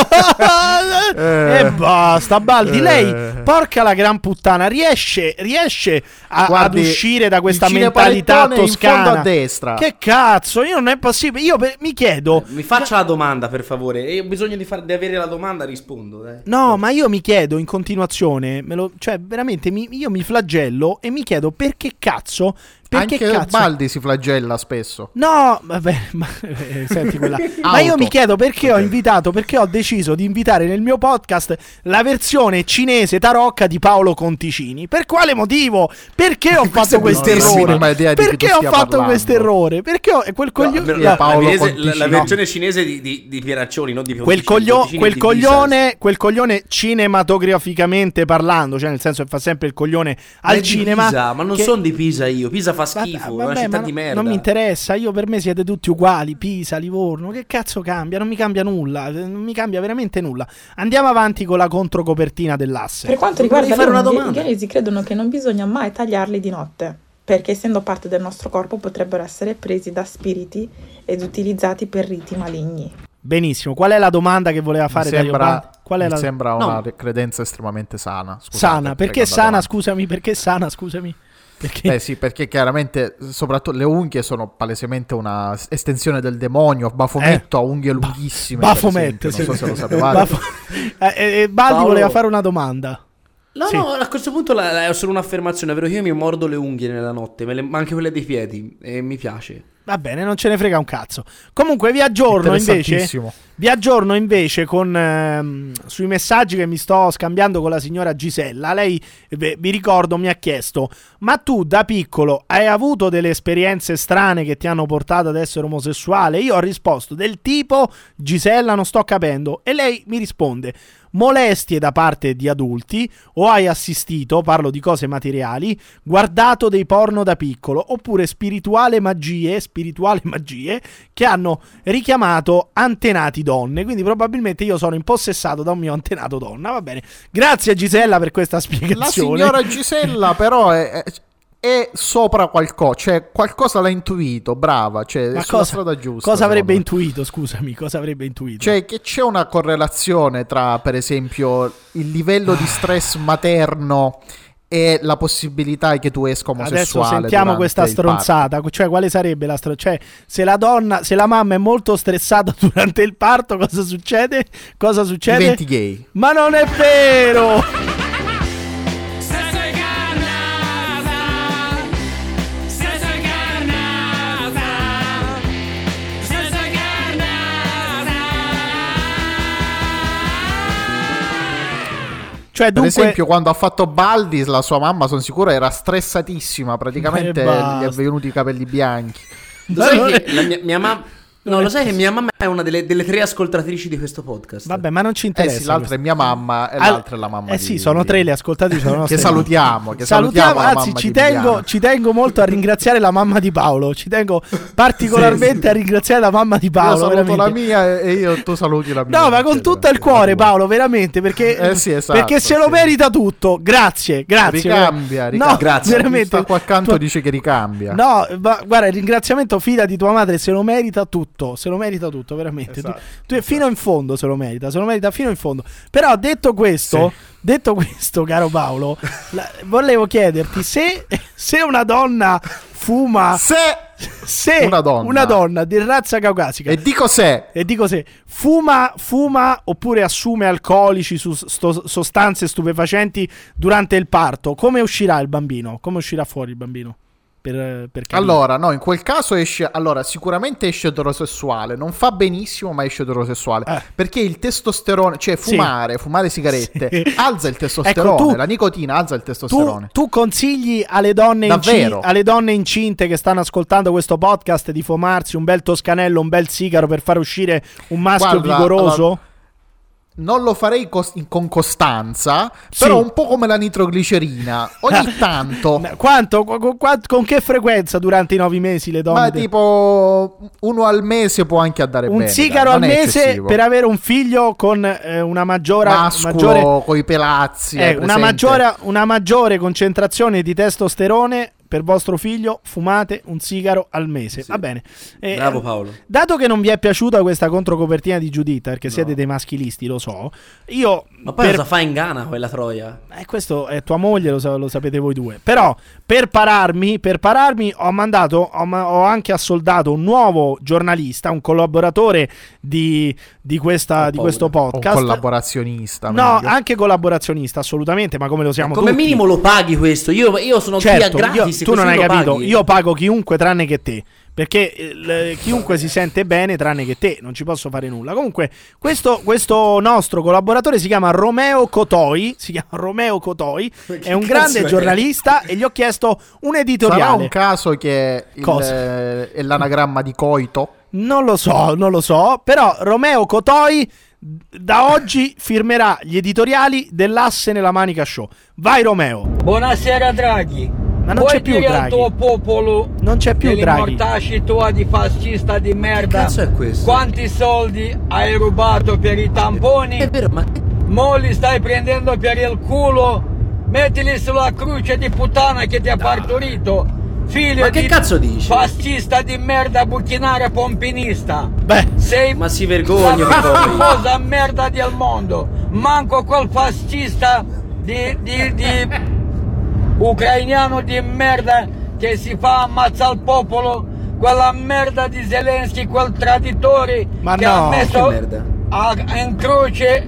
Speaker 1: e basta, Baldi.
Speaker 7: Eh.
Speaker 1: Lei, porca la gran puttana, riesce, riesce a-
Speaker 7: Guardi,
Speaker 1: ad uscire da questa
Speaker 7: vicino ai
Speaker 1: mentalità
Speaker 7: palettoni, in
Speaker 1: toscana.
Speaker 7: fondo a destra.
Speaker 1: Che cazzo, io non è possibile. Io per- mi chiedo.
Speaker 3: Mi faccia la domanda, per favore. E ho bisogno di, far- di avere la domanda, rispondo. Dai.
Speaker 7: Eh.
Speaker 1: No, ma io mi chiedo in continuazione, me lo- cioè veramente mi- io mi flagello e mi chiedo perché cazzo, perché
Speaker 7: Anche
Speaker 1: cazzo
Speaker 7: Baldi si flagella spesso.
Speaker 1: No, vabbè, ma, eh, senti quella. ma io mi chiedo perché ho invitato, perché ho deciso di invitare nel mio podcast la versione cinese tarocca di Paolo Conticini. Per quale motivo? Perché ho
Speaker 3: Questa
Speaker 1: fatto
Speaker 3: è
Speaker 1: questo
Speaker 3: bruttissima
Speaker 1: errore?
Speaker 7: idea di chi tu
Speaker 1: Perché ho
Speaker 7: stia
Speaker 1: fatto
Speaker 7: parlando.
Speaker 1: questo errore? Perché ho- e quel coglione.
Speaker 3: No,
Speaker 1: la-
Speaker 3: la,
Speaker 7: Paolo
Speaker 3: la cinese- la-
Speaker 7: Conticino.
Speaker 3: la versione cinese di, di, di Pieraccioni, non di
Speaker 1: Quel,
Speaker 3: Conticino,
Speaker 1: coglio-
Speaker 3: Conticino
Speaker 1: quel
Speaker 3: di Visas.
Speaker 1: coglione, quel coglione cinematograficamente parlando, cioè nel senso che fa sempre il coglione
Speaker 3: Ma è
Speaker 1: al
Speaker 3: di
Speaker 1: cinema.
Speaker 3: Pisa, ma non
Speaker 1: che-
Speaker 3: sono di Pisa io. Pisa fa
Speaker 1: Vabbè,
Speaker 3: schifo, è
Speaker 1: vabbè,
Speaker 3: una città
Speaker 1: ma
Speaker 3: di
Speaker 1: no-
Speaker 3: merda.
Speaker 1: Non mi interessa, io per me siete tutti uguali, Pisa, Livorno, che cazzo cambia? Non mi cambia nulla, eh, non mi cambia veramente nulla. Andiamo avanti con la controcopertina dell'asse.
Speaker 10: Per quanto
Speaker 3: Volevo
Speaker 10: riguarda
Speaker 3: fare
Speaker 10: le
Speaker 3: una
Speaker 10: unghie,
Speaker 3: domanda.
Speaker 10: i ghanesi credono che non bisogna mai tagliarli di notte, perché essendo parte del nostro corpo potrebbero essere presi da spiriti ed utilizzati per riti maligni.
Speaker 1: Benissimo, qual è la domanda che voleva fare
Speaker 7: mi
Speaker 1: Dario
Speaker 7: sembra,
Speaker 1: Bandi? Qual è
Speaker 7: mi
Speaker 1: la
Speaker 7: sembra
Speaker 3: No.
Speaker 7: una re- credenza estremamente sana. scusate,
Speaker 1: sana? Perché
Speaker 7: prego,
Speaker 1: sana,
Speaker 7: andate
Speaker 1: scusami, perché sana, scusami. Perché
Speaker 7: avanti. Eh sì, perché chiaramente, soprattutto le unghie sono palesemente una s- estensione del demonio. Bafometto
Speaker 1: Eh.
Speaker 7: ha unghie lunghissime. per
Speaker 1: Baphomet,
Speaker 7: esempio,
Speaker 1: sì.
Speaker 7: Non so se lo sapevate.
Speaker 1: Bapho- Eh, eh, eh, Baldi
Speaker 3: Paolo-
Speaker 1: voleva fare una domanda.
Speaker 3: No,
Speaker 1: Sì.
Speaker 3: no, a questo punto la- la- è solo un'affermazione, ovvero io mi mordo le unghie nella notte, me le- ma anche quelle dei piedi, e mi piace.
Speaker 1: Va bene, non ce ne frega un cazzo. Comunque vi aggiorno invece
Speaker 7: Interessantissimo.
Speaker 1: Vi aggiorno invece con, ehm, sui messaggi che mi sto scambiando con la signora Gisella. Lei, eh, beh, vi ricordo, mi ha chiesto: Ma tu da piccolo hai avuto delle esperienze strane che ti hanno portato ad essere omosessuale? Io ho risposto: Del tipo, Gisella, non sto capendo. E lei mi risponde: Molestie da parte di adulti, o hai assistito, parlo di cose materiali, guardato dei porno da piccolo, oppure spirituale magie, spirituali magie che hanno richiamato antenati donne. Quindi probabilmente io sono impossessato da un mio antenato donna. Va bene. Grazie Gisella per questa
Speaker 7: La
Speaker 1: spiegazione.
Speaker 7: signora Gisella però è, è- è sopra qualcosa, cioè qualcosa l'ha intuito, brava, cioè è
Speaker 1: Ma
Speaker 7: sulla
Speaker 1: cosa,
Speaker 7: strada giusta.
Speaker 1: cosa avrebbe
Speaker 7: secondo
Speaker 1: intuito? Scusami, cosa avrebbe intuito?
Speaker 7: me. Cioè che c'è una correlazione tra per esempio il livello
Speaker 1: Ah.
Speaker 7: di stress materno e la possibilità che tu esca
Speaker 1: Adesso
Speaker 7: omosessuale.
Speaker 1: sentiamo
Speaker 7: durante
Speaker 1: questa
Speaker 7: il parto.
Speaker 1: stronzata, cioè quale sarebbe la stronzata? Cioè, se la donna, se la mamma è molto stressata durante il parto, cosa succede? Cosa succede?
Speaker 7: Diventi gay.
Speaker 1: Ma non è vero! Cioè,
Speaker 7: Per
Speaker 1: dunque,
Speaker 7: esempio, quando ha fatto Baldi, la sua mamma, sono sicuro, era stressatissima. Praticamente
Speaker 1: E Eh, basta.
Speaker 7: gli è venuti i capelli bianchi. Eh
Speaker 4: Lo
Speaker 1: Ma non
Speaker 4: sai
Speaker 1: è-
Speaker 4: che la mia, mia mamma. No, lo sai che mia mamma è una delle, delle tre ascoltatrici di questo podcast.
Speaker 1: vabbè, ma non ci
Speaker 7: Eh
Speaker 1: interessa.
Speaker 7: sì, l'altra è mia mamma e
Speaker 1: Al-
Speaker 7: l'altra è la mamma.
Speaker 1: Eh
Speaker 7: di-
Speaker 1: sì, sono tre le ascoltatrici. sono
Speaker 7: Che
Speaker 1: nostre
Speaker 7: salutiamo,
Speaker 1: mamme.
Speaker 7: che salutiamo la
Speaker 1: anzi,
Speaker 7: mamma
Speaker 1: ci,
Speaker 7: di
Speaker 1: tengo,
Speaker 7: Liliana.
Speaker 1: ci tengo molto a ringraziare la mamma di Paolo. Ci tengo particolarmente a ringraziare la mamma di
Speaker 7: Io
Speaker 1: Paolo.
Speaker 7: saluto la
Speaker 1: veramente.
Speaker 7: mia e io tu saluti la mia.
Speaker 1: No, ma con tutto il cuore, Paolo, veramente, perché,
Speaker 7: Eh sì, esatto,
Speaker 1: perché se lo
Speaker 7: sì.
Speaker 1: merita tutto. Grazie, grazie.
Speaker 7: Ricambia, ricambia.
Speaker 1: No,
Speaker 4: Grazie.
Speaker 1: veramente.
Speaker 7: Sta qua accanto
Speaker 1: Tu-
Speaker 7: dice che ricambia.
Speaker 1: No, ma guarda, il ringraziamento fida di tua madre se lo merita tutto, se lo merita tutto, veramente.
Speaker 7: Esatto,
Speaker 1: Tu- tu- Fino in fondo se lo merita, se lo merita fino in fondo. Però detto questo, detto questo, caro Paolo, la- volevo chiederti se, se una donna fuma,
Speaker 7: Se
Speaker 1: se
Speaker 7: una donna.
Speaker 1: donna di razza caucasica
Speaker 7: e dico se
Speaker 1: e dico se fuma, fuma oppure assume alcolici, su- sto- sostanze stupefacenti durante il parto, come uscirà il bambino? Come uscirà fuori il bambino? Per, per capire.
Speaker 7: allora, no, in quel caso esce. Allora, sicuramente esce eterosessuale. Non fa benissimo, ma esce eterosessuale.
Speaker 1: Eh.
Speaker 7: Perché il testosterone, cioè
Speaker 1: Sì.
Speaker 7: fumare, fumare sigarette,
Speaker 1: Sì.
Speaker 7: alza il testosterone.
Speaker 1: Ecco, tu-
Speaker 7: la nicotina alza il
Speaker 1: tu,
Speaker 7: testosterone.
Speaker 1: tu consigli alle donne,
Speaker 7: Davvero?
Speaker 1: incin- alle donne incinte che stanno ascoltando questo podcast di fumarsi un bel toscanello, un bel sigaro per far uscire un maschio
Speaker 7: Guarda,
Speaker 1: vigoroso?
Speaker 7: allora, Non lo farei cos- in- con costanza,
Speaker 1: Sì.
Speaker 7: però un po' come la nitroglicerina. Ogni tanto.
Speaker 1: Ma Quanto, con, con- quant- con che frequenza durante i nove mesi le donne?
Speaker 7: Ma
Speaker 1: de-
Speaker 7: tipo uno al mese può anche andare
Speaker 1: un
Speaker 7: bene.
Speaker 1: sigaro
Speaker 7: dai,
Speaker 1: al
Speaker 7: non è
Speaker 1: mese
Speaker 7: eccessivo.
Speaker 1: per avere un figlio con eh, una maggiore,
Speaker 7: Masculo,
Speaker 1: maggiore
Speaker 7: coi pelazzi.
Speaker 1: Eh,
Speaker 7: è
Speaker 1: una,
Speaker 7: presente.
Speaker 1: maggiore, una maggiore concentrazione di testosterone per vostro figlio, fumate un sigaro al mese. Va bene. Eh,
Speaker 4: Bravo Paolo.
Speaker 1: Dato che non vi è piaciuta questa controcopertina di Giuditta, perché siete dei maschilisti, lo so, io...
Speaker 4: Ma poi
Speaker 1: per-
Speaker 4: cosa fa in Ghana quella troia?
Speaker 1: eh, questo è tua moglie, lo, sa- lo sapete voi due. Però per pararmi, per pararmi ho mandato, ho, ma- ho anche assoldato un nuovo giornalista, un collaboratore di, di questa-
Speaker 4: Ho
Speaker 1: di questo
Speaker 4: paura.
Speaker 7: Un
Speaker 1: podcast.
Speaker 7: collaborazionista.
Speaker 1: No,
Speaker 7: meglio.
Speaker 1: anche collaborazionista, assolutamente, ma come lo siamo
Speaker 4: Come
Speaker 1: tutti.
Speaker 4: minimo lo paghi questo. Io, io sono
Speaker 1: Certo,
Speaker 4: qui a
Speaker 1: io-
Speaker 4: gratis.
Speaker 1: tu non
Speaker 4: così
Speaker 1: hai
Speaker 4: lo
Speaker 1: capito,
Speaker 4: paghi.
Speaker 1: io pago chiunque tranne che te. Perché eh, l- chiunque si sente bene tranne che te, non ci posso fare nulla. Comunque, questo, questo nostro collaboratore si chiama Romeo Cotoi. Si chiama Romeo Cotoi,
Speaker 4: Ma che
Speaker 1: è un
Speaker 4: cazzo
Speaker 1: grande
Speaker 4: è?
Speaker 1: giornalista e gli ho chiesto un
Speaker 7: Sarà
Speaker 1: editoriale.
Speaker 7: un caso che il- eh,
Speaker 1: Cosa?
Speaker 7: è l'anagramma di coito.
Speaker 1: Non lo so, non lo so, però Romeo Cotoi da oggi firmerà gli editoriali dell'asse nella manica show. Vai Romeo.
Speaker 6: Buonasera Draghi.
Speaker 1: Ma non
Speaker 6: Puoi
Speaker 1: c'è più
Speaker 6: dire al
Speaker 1: Draghi.
Speaker 6: tuo popolo
Speaker 1: Non c'è più Draghi.
Speaker 6: Mortaci tua di fascista di merda.
Speaker 4: cazzo è questo?
Speaker 6: Quanti soldi hai rubato per i
Speaker 4: È
Speaker 1: Eh.
Speaker 6: tamponi?
Speaker 4: vero, ma
Speaker 6: Mo li stai prendendo per il culo. Mettili sulla croce di puttana che ti ha partorito. Figlio
Speaker 4: Ma che
Speaker 6: di
Speaker 4: cazzo dici?
Speaker 6: Fascista di merda buchinare pompinista.
Speaker 1: Beh,
Speaker 6: Sei
Speaker 4: Ma si vergogna,
Speaker 6: la più
Speaker 4: poveri.
Speaker 6: famosa merda del mondo. Manco quel fascista di, di, di ucrainiano di merda che si fa ammazzare il popolo. Quella merda di Zelensky, quel traditore
Speaker 1: Ma
Speaker 6: che
Speaker 1: no,
Speaker 6: ha
Speaker 4: che
Speaker 6: messo
Speaker 4: merda.
Speaker 6: a- in croce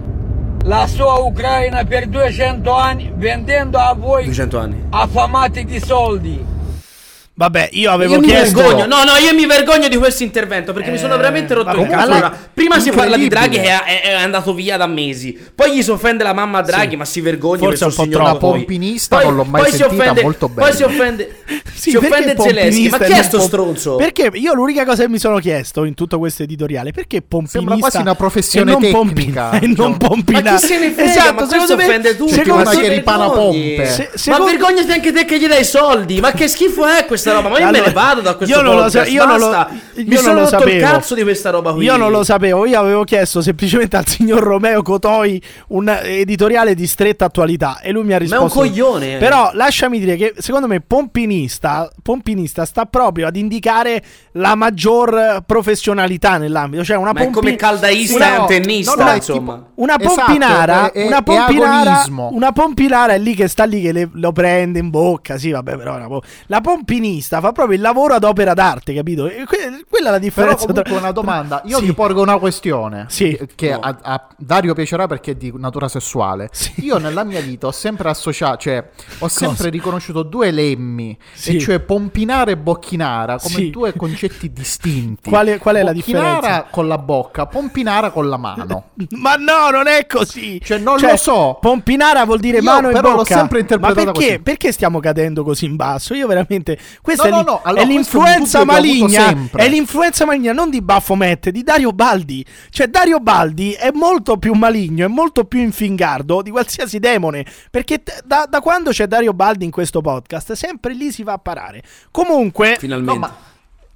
Speaker 6: la sua Ucraina per 200 anni vendendo a voi
Speaker 4: 200 anni.
Speaker 6: affamati di soldi.
Speaker 1: Vabbè, io avevo
Speaker 4: Io mi
Speaker 1: chiesto. Eh,
Speaker 4: vergogno, no, no, io mi vergogno di questo intervento perché mi sono veramente rotto il
Speaker 1: vabbè,
Speaker 4: cazzo.
Speaker 1: alla-
Speaker 4: Allora, prima si parla di Draghi che
Speaker 7: incredibile.
Speaker 4: è, è andato via da mesi, poi gli si offende la mamma Draghi, ma si vergogna.
Speaker 1: Forse
Speaker 4: questo
Speaker 1: un po'
Speaker 4: signore
Speaker 1: troppo.
Speaker 4: poi.
Speaker 7: Pompinista
Speaker 4: Poi-
Speaker 7: non l'ho mai
Speaker 4: poi si
Speaker 7: sentita,
Speaker 4: offende-
Speaker 7: molto bene.
Speaker 4: Poi si offende,
Speaker 1: Sì,
Speaker 4: si
Speaker 1: perché
Speaker 4: offende
Speaker 1: Pompinista
Speaker 4: Zelensky. Ma
Speaker 1: e
Speaker 4: chi è
Speaker 1: non
Speaker 4: sto
Speaker 1: Pom-
Speaker 4: stronzo?
Speaker 1: Perché io l'unica cosa che mi sono chiesto in tutto questo editoriale, perché pompinista
Speaker 7: Sembra quasi una professione
Speaker 1: e non
Speaker 7: tecnica,
Speaker 1: Pompina, e non
Speaker 7: diciamo.
Speaker 1: pompina.
Speaker 4: Ma chi se ne frega?
Speaker 1: Esatto,
Speaker 4: ma questo
Speaker 1: secondo me-
Speaker 4: offende tutti.
Speaker 1: secondo
Speaker 4: ma
Speaker 1: me-
Speaker 7: che
Speaker 4: si
Speaker 7: ripara
Speaker 4: vergogni.
Speaker 7: pompe.
Speaker 1: Se-
Speaker 4: Ma
Speaker 1: secondo-
Speaker 4: vergognati anche te che gli dai i soldi. Ma che schifo è questa roba? Ma io me
Speaker 1: Allora,
Speaker 4: ne vado da questo
Speaker 1: io non lo
Speaker 4: podcast.
Speaker 1: sa- io non lo-
Speaker 4: basta.
Speaker 1: io
Speaker 4: Mi
Speaker 1: non
Speaker 4: sono
Speaker 1: lo
Speaker 4: rotto il
Speaker 1: sapevo.
Speaker 4: cazzo di questa roba qui.
Speaker 1: Io non lo sapevo, io avevo chiesto semplicemente al signor Romeo Cotoi un editoriale di stretta attualità e lui mi ha
Speaker 4: Ma è un
Speaker 1: risposto.
Speaker 4: coglione.
Speaker 1: Però lasciami dire che secondo me pompinista, pompinista sta proprio ad indicare la maggior eh, professionalità nell'ambito, cioè una
Speaker 4: Ma è
Speaker 1: pompi-
Speaker 4: come caldaista
Speaker 1: una-
Speaker 4: è un tennista,
Speaker 1: no, no,
Speaker 4: insomma.
Speaker 1: Una
Speaker 7: Esatto,
Speaker 1: pompinara,
Speaker 7: è- è-
Speaker 1: una
Speaker 7: è
Speaker 1: pompinara,
Speaker 7: agonismo.
Speaker 1: una pompinara è lì che sta lì che le- lo prende in bocca. Sì, vabbè, però è una po- la pompinista fa proprio il lavoro ad opera d'arte, capito? E que- quella è la
Speaker 7: Però
Speaker 1: differenza.
Speaker 7: comunque
Speaker 1: tra-
Speaker 7: una domanda, io
Speaker 1: Sì.
Speaker 7: vi porgo una questione
Speaker 1: Sì.
Speaker 7: che
Speaker 4: No.
Speaker 7: a, a Dario piacerà perché è di natura sessuale.
Speaker 1: Sì.
Speaker 7: Io nella mia vita ho sempre associato, cioè ho sempre riconosciuto due lemmi,
Speaker 1: Sì.
Speaker 7: e cioè pompinara e bocchinara come
Speaker 1: Sì.
Speaker 7: due concetti distinti.
Speaker 1: Quale- qual è la differenza?
Speaker 7: Bocchinara con la bocca, pompinara con la mano.
Speaker 1: Ma no, non è così.
Speaker 7: Cioè, non lo so.
Speaker 1: Pompinara vuol dire
Speaker 7: Io
Speaker 1: mano e
Speaker 7: però l'ho
Speaker 1: bocca.
Speaker 7: sempre interpretata
Speaker 1: Ma perché,
Speaker 7: così.
Speaker 1: perché stiamo cadendo così in basso? Io veramente. Questa
Speaker 7: No,
Speaker 1: è,
Speaker 7: no,
Speaker 1: l'in-
Speaker 7: no, allora,
Speaker 1: è
Speaker 7: questo è un
Speaker 1: l'influenza
Speaker 7: dubbio che ho avuto
Speaker 1: maligna.
Speaker 7: sempre.
Speaker 1: È l'influenza maligna non di Baffomet, di Dario Baldi. Cioè, Dario Baldi è molto più maligno, è molto più infingardo di qualsiasi demone. Perché t- da, da quando c'è Dario Baldi in questo podcast, sempre lì si va a parare. Comunque.
Speaker 4: Finalmente.
Speaker 1: No, ma-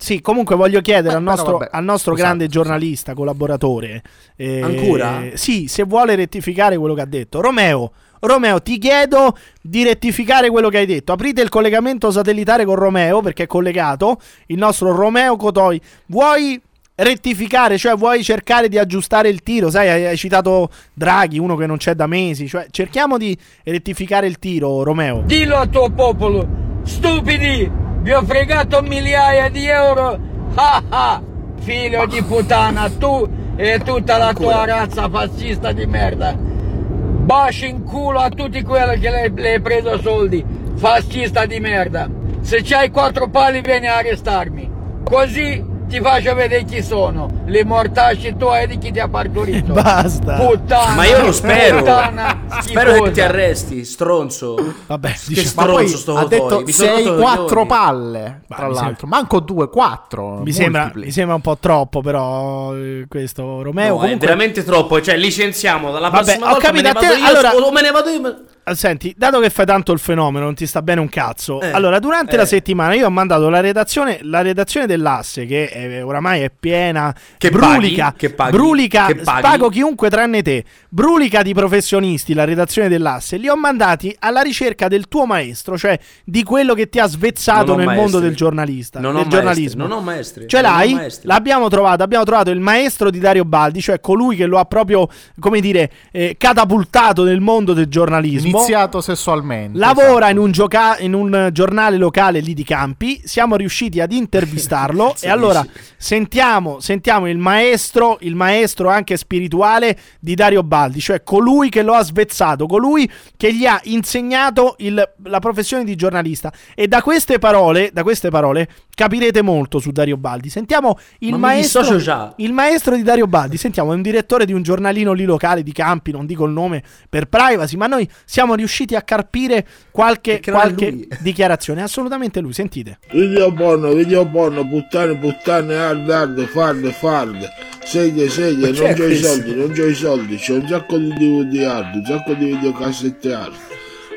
Speaker 1: sì, comunque voglio chiedere
Speaker 7: Beh,
Speaker 1: al
Speaker 7: Eh, però
Speaker 1: nostro,
Speaker 7: vabbè,
Speaker 1: al nostro
Speaker 7: scusate,
Speaker 1: grande
Speaker 7: scusate.
Speaker 1: giornalista, collaboratore. eh,
Speaker 4: Ancora?
Speaker 1: Sì, se vuole rettificare quello che ha detto. Romeo, Romeo, ti chiedo di rettificare quello che hai detto. Aprite il collegamento satellitare con Romeo perché è collegato. Il nostro Romeo Cotoi. Vuoi rettificare, cioè vuoi cercare di aggiustare il tiro? Sai, hai, hai citato Draghi, uno che non c'è da mesi. Cioè, cerchiamo di rettificare il tiro, Romeo.
Speaker 6: Dillo al tuo popolo, stupidi, vi ho fregato migliaia di euro. Ah ah, figlio di puttana, tu e tutta la tua razza fascista di merda. Baci in culo a tutti quelli che le, le hai preso soldi, fascista di merda. Se c'hai quattro pali vieni a arrestarmi. Così ti faccio vedere chi sono, le mortacci tue di chi ti ha partorito.
Speaker 1: Basta.
Speaker 6: Puttana.
Speaker 4: Ma io lo spero.
Speaker 6: puttana
Speaker 4: Spero che ti
Speaker 6: schifosa.
Speaker 4: arresti, stronzo.
Speaker 1: Vabbè,
Speaker 4: che
Speaker 1: diciamo-
Speaker 7: Ma poi
Speaker 4: stronzo sto
Speaker 7: ha detto
Speaker 4: Cotoi, mi sono rotto
Speaker 7: 6
Speaker 4: i
Speaker 7: 4
Speaker 4: coglioni.
Speaker 7: palle,
Speaker 1: Ma
Speaker 7: tra
Speaker 1: mi
Speaker 7: l'altro, manco 2 4.
Speaker 1: Mi sembra, mi sembra un po' troppo, però eh, questo Romeo.
Speaker 4: No, è
Speaker 1: comunque,
Speaker 4: veramente troppo. Cioè, licenziamo dalla
Speaker 1: Vabbè,
Speaker 4: prossima
Speaker 1: ho
Speaker 4: volta.
Speaker 1: capito,
Speaker 4: me
Speaker 1: a
Speaker 4: ne vado
Speaker 1: te-
Speaker 4: io,
Speaker 1: allora-
Speaker 4: o me ne vado io. ma-
Speaker 1: Ah, Senti, dato che fai tanto il fenomeno, non ti sta bene un cazzo.
Speaker 4: Eh,
Speaker 1: allora, durante
Speaker 4: eh.
Speaker 1: la settimana io ho mandato la redazione, la redazione dell'asse, che è- eh, oramai è piena,
Speaker 4: Che
Speaker 1: brulica,
Speaker 4: paghi, che paghi,
Speaker 1: brulica,
Speaker 4: che paghi.
Speaker 1: pago chiunque tranne te, brulica di professionisti, la redazione dell'asse, li ho mandati alla ricerca del tuo maestro, cioè di quello che ti ha svezzato
Speaker 4: Non ho
Speaker 1: nel
Speaker 4: maestri.
Speaker 1: mondo del giornalista,
Speaker 4: Non ho
Speaker 1: del
Speaker 4: maestri,
Speaker 1: giornalismo.
Speaker 4: non ho maestri,
Speaker 1: Ce
Speaker 4: non ho
Speaker 1: l'hai?
Speaker 4: maestri.
Speaker 1: L'abbiamo trovato, abbiamo trovato il maestro di Dario Baldi, cioè colui che lo ha proprio, come dire, eh, catapultato nel mondo del giornalismo.
Speaker 7: iniziato sessualmente.
Speaker 1: Lavora
Speaker 7: esatto.
Speaker 1: in, un gioca- in un giornale locale lì di Campi. Siamo riusciti ad intervistarlo.
Speaker 4: Cazzo
Speaker 1: e allora
Speaker 4: dici?
Speaker 1: sentiamo, sentiamo il maestro, il maestro anche spirituale di Dario Baldi, cioè colui che lo ha svezzato, colui che gli ha insegnato il- la professione di giornalista. E da queste parole, da queste parole capirete molto su Dario Baldi. Sentiamo il
Speaker 4: Ma mi
Speaker 1: maestro.
Speaker 4: dissocio già.
Speaker 1: Il maestro di Dario Baldi, sentiamo, è un direttore di un giornalino lì locale di Campi, non dico il nome per privacy, ma noi siamo riusciti a carpire qualche,
Speaker 4: Perché non è
Speaker 1: qualche
Speaker 4: lui.
Speaker 1: dichiarazione. È Assolutamente lui, sentite.
Speaker 11: Video buono, video buono, puttane, puttane, hard, hard, farde, farde. Seghe, seghe,
Speaker 4: chi è
Speaker 11: non c'ho i
Speaker 4: questo?
Speaker 11: soldi, non c'ho i soldi, c'ho un sacco di DVD hard, un sacco di videocassette hard.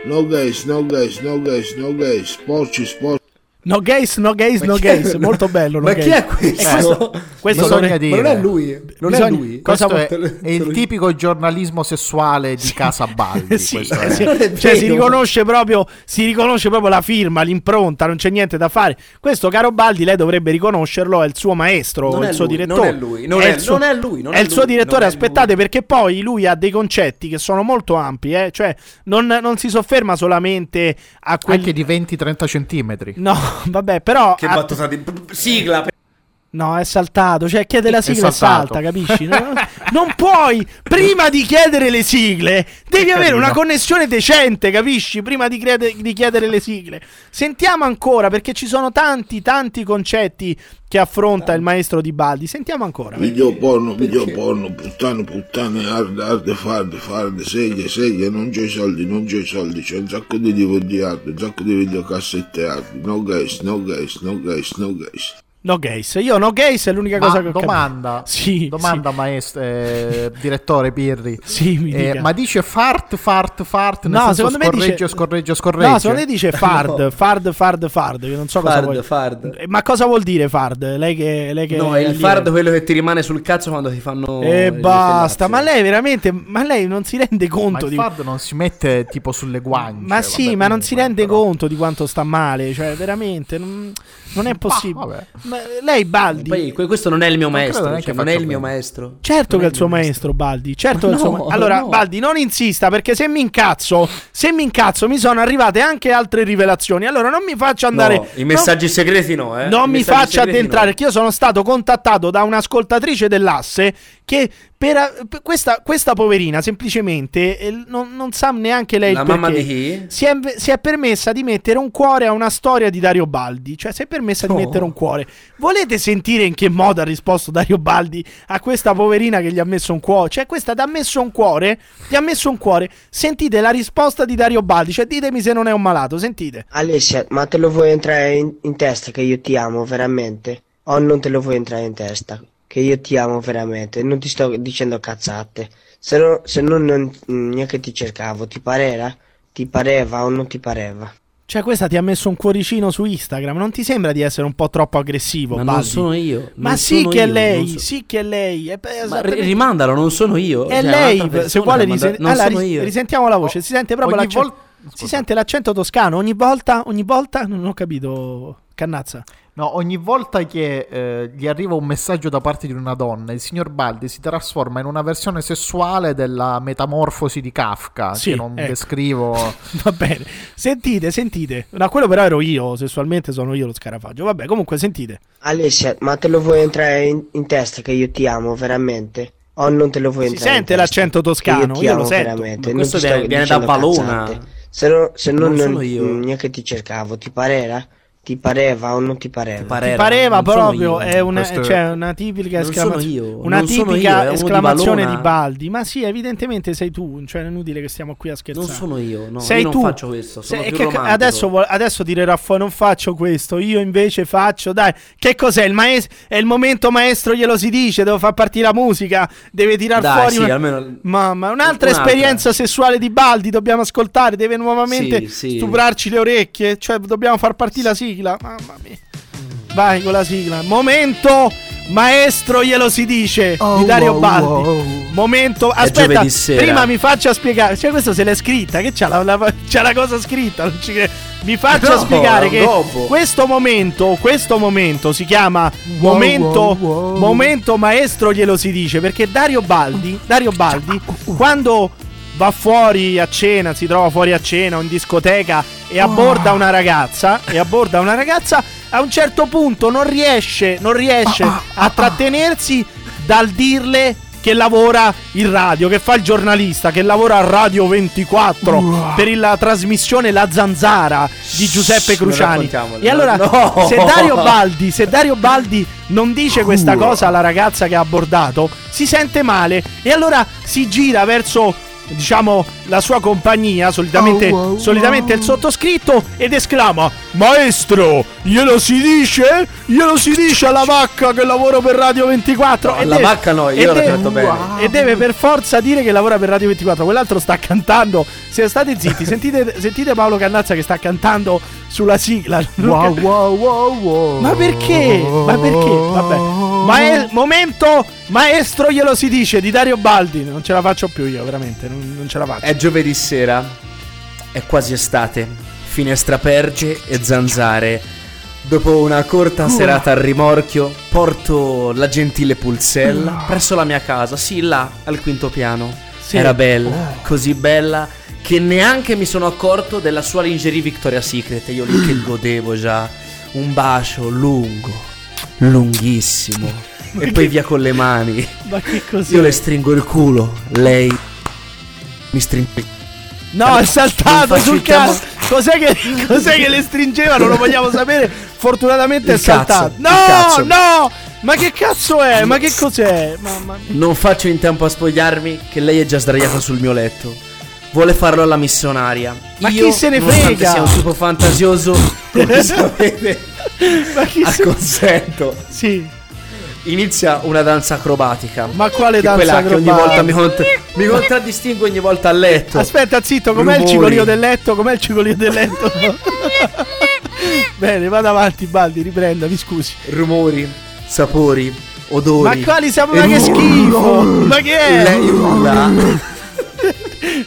Speaker 11: No gays, no gays, no gays, no gays, porci, sporci.
Speaker 1: No gays, no gays,
Speaker 4: Ma
Speaker 1: no
Speaker 4: chi
Speaker 1: gays.
Speaker 4: è-
Speaker 1: Molto bello. no
Speaker 4: Ma chi
Speaker 1: gays. Eh,
Speaker 4: è questo?
Speaker 1: questo
Speaker 7: Bisogna
Speaker 1: lo-
Speaker 7: dire.
Speaker 4: lui.
Speaker 1: bisogna-
Speaker 7: Questo
Speaker 1: Cosa vuoi-
Speaker 7: è, è il tipico giornalismo sessuale di Casa Baldi.
Speaker 1: Eh Sì,
Speaker 7: questo è.
Speaker 1: sì.
Speaker 4: Non è
Speaker 1: Cioè, si
Speaker 4: vero.
Speaker 1: riconosce, proprio, si riconosce proprio la firma, l'impronta, non c'è niente da fare. Questo caro Baldi, lei dovrebbe riconoscerlo, è il suo maestro,
Speaker 4: Non
Speaker 1: il
Speaker 4: è
Speaker 1: suo
Speaker 4: lui,
Speaker 1: direttore.
Speaker 4: non è lui, non è-
Speaker 1: il suo-
Speaker 4: non è lui, non
Speaker 1: è
Speaker 4: è
Speaker 1: il suo
Speaker 4: lui,
Speaker 1: direttore,
Speaker 4: non è
Speaker 1: aspettate
Speaker 4: lui.
Speaker 1: perché poi lui ha dei concetti che sono molto ampi, eh, cioè non, non si sofferma solamente a quelli...
Speaker 7: Anche di 20-30 centimetri.
Speaker 1: No, vabbè, però...
Speaker 4: Che
Speaker 1: ha-
Speaker 4: battuta di sigla.
Speaker 1: No, è saltato. Cioè, chiede la
Speaker 7: È
Speaker 1: sigla e
Speaker 7: saltato.
Speaker 1: salta, capisci? No, no, non puoi, prima di chiedere le sigle, devi avere una connessione decente, capisci? Prima di, crede- di chiedere le sigle. Sentiamo ancora, perché ci sono tanti, tanti concetti che affronta il maestro Di Baldi. Sentiamo ancora.
Speaker 11: Video porno, video porno, puttane, puttane, arde, arde, farde, farde, seghe, seghe, non c'ho i soldi, non c'ho i soldi, c'ho un sacco di DVD hard, un sacco di videocassette hard, no guys, no guys, no guys, no guys.
Speaker 1: No gays. Io no gays è l'unica
Speaker 7: Ma
Speaker 1: cosa che ho
Speaker 7: domanda,
Speaker 1: Sì,
Speaker 7: domanda maestro, eh, direttore Pirri. Eh,
Speaker 1: Sì, mi dica.
Speaker 7: ma dice fart, fart, fart. Nel
Speaker 1: No,
Speaker 7: senso
Speaker 1: secondo me dice-
Speaker 7: scorreggio, scorreggio, scorreggio.
Speaker 1: No, secondo me dice fard,
Speaker 7: No.
Speaker 1: fard, fard, fard, che non so cosa
Speaker 4: Fard,
Speaker 1: vuol...
Speaker 4: fard.
Speaker 1: Eh, Ma cosa vuol dire fard? Lei che... Lei che
Speaker 4: No, è il
Speaker 1: lì-
Speaker 4: fard quello che ti rimane sul cazzo quando ti fanno.
Speaker 1: E
Speaker 4: le
Speaker 1: basta, ma lei veramente, ma lei non si rende
Speaker 7: Ma
Speaker 1: conto
Speaker 7: il
Speaker 1: di...
Speaker 7: fart non si mette tipo sulle guance.
Speaker 1: Ma sì, ma non si rende conto di quanto sta male, cioè veramente, non, non è possibile.
Speaker 7: vabbè.
Speaker 1: Ma lei Baldi...
Speaker 4: Poi que- questo non è il mio
Speaker 7: Non credo
Speaker 4: maestro.
Speaker 7: neanche
Speaker 4: cioè, non è
Speaker 7: faccia
Speaker 4: il mio
Speaker 7: bene.
Speaker 4: maestro.
Speaker 1: Certo
Speaker 4: Non
Speaker 1: che
Speaker 4: è
Speaker 1: è il suo maestro Baldi, certo
Speaker 4: Ma
Speaker 1: che è il suo
Speaker 4: no,
Speaker 1: ma- Allora
Speaker 4: no.
Speaker 1: Baldi non insista perché se mi incazzo, se mi incazzo mi sono arrivate anche altre rivelazioni. Allora non mi faccia andare
Speaker 4: No, I
Speaker 1: non-
Speaker 4: messaggi segreti no, eh.
Speaker 1: Non
Speaker 4: I
Speaker 1: mi
Speaker 4: messaggi
Speaker 1: faccia
Speaker 4: segreti
Speaker 1: addentrare,
Speaker 4: no.
Speaker 1: perché io sono stato contattato da un'ascoltatrice dell'asse che per, per questa, questa poverina semplicemente eh, non, non sa neanche lei
Speaker 4: La
Speaker 1: il
Speaker 4: mamma
Speaker 1: perché.
Speaker 4: di chi?
Speaker 1: Si è, si è permessa di mettere un cuore a una storia di Dario Baldi, cioè si è permessa
Speaker 4: Oh.
Speaker 1: di mettere un cuore. Volete sentire in che modo ha risposto Dario Baldi a questa poverina che gli ha messo un cuore? Cioè questa ti ha messo un cuore? Ti ha messo un cuore? Sentite la risposta di Dario Baldi, cioè ditemi se non è un malato, sentite.
Speaker 12: Alessia, ma te lo vuoi entrare in, in testa che io ti amo veramente? O non te lo vuoi entrare in testa? Che io ti amo veramente, non ti sto dicendo cazzate. Se no, se no non, neanche ti cercavo, ti pareva? Ti pareva o non ti pareva?
Speaker 1: Cioè, questa ti ha messo un cuoricino su Instagram. Non ti sembra di essere un po' troppo aggressivo?
Speaker 4: Ma non
Speaker 1: Baldi?
Speaker 4: sono io.
Speaker 1: Ma
Speaker 4: non
Speaker 1: sì
Speaker 4: sono
Speaker 1: che è
Speaker 4: io,
Speaker 1: lei,
Speaker 4: non so-
Speaker 1: sì che è lei. È- è-
Speaker 4: Ma ri- rimandalo, non sono io.
Speaker 1: è
Speaker 4: cioè, un'altra
Speaker 1: lei, se
Speaker 4: persona
Speaker 1: vuole
Speaker 4: l'ha mandato-
Speaker 1: risen-
Speaker 4: Non
Speaker 1: allora,
Speaker 4: sono
Speaker 1: ris-
Speaker 4: io. Oh,
Speaker 1: risentiamo la voce, si sente proprio
Speaker 7: ogni
Speaker 1: l'accento.
Speaker 7: volta-
Speaker 1: Si sente l'accento toscano ogni volta, ogni volta, non ho capito, Cannazza.
Speaker 7: No, ogni volta che eh, gli arriva un messaggio da parte di una donna, il signor Baldi si trasforma in una versione sessuale della metamorfosi di Kafka,
Speaker 1: Sì,
Speaker 7: che non
Speaker 1: ecco.
Speaker 7: descrivo.
Speaker 12: Oh.
Speaker 1: Va bene, sentite, sentite. No, quello però ero io, sessualmente sono io lo scarafaggio. Vabbè, comunque sentite.
Speaker 12: Alessia, ma te lo vuoi entrare in, in testa che io ti amo veramente? O non te lo vuoi
Speaker 1: Si
Speaker 12: entrare in
Speaker 1: sente
Speaker 12: testa?
Speaker 1: l'accento
Speaker 12: Che io
Speaker 1: toscano,
Speaker 12: ti
Speaker 1: io
Speaker 12: amo
Speaker 1: lo sento.
Speaker 12: veramente,
Speaker 4: Ma
Speaker 12: non
Speaker 4: questo
Speaker 12: ti
Speaker 4: viene,
Speaker 12: sto
Speaker 4: viene da
Speaker 12: dicendo
Speaker 4: Valona.
Speaker 12: cazzate. Se no, se no
Speaker 4: Non
Speaker 12: non,
Speaker 4: sono io.
Speaker 12: mm, neanche ti cercavo, ti pareva? Ti pareva o non ti pareva?
Speaker 1: Ti pareva
Speaker 4: Eh, non sono
Speaker 1: proprio,
Speaker 4: io.
Speaker 1: è una,
Speaker 7: Questo è-
Speaker 1: cioè, una tipica,
Speaker 4: Non sono
Speaker 1: esclamazio-
Speaker 4: io,
Speaker 1: una
Speaker 4: non sono
Speaker 1: tipica
Speaker 4: io, è uno di
Speaker 1: esclamazione di,
Speaker 4: Valona.
Speaker 1: Baldi. Ma sì, evidentemente sei tu, cioè è inutile che stiamo qui a scherzare.
Speaker 4: Non sono io, no,
Speaker 1: sei
Speaker 4: io non
Speaker 1: tu.
Speaker 4: faccio questo, sono
Speaker 1: Sei-
Speaker 4: più
Speaker 1: che-
Speaker 4: romantico.
Speaker 1: adesso, vuol- adesso dire Raffo non faccio questo, io invece faccio, dai, che cos'è? Il maes- è il momento maestro glielo si dice, devo far partire la musica, deve tirar
Speaker 4: Dai,
Speaker 1: fuori...
Speaker 4: sì,
Speaker 1: una-
Speaker 4: almeno-
Speaker 1: Mamma, un'altra,
Speaker 4: Un'altra.
Speaker 1: esperienza sessuale di Baldi, dobbiamo ascoltare, deve nuovamente
Speaker 4: Sì, sì.
Speaker 1: stuprarci le orecchie, cioè dobbiamo far partire la sigla, mamma mia. Vai con la sigla. Momento maestro glielo si dice di Dario
Speaker 7: Oh, wow,
Speaker 1: Baldi.
Speaker 7: wow.
Speaker 1: Momento aspetta,
Speaker 4: giovedì sera.
Speaker 1: prima mi faccia spiegare, cioè questo se l'è scritta, che c'ha la, la- c'ha la cosa scritta, non ci credo. Mi faccia
Speaker 4: No,
Speaker 1: spiegare
Speaker 4: è un
Speaker 1: che
Speaker 4: gobbo.
Speaker 1: questo momento, questo momento si chiama
Speaker 7: Wow,
Speaker 1: momento
Speaker 7: wow, wow.
Speaker 1: momento maestro glielo si dice perché Dario Baldi, Dario Baldi quando va fuori a cena, si trova fuori a cena o in discoteca e abborda una ragazza e abborda una ragazza a un certo punto non riesce, non
Speaker 4: Ah,
Speaker 1: riesce a trattenersi dal dirle che lavora in radio, che fa il giornalista, che lavora a Radio 24 per il- la trasmissione La Zanzara di Giuseppe
Speaker 4: Shh, non
Speaker 1: Cruciani.
Speaker 4: raccontiamolo.
Speaker 1: E allora,
Speaker 4: No.
Speaker 1: se Dario Baldi, se Dario Baldi non dice questa cosa alla ragazza che ha abbordato, si sente male e allora si gira verso diciamo la sua compagnia, solitamente,
Speaker 7: Oh, wow,
Speaker 1: solitamente
Speaker 7: wow.
Speaker 1: il sottoscritto ed esclama: "Maestro, glielo si dice? Glielo si dice alla vacca che lavora per Radio 24?"
Speaker 4: No,
Speaker 1: E
Speaker 4: alla
Speaker 1: deve-
Speaker 4: vacca no, io
Speaker 1: e
Speaker 4: l'ho
Speaker 1: deve-
Speaker 4: tratto bene.
Speaker 1: E deve per forza dire che lavora per Radio 24. Quell'altro sta cantando. Se state zitti, sentite, sentite Paolo Cannazza che sta cantando sulla sigla.
Speaker 7: wow, wow, wow, wow.
Speaker 1: Ma perché? Ma perché? Vabbè. Ma è momento maestro glielo si dice di Dario Baldi. Non ce la faccio più io, veramente. Non, non ce la faccio.
Speaker 4: È giovedì sera, è quasi estate, finestra perge e zanzare. Dopo una corta serata al rimorchio, porto la gentile pulsella presso la mia casa, sì, là, al quinto piano.
Speaker 1: Sì.
Speaker 4: Era bella, così bella, che neanche mi sono accorto della sua lingerie Victoria's Secret. Io lì che godevo già. Un bacio lungo, lunghissimo. e poi via con le mani.
Speaker 1: Ma che cos'è?
Speaker 4: Io le stringo il culo, lei mi stringe.
Speaker 1: No, è saltato
Speaker 4: Non faccio
Speaker 1: sul
Speaker 4: il camo-
Speaker 1: cazzo. Cos'è che, cos'è che le stringeva? Non lo vogliamo sapere. Fortunatamente
Speaker 4: Il
Speaker 1: è saltato.
Speaker 4: cazzo, il
Speaker 1: No,
Speaker 4: cazzo.
Speaker 1: no! Ma che cazzo è? Ma che cos'è? Mamma mia.
Speaker 4: Non faccio in tempo a spogliarmi che lei è già sdraiata sul mio letto. Vuole farlo alla missionaria.
Speaker 1: Ma
Speaker 4: Io,
Speaker 1: chi se ne
Speaker 4: nonostante
Speaker 1: frega?
Speaker 4: sia un tipo fantasioso, come sapete,
Speaker 1: Ma chi
Speaker 4: Ah,
Speaker 1: se
Speaker 4: acconsento.
Speaker 1: Sì.
Speaker 4: Inizia una danza acrobatica.
Speaker 1: Ma quale
Speaker 4: Che
Speaker 1: danza
Speaker 4: quella che ogni volta
Speaker 1: acrobatica?
Speaker 4: mi, cont- mi contraddistingue ogni volta a letto.
Speaker 1: Aspetta, zitto, com'è il
Speaker 4: Rumori.
Speaker 1: cigolio del letto? Com'è il cigolio del letto? Bene, vado avanti, Baldi, riprenda, mi scusi.
Speaker 4: Rumori, sapori, odori.
Speaker 1: Ma quali siamo- ma che
Speaker 4: E-
Speaker 1: schifo! Ma che è?
Speaker 4: Lei urla.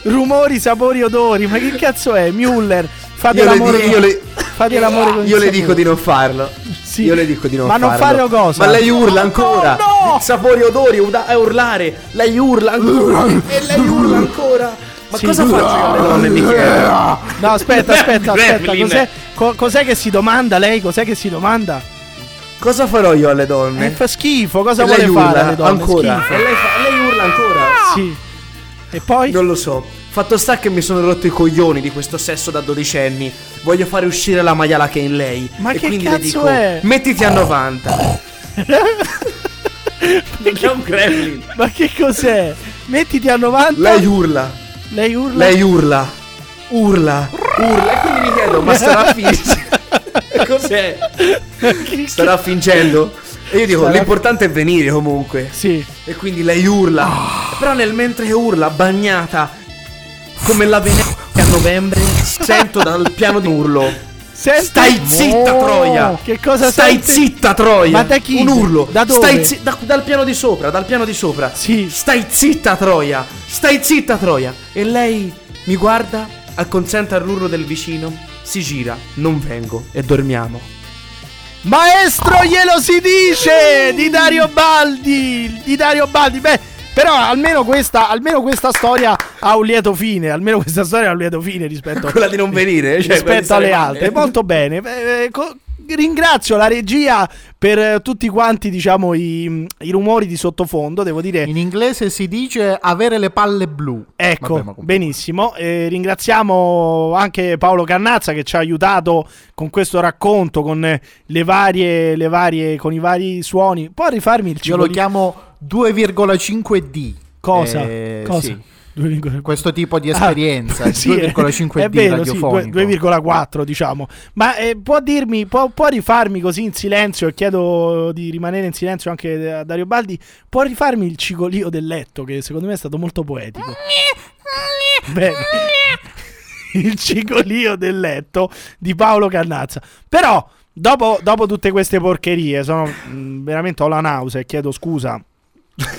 Speaker 1: Rumori, sapori, odori, ma che cazzo è? Müller, fate
Speaker 4: Io le
Speaker 1: l'amore.
Speaker 4: di-
Speaker 1: con-
Speaker 4: io le-
Speaker 1: Fate l'amore con il
Speaker 4: Io le
Speaker 1: sapore.
Speaker 4: dico di non farlo. Io le dico di non
Speaker 1: Ma
Speaker 4: farlo.
Speaker 1: non farlo cosa? Oh,
Speaker 4: Ma lei urla ancora. Sapori, odori, uda- a urlare. Lei urla ancora. e lei urla ancora. Ma
Speaker 1: Sì. Eh.
Speaker 4: cosa faccio io alle donne? Mi chiedo.
Speaker 1: No, aspetta, aspetta, aspetta.
Speaker 4: Gremlin.
Speaker 1: Cos'è, co- cos'è che si domanda lei? Cos'è che si domanda?
Speaker 4: Cosa farò io alle
Speaker 1: Eh,
Speaker 4: donne?
Speaker 1: fa schifo, cosa
Speaker 4: E lei
Speaker 1: vuole fare
Speaker 4: urla
Speaker 1: alle donne?
Speaker 4: ancora.
Speaker 1: Schifo. Ah.
Speaker 4: E lei, fa- lei urla ancora.
Speaker 1: Sì. E poi?
Speaker 4: Non lo so. Fatto sta che mi sono rotto i coglioni di questo sesso da dodicenni. Voglio fare uscire la maiala che è in lei.
Speaker 1: Ma
Speaker 4: e
Speaker 1: che
Speaker 4: quindi
Speaker 1: cazzo
Speaker 4: le dico,
Speaker 1: è?
Speaker 4: mettiti a 90. Perché è un gremlin?
Speaker 1: Ma che cos'è? Mettiti a 90.
Speaker 4: Lei urla.
Speaker 1: Lei urla.
Speaker 4: Lei urla. Urla. Urla. E quindi mi chiedo, ma sarà fingendo? Cos'è? Starà fingendo? E io dico,
Speaker 1: Starà-
Speaker 4: l'importante è venire comunque.
Speaker 1: Sì.
Speaker 4: E quindi lei urla. Però nel mentre urla, bagnata, come la Venezia a novembre, sento dal piano di un urlo.
Speaker 1: Senti-
Speaker 4: Stai zitta,
Speaker 1: Oh,
Speaker 4: Troia!
Speaker 1: Che cosa
Speaker 4: Stai
Speaker 1: sente?
Speaker 4: zitta, Troia!
Speaker 1: Ma da chi?
Speaker 4: Un urlo!
Speaker 1: Da dove?
Speaker 4: Stai zi- da- dal piano di sopra, dal piano di sopra!
Speaker 1: Sì.
Speaker 4: Stai zitta, Troia! Stai zitta, Troia! E lei mi guarda, acconsente all'urlo del vicino, si gira, non vengo e dormiamo.
Speaker 1: Maestro glielo si dice di Dario Baldi, di Dario Baldi. Beh, però almeno questa, almeno questa storia ha un lieto fine, almeno questa storia ha un lieto fine rispetto,
Speaker 4: Quella di non
Speaker 7: Eh,
Speaker 4: venire, cioè, quella di
Speaker 1: rispetto
Speaker 4: stare
Speaker 1: alle
Speaker 4: male.
Speaker 1: altre. Molto bene. Beh, eh, co- Ringrazio la regia per eh, tutti quanti, diciamo, i, i rumori di sottofondo, devo dire.
Speaker 7: In inglese si dice avere le palle blu.
Speaker 1: Ecco,
Speaker 7: Vabbè, ma comunque.
Speaker 1: benissimo. Eh, ringraziamo anche Paolo Cannazza che ci ha aiutato con questo racconto, con eh, le varie, le varie, con i vari suoni. Puoi rifarmi il
Speaker 7: Io lo
Speaker 1: ciclo?
Speaker 7: chiamo 2,5D.
Speaker 1: Cosa?
Speaker 7: Eh,
Speaker 1: Cosa?
Speaker 7: sì.
Speaker 1: 2,5.
Speaker 7: Questo tipo di
Speaker 1: Ah,
Speaker 7: esperienza, il
Speaker 1: sì, è-
Speaker 7: 2,5D
Speaker 1: è vero, sì,
Speaker 7: radiofonico.
Speaker 1: 2,4 diciamo. Ma eh, può dirmi, può, può rifarmi così in silenzio, e chiedo di rimanere in silenzio anche a Dario Baldi, può rifarmi il cigolio del letto che secondo me è stato molto poetico. Bene. Il cigolio del letto di Paolo Cannazza. Però, dopo, dopo tutte queste porcherie, sono mh, veramente ho la nausea e chiedo scusa.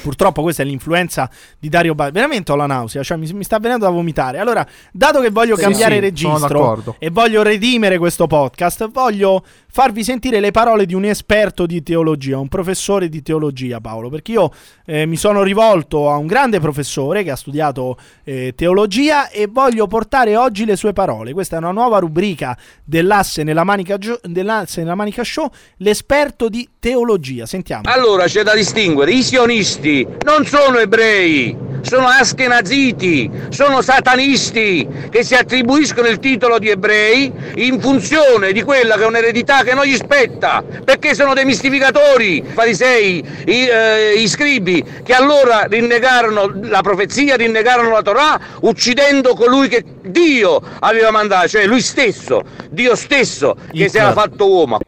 Speaker 1: Purtroppo questa è l'influenza di Dario Baldi. Veramente ho la nausea, cioè mi, mi sta venendo da vomitare. Allora, dato che voglio
Speaker 7: Sì,
Speaker 1: cambiare
Speaker 7: sì, sono
Speaker 1: registro
Speaker 7: d'accordo.
Speaker 1: e voglio redimere questo podcast, voglio farvi sentire le parole di un esperto di teologia, un professore di teologia, Paolo, perché io eh, mi sono rivolto a un grande professore che ha studiato eh, teologia e voglio portare oggi le sue parole. Questa è una nuova rubrica dell'asse nella manica, Gio- dell'Asse nella manica show, l'esperto di teologia. Sentiamo.
Speaker 13: Allora c'è da distinguere, i sionisti non sono ebrei, sono askenaziti, sono satanisti che si attribuiscono il titolo di ebrei in funzione di quella che è un'eredità che non gli spetta, perché sono dei mistificatori, farisei, i, eh, i scribi, che allora rinnegarono la profezia, rinnegarono la Torah, uccidendo colui che Dio aveva mandato, cioè lui stesso, Dio stesso, che si era fatto uomo.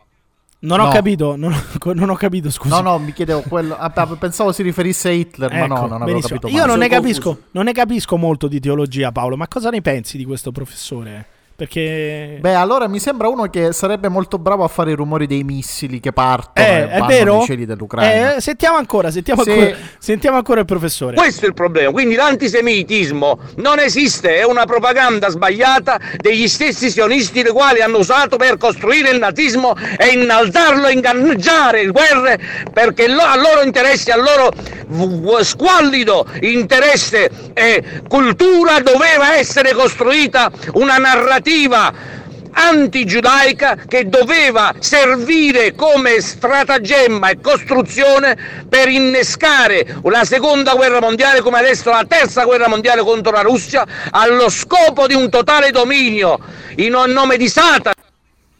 Speaker 1: Non ho
Speaker 7: No.
Speaker 1: capito, non ho, non ho capito, scusa.
Speaker 7: No, no, mi chiedevo quello. ah, ah, Pensavo si riferisse a Hitler, ma no,
Speaker 1: Ecco,
Speaker 7: non avevo
Speaker 1: benissimo.
Speaker 7: capito.
Speaker 1: Io
Speaker 7: male.
Speaker 1: non ne, capisco, non ne capisco molto di teologia, Paolo, ma cosa ne pensi di questo professore? Perché...
Speaker 7: Beh, allora mi sembra uno che sarebbe molto bravo a fare i rumori dei missili che partono
Speaker 1: Eh,
Speaker 7: e
Speaker 1: è
Speaker 7: vanno
Speaker 1: vero?
Speaker 7: nei cieli dell'Ucraina.
Speaker 1: Eh, sentiamo ancora, sentiamo,
Speaker 7: Sì.
Speaker 1: ancora, sentiamo ancora il professore.
Speaker 13: Questo è il problema, quindi l'antisemitismo non esiste, è una propaganda sbagliata degli stessi sionisti le quali hanno usato per costruire il nazismo e innalzarlo, inganneggiare guerre perché lo- al loro interesse, al loro v- v- squallido interesse e cultura doveva essere costruita una narrativa antigiudaica che doveva servire come stratagemma e costruzione per innescare la seconda guerra mondiale come adesso la terza guerra mondiale contro la Russia allo scopo di un totale dominio in un nome di Satana.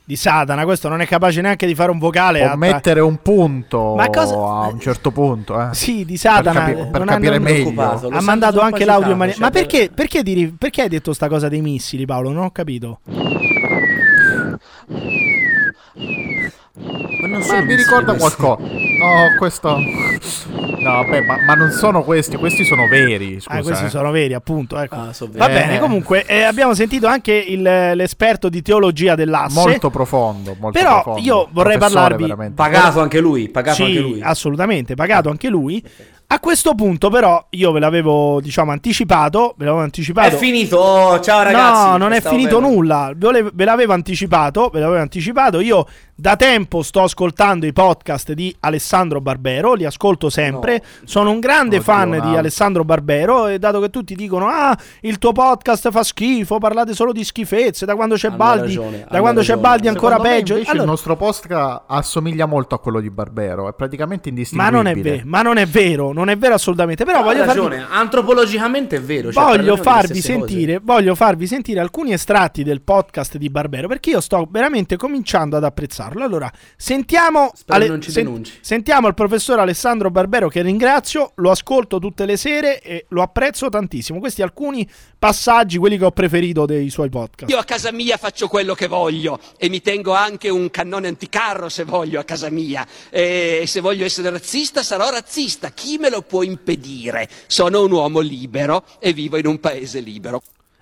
Speaker 1: Di Satana, questo non è capace neanche di fare un vocale.
Speaker 7: o
Speaker 1: a-
Speaker 7: mettere un punto
Speaker 1: ah, Ma cosa-
Speaker 7: a un certo punto. Eh.
Speaker 1: Sì, di Satana. eh,
Speaker 7: Per, capi- per
Speaker 1: non ha-
Speaker 7: capire
Speaker 1: non-
Speaker 7: meglio.
Speaker 1: Ha mandato anche l'audio. in mani-
Speaker 4: Cioè,
Speaker 1: Ma perché, perché, diri- perché hai detto sta cosa dei missili, Paolo? Non ho capito.
Speaker 7: Ma
Speaker 1: Eh, non
Speaker 4: sono
Speaker 7: mi
Speaker 4: missili
Speaker 7: ricorda
Speaker 4: questi.
Speaker 7: qualcosa. No, questo. No, vabbè, ma, ma non sono questi, questi sono veri. Scusa,
Speaker 1: Ah, questi
Speaker 7: eh.
Speaker 1: sono veri, appunto. ecco.
Speaker 4: Ah,
Speaker 1: Va
Speaker 7: veri.
Speaker 1: bene,
Speaker 7: Eh.
Speaker 1: comunque eh, abbiamo sentito anche il- l'esperto di teologia dell'asse.
Speaker 7: Molto profondo. Molto
Speaker 1: Ah, Però
Speaker 7: profondo.
Speaker 1: io vorrei
Speaker 7: Professore,
Speaker 1: parlarvi-
Speaker 7: veramente.
Speaker 4: Pagato anche lui, pagato
Speaker 1: Sì,
Speaker 4: anche lui.
Speaker 1: assolutamente, pagato anche lui. A questo punto, però, io ve l'avevo, diciamo, anticipato. Ve l'avevo anticipato.
Speaker 4: È finito, oh, ciao ragazzi.
Speaker 1: No, non è
Speaker 4: stavo
Speaker 1: finito
Speaker 4: bene.
Speaker 1: nulla. Ve le- ve l'avevo anticipato. Ve l'avevo anticipato. Io da tempo sto ascoltando i podcast di Alessandro Barbero. Li ascolto sempre. Sono un grande fan
Speaker 7: un
Speaker 1: di
Speaker 7: altro.
Speaker 1: Alessandro Barbero. E dato che tutti dicono: Ah, il tuo podcast fa schifo. Parlate solo di schifezze. Da quando c'è Baldi,
Speaker 7: ragione,
Speaker 1: da quando c'è Baldi, ancora
Speaker 7: Secondo me,
Speaker 1: peggio.
Speaker 7: invece,
Speaker 1: Allora-
Speaker 7: il nostro podcast assomiglia molto a quello di Barbero, è praticamente
Speaker 1: ma,
Speaker 7: indistinguibile.
Speaker 1: non è ve- ma non è vero, non è vero assolutamente. Però
Speaker 4: Ha
Speaker 1: voglio farvi,
Speaker 4: ragione, antropologicamente è vero. cioè,
Speaker 1: voglio,
Speaker 4: parliamo delle
Speaker 1: farvi
Speaker 4: stesse cose.
Speaker 1: sentire, voglio farvi sentire alcuni estratti del podcast di Barbero perché io sto veramente cominciando ad apprezzarlo. Allora, sentiamo,
Speaker 4: Spero non ci denunci.
Speaker 1: sentiamo il professor Alessandro Barbero che ringrazio, lo ascolto tutte le sere e lo apprezzo tantissimo. Questi alcuni passaggi, quelli che ho preferito dei suoi podcast.
Speaker 14: Io a casa mia faccio quello che voglio e mi tengo anche un cannone anticarro se voglio a casa mia. E se voglio essere razzista sarò razzista, chi me lo può impedire? Sono un uomo libero e vivo in un paese libero.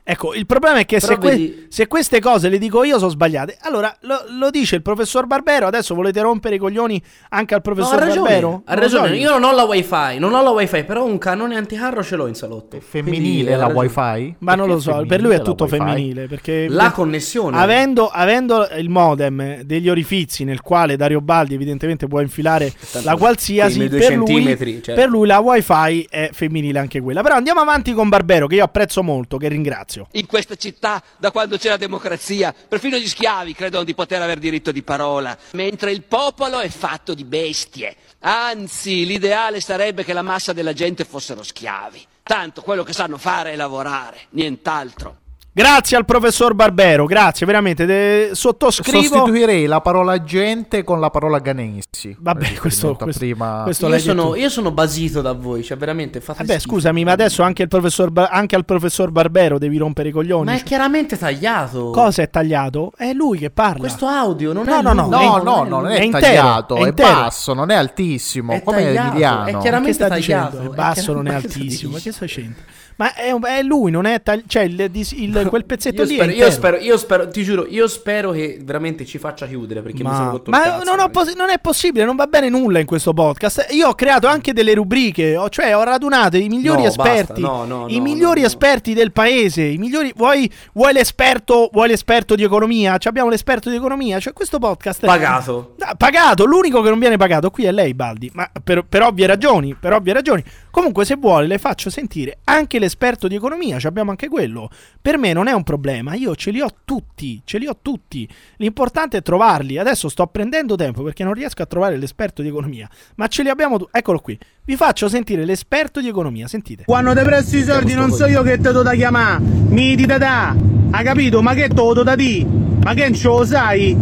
Speaker 1: Ecco, il problema è che
Speaker 14: Però
Speaker 1: se, que-
Speaker 14: vedi-
Speaker 1: se queste cose le dico io sono sbagliate. Allora, lo, lo dice il professor Barbero, adesso volete rompere i coglioni anche al
Speaker 4: No,
Speaker 1: professor
Speaker 4: ha ragione,
Speaker 1: Barbero?
Speaker 4: ha
Speaker 1: Non lo so
Speaker 4: ragione. Io non ho la wifi, non ho la wifi, però un cannone anticarro ce l'ho in salotto.
Speaker 7: Femminile la wifi?
Speaker 1: Ma non lo so, per lui è tutto femminile perché
Speaker 4: La connessione.
Speaker 1: Avendo, avendo il modem degli orifizi nel quale Dario Baldi evidentemente può infilare la qualsiasi
Speaker 4: quei due
Speaker 1: per lui,
Speaker 4: centimetri, certo.
Speaker 1: per lui la wifi è femminile anche quella. Però andiamo avanti con Barbero che io apprezzo molto, che ringrazio.
Speaker 14: In questa città, da quando c'è la democrazia, perfino gli schiavi credono di poter aver diritto di parola, mentre il popolo è fatto di bestie. Anzi, l'ideale sarebbe che la massa della gente fossero schiavi. Tanto quello che sanno fare è lavorare, nient'altro.
Speaker 1: Grazie al professor Barbero, grazie veramente. de- sottoscrivo
Speaker 7: Sostituirei la parola gente con la parola Ganessi.
Speaker 1: Vabbè,
Speaker 4: Eh,
Speaker 1: questo- questo-
Speaker 7: prima...
Speaker 1: questo
Speaker 4: io,
Speaker 1: l'hai detto
Speaker 4: sono,
Speaker 1: tu.
Speaker 4: io sono basito da voi, cioè veramente fate
Speaker 1: Vabbè,
Speaker 4: schifo.
Speaker 1: scusami, ma adesso anche, il professor Ba- anche al professor Barbero devi rompere i coglioni.
Speaker 4: Ma è
Speaker 1: Cioè,
Speaker 4: chiaramente tagliato.
Speaker 1: Cosa è tagliato? È lui che parla.
Speaker 4: Questo audio non
Speaker 1: No,
Speaker 4: è
Speaker 1: no, no,
Speaker 4: lungo,
Speaker 1: no,
Speaker 4: non
Speaker 1: no, no,
Speaker 4: è lungo.
Speaker 1: non
Speaker 7: Non è,
Speaker 1: È intero,
Speaker 7: tagliato,
Speaker 1: è
Speaker 7: è,
Speaker 1: intero.
Speaker 7: basso, non è altissimo,
Speaker 1: È
Speaker 7: come
Speaker 1: tagliato,
Speaker 7: Liliano.
Speaker 1: è chiaramente
Speaker 4: Che sta
Speaker 1: tagliato,
Speaker 4: dicendo?
Speaker 1: è
Speaker 4: È
Speaker 1: basso,
Speaker 4: chiar-
Speaker 1: non è
Speaker 4: ma cosa
Speaker 1: altissimo. Ma
Speaker 4: dici?
Speaker 1: che sta scendendo? Ma è, un- è lui, non è tagli- cioè il, dis- il- quel pezzetto
Speaker 4: Io
Speaker 1: lì.
Speaker 4: spero,
Speaker 1: è
Speaker 4: io
Speaker 1: intero.
Speaker 4: spero, io spero, ti giuro, io spero che veramente ci faccia chiudere perché mi sono
Speaker 1: Ma,
Speaker 4: rotto
Speaker 1: ma
Speaker 4: il cazzo.
Speaker 1: non, ho posi- non è possibile, non va bene nulla in questo podcast. Io ho creato anche delle rubriche, ho- cioè ho radunato i migliori
Speaker 4: No, basta,
Speaker 1: esperti,
Speaker 4: no, no,
Speaker 1: i
Speaker 4: no,
Speaker 1: migliori esperti del paese. I migliori, vuoi, vuoi l'esperto, vuoi l'esperto di economia? Ci abbiamo l'esperto di economia, cioè questo podcast è
Speaker 4: Pagato.
Speaker 1: No, pagato, l'unico che non viene pagato qui è lei, Baldi. Ma per, per ovvie ragioni, per ovvie ragioni. Comunque, se vuole, le faccio sentire anche l'esperto di economia. ci Abbiamo anche quello. Per me non è un problema. Io ce li ho tutti. Ce li ho tutti. L'importante è trovarli. Adesso sto prendendo tempo perché non riesco a trovare l'esperto di economia. Ma ce li abbiamo tutti. Eccolo qui. Vi faccio sentire l'esperto di economia. Sentite.
Speaker 15: Quando te presti i soldi non so io che te do da chiamare, mi ti da da, hai capito? Ma che te lo do da di? Ma che non ce lo sai?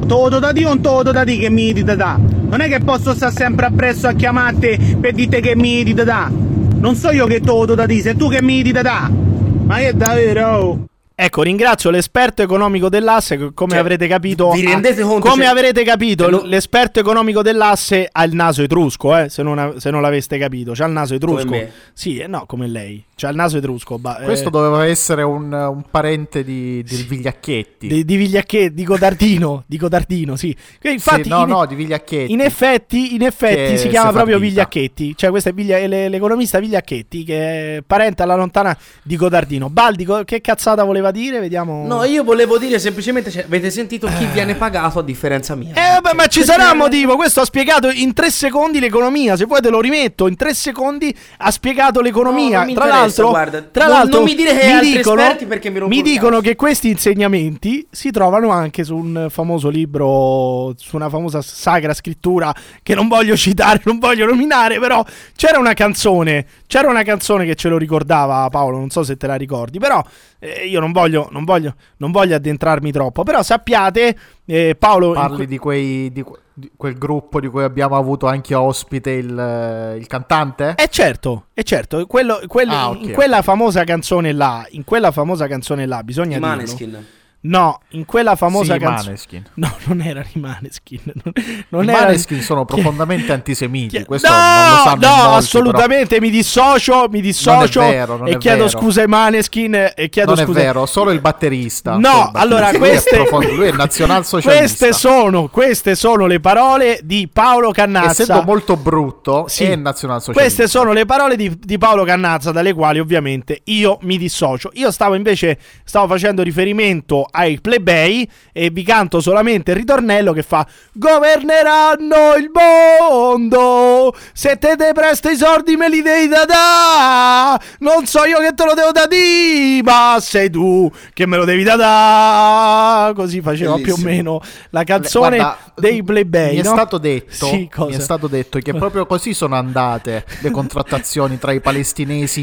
Speaker 15: Te lo do da di o non te lo do da di che mi ti da da? Non è che posso stare sempre appresso a chiamarti per dirti che mi ti da da. Non so io che te lo do da di, sei tu che mi ti da da. Ma che davvero?
Speaker 1: Ecco, ringrazio l'esperto economico dell'asse. che, Come avrete capito,
Speaker 4: Cioè,
Speaker 1: ah,
Speaker 4: vi rendete conto,
Speaker 1: come
Speaker 4: cioè-
Speaker 1: avrete capito,
Speaker 4: Cioè, no-
Speaker 1: l'esperto economico dell'asse ha il naso etrusco. Eh, se, non, a- se non l'aveste capito, c'ha il naso etrusco.
Speaker 7: Come me.
Speaker 1: Sì, eh, no, come lei. C'ha il naso etrusco. ba- eh,
Speaker 7: Questo doveva essere un, un parente di, di Vigliacchetti.
Speaker 1: di, di Vigliacche- di Godardino. di Godardino, sì. Che Infatti,
Speaker 7: Sì, no,
Speaker 1: in-
Speaker 7: no, di Vigliacchetti.
Speaker 1: In effetti, in effetti
Speaker 7: Che
Speaker 1: si chiama
Speaker 7: si fa
Speaker 1: proprio
Speaker 7: vita.
Speaker 1: Vigliacchetti. Cioè, questo è Viglia- è le- l'economista Vigliacchetti, che è parente alla lontana di Godardino. Baldi, co- che cazzata voleva dire? Vediamo.
Speaker 4: No, io volevo dire semplicemente, cioè, avete sentito chi viene pagato a differenza mia.
Speaker 1: Eh, vabbè, ma ci sarà un motivo. Questo ha spiegato in tre secondi l'economia. Se vuoi te lo rimetto. In tre secondi ha spiegato
Speaker 4: No,
Speaker 1: l'economia.
Speaker 4: non mi
Speaker 1: Tra
Speaker 4: interessa,
Speaker 1: l'altro,
Speaker 16: guarda.
Speaker 1: tra
Speaker 16: Non-
Speaker 1: l'altro
Speaker 16: non mi dire che altri
Speaker 1: dicono,
Speaker 16: esperti perché mi rompo il cazzo.
Speaker 1: dicono che questi insegnamenti si trovano anche su un famoso libro, su una famosa sagra scrittura che non voglio citare, non voglio nominare, però c'era una canzone, c'era una canzone che ce lo ricordava Paolo, non so se te la ricordi, però eh, io non voglio, non, voglio, non voglio addentrarmi troppo, però sappiate, eh, Paolo... in
Speaker 7: Parli
Speaker 1: que-
Speaker 7: di, quei, di, que- di quel gruppo di cui abbiamo avuto anche ospite il, eh, il cantante?
Speaker 1: Eh certo, eh certo, quello- quello-
Speaker 7: Ah,
Speaker 1: in
Speaker 7: ok,
Speaker 1: quella famosa canzone là, in quella famosa canzone là, bisogna
Speaker 16: I
Speaker 1: dirlo.
Speaker 16: Maneskin.
Speaker 1: No, in quella famosa
Speaker 7: Sì, i
Speaker 1: canzone.
Speaker 7: Maneskin.
Speaker 1: No, non era i Maneskin. Non,
Speaker 7: I
Speaker 1: non era-
Speaker 7: Maneskin sono profondamente antisemiti. Questo
Speaker 1: No,
Speaker 7: non lo sanno in
Speaker 1: no,
Speaker 7: molti, però.
Speaker 1: assolutamente mi dissocio, mi dissocio
Speaker 7: vero, non
Speaker 1: e
Speaker 7: è
Speaker 1: chiedo
Speaker 7: vero.
Speaker 1: scusa ai Maneskin e chiedo
Speaker 7: Non è
Speaker 1: scusa.
Speaker 7: vero, solo il batterista.
Speaker 1: No, allora
Speaker 7: lui
Speaker 1: queste
Speaker 7: è, profondo, lui è nazionalsocialista.
Speaker 1: Queste sono, queste sono le parole di Paolo Cannazza.
Speaker 7: Essendo molto brutto,
Speaker 1: Sì.
Speaker 7: è nazionalsocialista.
Speaker 1: Queste sono le parole di, di Paolo Cannazza, dalle quali ovviamente io mi dissocio. Io stavo invece stavo facendo riferimento ai plebei e vi canto solamente il ritornello che fa: Governeranno il mondo. Se te te presto i sordi me li devi da da. Non so io che te lo devo da di, ma sei tu che me lo devi da da. Così faceva più o
Speaker 7: Bellissimo.
Speaker 1: meno la canzone
Speaker 7: Guarda,
Speaker 1: dei plebei.
Speaker 7: Mi è
Speaker 1: no?
Speaker 7: stato detto,
Speaker 1: Sì,
Speaker 7: mi
Speaker 1: cosa?
Speaker 7: è stato detto che proprio così sono andate le contrattazioni tra i palestinesi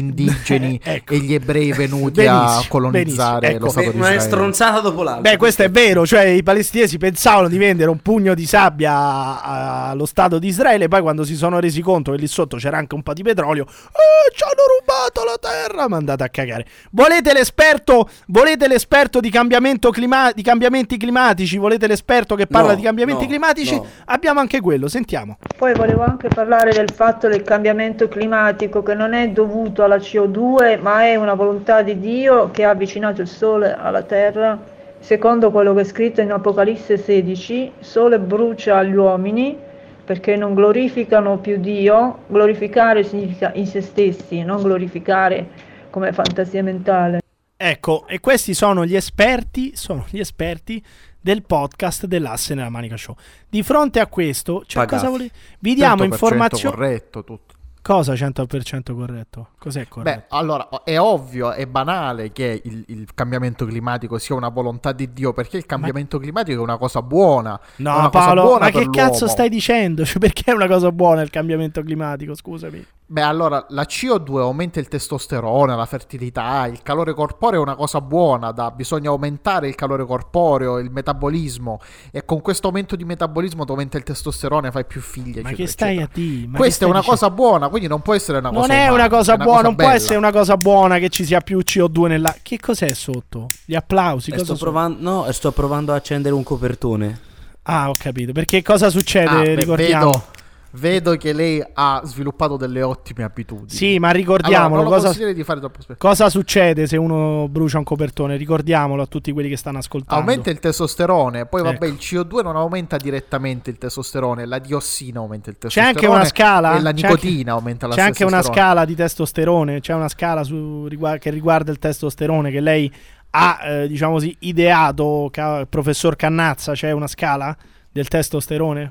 Speaker 7: indigeni e gli ebrei venuti a
Speaker 1: Ecco. Benissimo,
Speaker 7: colonizzare
Speaker 1: benissimo,
Speaker 7: lo
Speaker 1: ecco.
Speaker 7: Stato di
Speaker 16: Una
Speaker 7: Israele.
Speaker 16: stronzata dopo l'altra.
Speaker 1: Beh, questo è vero, cioè i palestinesi pensavano di vendere un pugno di sabbia a- a- allo Stato di Israele, poi quando si sono resi conto che lì sotto c'era anche un po' di petrolio, "Eh, ci hanno rubato la terra, ma andate a cagare. Volete l'esperto, volete l'esperto di, cambiamento clima- di cambiamenti climatici? Volete l'esperto che parla
Speaker 17: No,
Speaker 1: di cambiamenti
Speaker 17: no,
Speaker 1: climatici?
Speaker 17: no.
Speaker 1: Abbiamo anche quello, sentiamo.
Speaker 17: Poi volevo anche parlare del fatto del cambiamento climatico che non è dovuto alla CO2, ma è una volontà di Dio che ha avvicinato il Sole alla Terra. Secondo quello che è scritto in Apocalisse 16, Sole brucia agli uomini perché non glorificano più Dio. Glorificare significa in se stessi, non glorificare come fantasia mentale.
Speaker 1: Ecco, e questi sono gli esperti, sono gli esperti del podcast dell'asse nella manica show. Di fronte a questo, cioè,
Speaker 7: Pagati.
Speaker 1: cosa volete? Vi diamo
Speaker 7: 100%
Speaker 1: informazioni.
Speaker 7: corretto tutto.
Speaker 1: Cosa 100% corretto? Cos'è corretto?
Speaker 7: Beh, allora è ovvio, è banale che il, il cambiamento climatico sia una volontà di Dio, perché il cambiamento climatico è una cosa buona. è
Speaker 1: no,
Speaker 7: una
Speaker 1: Paolo,
Speaker 7: cosa buona
Speaker 1: ma
Speaker 7: per
Speaker 1: che cazzo
Speaker 7: l'uomo.
Speaker 1: stai dicendo? Cioè, perché è una cosa buona il cambiamento climatico? Scusami.
Speaker 7: Beh, allora la CO2 aumenta il testosterone, la fertilità, il calore corporeo è una cosa buona, da- bisogna aumentare il calore corporeo, il metabolismo e con questo aumento di metabolismo ti aumenta il testosterone, fai più figli.
Speaker 1: Ma
Speaker 7: eccetera,
Speaker 1: che stai
Speaker 7: eccetera.
Speaker 1: a dire? Ma che
Speaker 7: Questa
Speaker 1: stai
Speaker 7: è una
Speaker 1: dicendo?
Speaker 7: cosa buona, quindi non può essere una cosa
Speaker 1: Non è
Speaker 7: umana,
Speaker 1: una cosa buona, non può
Speaker 7: bella.
Speaker 1: essere una cosa buona che ci sia più CO2 nella. Che cos'è sotto? Gli applausi?
Speaker 16: E
Speaker 1: Cosa
Speaker 16: sto,
Speaker 1: sono?
Speaker 16: provando, no, e sto provando a accendere un copertone.
Speaker 1: Ah, ho capito. Perché cosa succede?
Speaker 7: Ah, beh,
Speaker 1: Eh, ricordiamo.
Speaker 7: vedo, vedo che lei ha sviluppato delle ottime abitudini.
Speaker 1: Sì, ma
Speaker 7: Allora,
Speaker 1: ricordiamolo.
Speaker 7: non lo
Speaker 1: cosa,
Speaker 7: consiglierei di fare troppo spesso.
Speaker 1: cosa succede se uno brucia un copertone? Ricordiamolo a tutti quelli che stanno ascoltando.
Speaker 7: Aumenta il testosterone, poi vabbè
Speaker 1: Ecco.
Speaker 7: il CO2 non aumenta direttamente il testosterone, la diossina aumenta il
Speaker 1: C'è
Speaker 7: testosterone.
Speaker 1: anche una scala.
Speaker 7: E la
Speaker 1: c'è anche-
Speaker 7: nicotina aumenta la
Speaker 1: C'è anche una
Speaker 7: testosterone.
Speaker 1: scala di testosterone. C'è una scala su- rigua- che riguarda il testosterone che lei ha, eh, diciamo così, ideato, ca- professor Cannazza. C'è una scala del testosterone?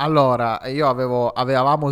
Speaker 7: Allora, io avevo, avevamo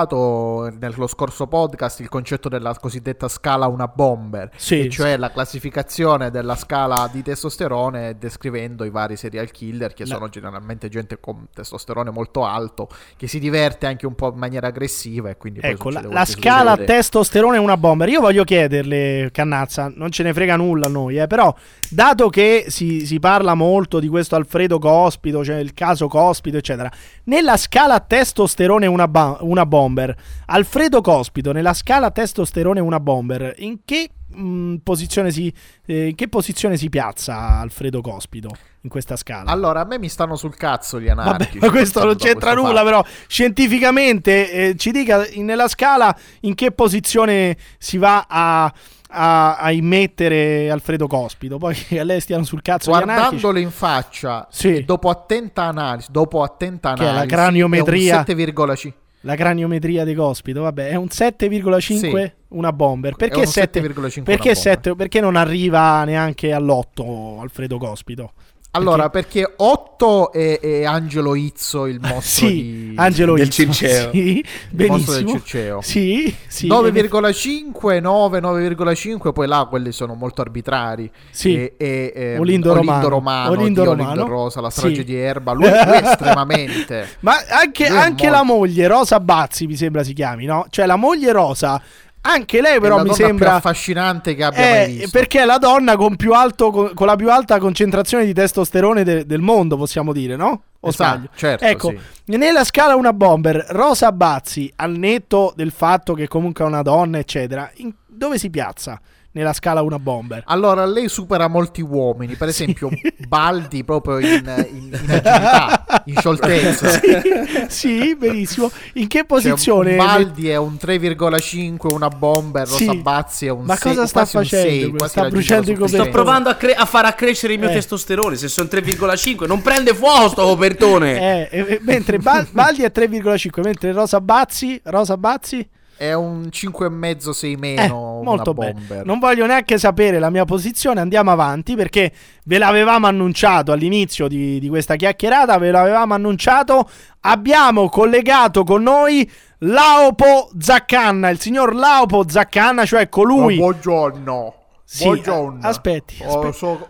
Speaker 7: sviluppato nello scorso podcast il concetto della cosiddetta scala una bomber,
Speaker 1: Sì,
Speaker 7: e cioè la classificazione della scala di testosterone descrivendo i vari serial killer che
Speaker 1: La-
Speaker 7: sono generalmente gente con testosterone molto alto, che si diverte anche un po' in maniera aggressiva e quindi poi
Speaker 1: Ecco, la,
Speaker 7: succede
Speaker 1: la
Speaker 7: quel che
Speaker 1: scala
Speaker 7: succede.
Speaker 1: testosterone è una bomber. Io voglio chiederle, Cannazza, non ce ne frega nulla a noi, eh, però dato che si, si parla molto di questo Alfredo Cospito, cioè il caso Cospito, eccetera, nella scala testosterone è una, ba- una bomber, Alfredo Cospito nella scala testosterone è una bomber, in che, mh, posizione si, eh, in che posizione si piazza Alfredo Cospito in questa scala?
Speaker 7: Allora, a me mi stanno sul cazzo gli
Speaker 1: Vabbè,
Speaker 7: anarchici.
Speaker 1: ma questo non
Speaker 7: da questo
Speaker 1: c'entra
Speaker 7: fatto.
Speaker 1: nulla, però scientificamente eh, ci dica in- nella scala in che posizione si va a, a- a immettere Alfredo Cospito. Poi che a lei stiano sul cazzo gli anarchici.
Speaker 7: Guardandolo in faccia, e dopo attenta analisi, dopo attenta
Speaker 1: Che è la
Speaker 7: analisi,
Speaker 1: craniometria.
Speaker 7: è un 7,5.
Speaker 1: La craniometria di Cospito, vabbè, è un 7,5
Speaker 7: Sì.
Speaker 1: una bomber. Perché,
Speaker 7: un
Speaker 1: 7,
Speaker 7: 7,5
Speaker 1: perché
Speaker 7: una bomber.
Speaker 1: 7? Perché non arriva neanche all'8 Alfredo Cospito?
Speaker 7: Allora, perché Otto e, e Angelo Izzo, il mostro
Speaker 1: Sì,
Speaker 7: di...
Speaker 1: Angelo
Speaker 7: del
Speaker 1: Izzo, sì,
Speaker 7: il mostro del
Speaker 1: benissimo.
Speaker 7: Circeo.
Speaker 1: Sì, sì,
Speaker 7: 9,5, 9, 9,5, poi là quelli sono molto arbitrari.
Speaker 1: Sì.
Speaker 7: E, e, ehm,
Speaker 1: Olindo Romano, Olindo
Speaker 7: Dio
Speaker 1: Romano.
Speaker 7: Olindo Rosa, la
Speaker 1: Sì.
Speaker 7: strage di Erba, lui, lui è estremamente...
Speaker 1: Ma anche,
Speaker 7: Lui è
Speaker 1: anche
Speaker 7: molto-
Speaker 1: la moglie, Rosa Bazzi, mi sembra si chiami, no? Cioè la moglie Rosa, anche lei
Speaker 7: è
Speaker 1: però
Speaker 7: la
Speaker 1: mi
Speaker 7: donna più
Speaker 1: sembra...
Speaker 7: affascinante che abbia mai
Speaker 1: Eh,
Speaker 7: visto.
Speaker 1: perché è la donna con, più alto, con, con la più alta concentrazione di testosterone de- del mondo, possiamo dire, no? O
Speaker 7: Esatto,
Speaker 1: sbaglio?
Speaker 7: certo,
Speaker 1: ecco, nella scala una bomber, Rosa Bazzi, al netto del fatto che comunque è una donna, eccetera, in- dove si piazza nella scala una bomber?
Speaker 7: Allora, lei supera molti uomini, per esempio Baldi proprio in, in, in agilità, in scioltezza.
Speaker 1: sì, sì, benissimo. In che
Speaker 7: Cioè,
Speaker 1: posizione?
Speaker 7: Baldi è un 3,5, una bomber,
Speaker 1: Sì.
Speaker 7: Rosa Bazzi è un
Speaker 1: Ma
Speaker 7: 6,
Speaker 1: cosa sta
Speaker 7: quasi un
Speaker 1: facendo
Speaker 7: 6,
Speaker 1: questo?
Speaker 7: quasi
Speaker 1: Sta
Speaker 7: raggiunto
Speaker 1: bruciando
Speaker 7: la
Speaker 1: i copertoni.
Speaker 7: sufficienza.
Speaker 1: Sto
Speaker 4: Provando a, cre- a far accrescere il mio
Speaker 1: Eh.
Speaker 4: testosterone, se sono 3,5 non prende fuoco sto copertone.
Speaker 1: Eh, eh, eh, mentre Bal- Baldi è 3,5, mentre Rosa Bazzi, Rosa Bazzi
Speaker 7: È un 5,5, 6 meno,
Speaker 1: Eh, molto
Speaker 7: una
Speaker 1: bene.
Speaker 7: bomber.
Speaker 1: Non voglio neanche sapere la mia posizione, andiamo avanti perché ve l'avevamo annunciato all'inizio di, di questa chiacchierata, ve l'avevamo annunciato, abbiamo collegato con noi Laopo Zaccanna, il signor Laopo Zaccanna, cioè colui...
Speaker 7: Oh, buongiorno.
Speaker 1: Sì, eh,
Speaker 7: buongiorno.
Speaker 1: a- aspetti,
Speaker 7: Oh,
Speaker 1: aspetti.
Speaker 7: so-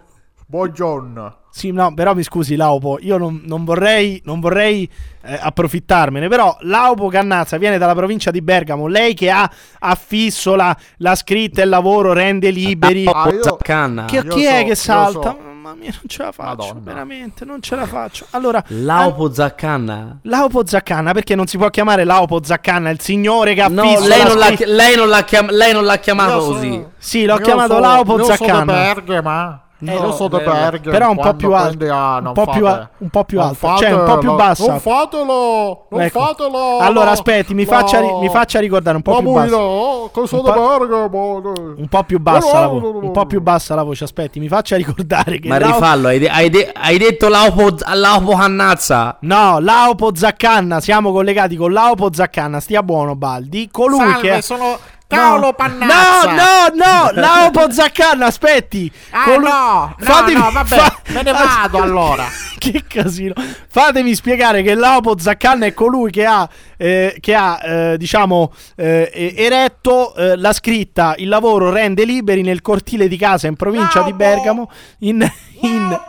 Speaker 7: buongiorno.
Speaker 1: Sì, no, però mi scusi Laupo, io non, non vorrei, non vorrei eh, approfittarmene, però Laupo Cannazza viene dalla provincia di Bergamo, lei che ha affisso la, la scritta e il lavoro, rende liberi.
Speaker 4: Ah, io- Zaccanna.
Speaker 1: Chi,
Speaker 4: Io
Speaker 1: chi
Speaker 4: so,
Speaker 1: è
Speaker 4: io
Speaker 1: che salta?
Speaker 4: so.
Speaker 1: Mamma mia, non ce la faccio, veramente, non ce la faccio. Allora,
Speaker 16: Laupo Zaccanna.
Speaker 1: Laupo Zaccanna, perché non si può chiamare Laupo Zaccanna, il signore che ha
Speaker 16: No,
Speaker 1: affisso
Speaker 16: lei
Speaker 1: la
Speaker 16: non, l'ha,
Speaker 1: scritta-
Speaker 16: chi- lei non l'ha chiam- lei non l'ha chiamato così.
Speaker 1: Sì, l'ho chiamato Laupo Zaccanna.
Speaker 7: ma
Speaker 1: Eh,
Speaker 7: io so da
Speaker 1: bello.
Speaker 7: Bergamo,
Speaker 1: Però un po' più
Speaker 7: quando
Speaker 1: alto,
Speaker 7: prendi- ah,
Speaker 1: un
Speaker 7: non
Speaker 1: po' più
Speaker 7: fate-
Speaker 1: a- un po' più
Speaker 7: non
Speaker 1: alto, cioè un po' più
Speaker 7: fatelo,
Speaker 1: bassa.
Speaker 7: Non fatelo, non
Speaker 1: Ecco.
Speaker 7: fatelo.
Speaker 1: Allora,
Speaker 7: no,
Speaker 1: aspetti, mi
Speaker 7: no.
Speaker 1: faccia, ri- mi faccia ricordare un po'
Speaker 7: Ma
Speaker 1: più
Speaker 7: muoio,
Speaker 1: basso.
Speaker 7: oh, cosa
Speaker 1: Un
Speaker 7: da
Speaker 1: po'-
Speaker 7: Bergamo, no.
Speaker 1: Un po' più bassa la voce.
Speaker 7: Allora,
Speaker 1: Un po' più bassa la voce, aspetti, mi faccia ricordare che
Speaker 16: Ma
Speaker 1: Lao-
Speaker 16: rifallo, hai, de- hai de- hai detto Laupo, Z- Laupo Cannazza.
Speaker 1: No, Laupo Zaccanna, siamo collegati con Laupo Zaccanna, stia buono Baldi, colui
Speaker 16: Salve,
Speaker 1: che
Speaker 16: sono
Speaker 7: Paolo
Speaker 1: no.
Speaker 7: Pannazza.
Speaker 1: No, no, no, Laupo Zaccanna, aspetti.
Speaker 7: Ah,
Speaker 1: Colu-
Speaker 7: no, no, no, vabbè, me ne vado, allora.
Speaker 1: che casino. Fatemi spiegare che Laupo Zaccanna è colui che ha eh, che ha eh, diciamo eh, eh, eretto eh, la scritta Il lavoro rende liberi nel cortile di casa in provincia di Bergamo in, in-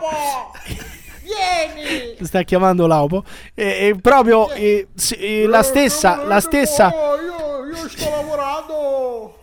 Speaker 1: sta chiamando Laupo e, e proprio eh, sì, eh, la stessa la stessa
Speaker 7: Io, io sto lavorando.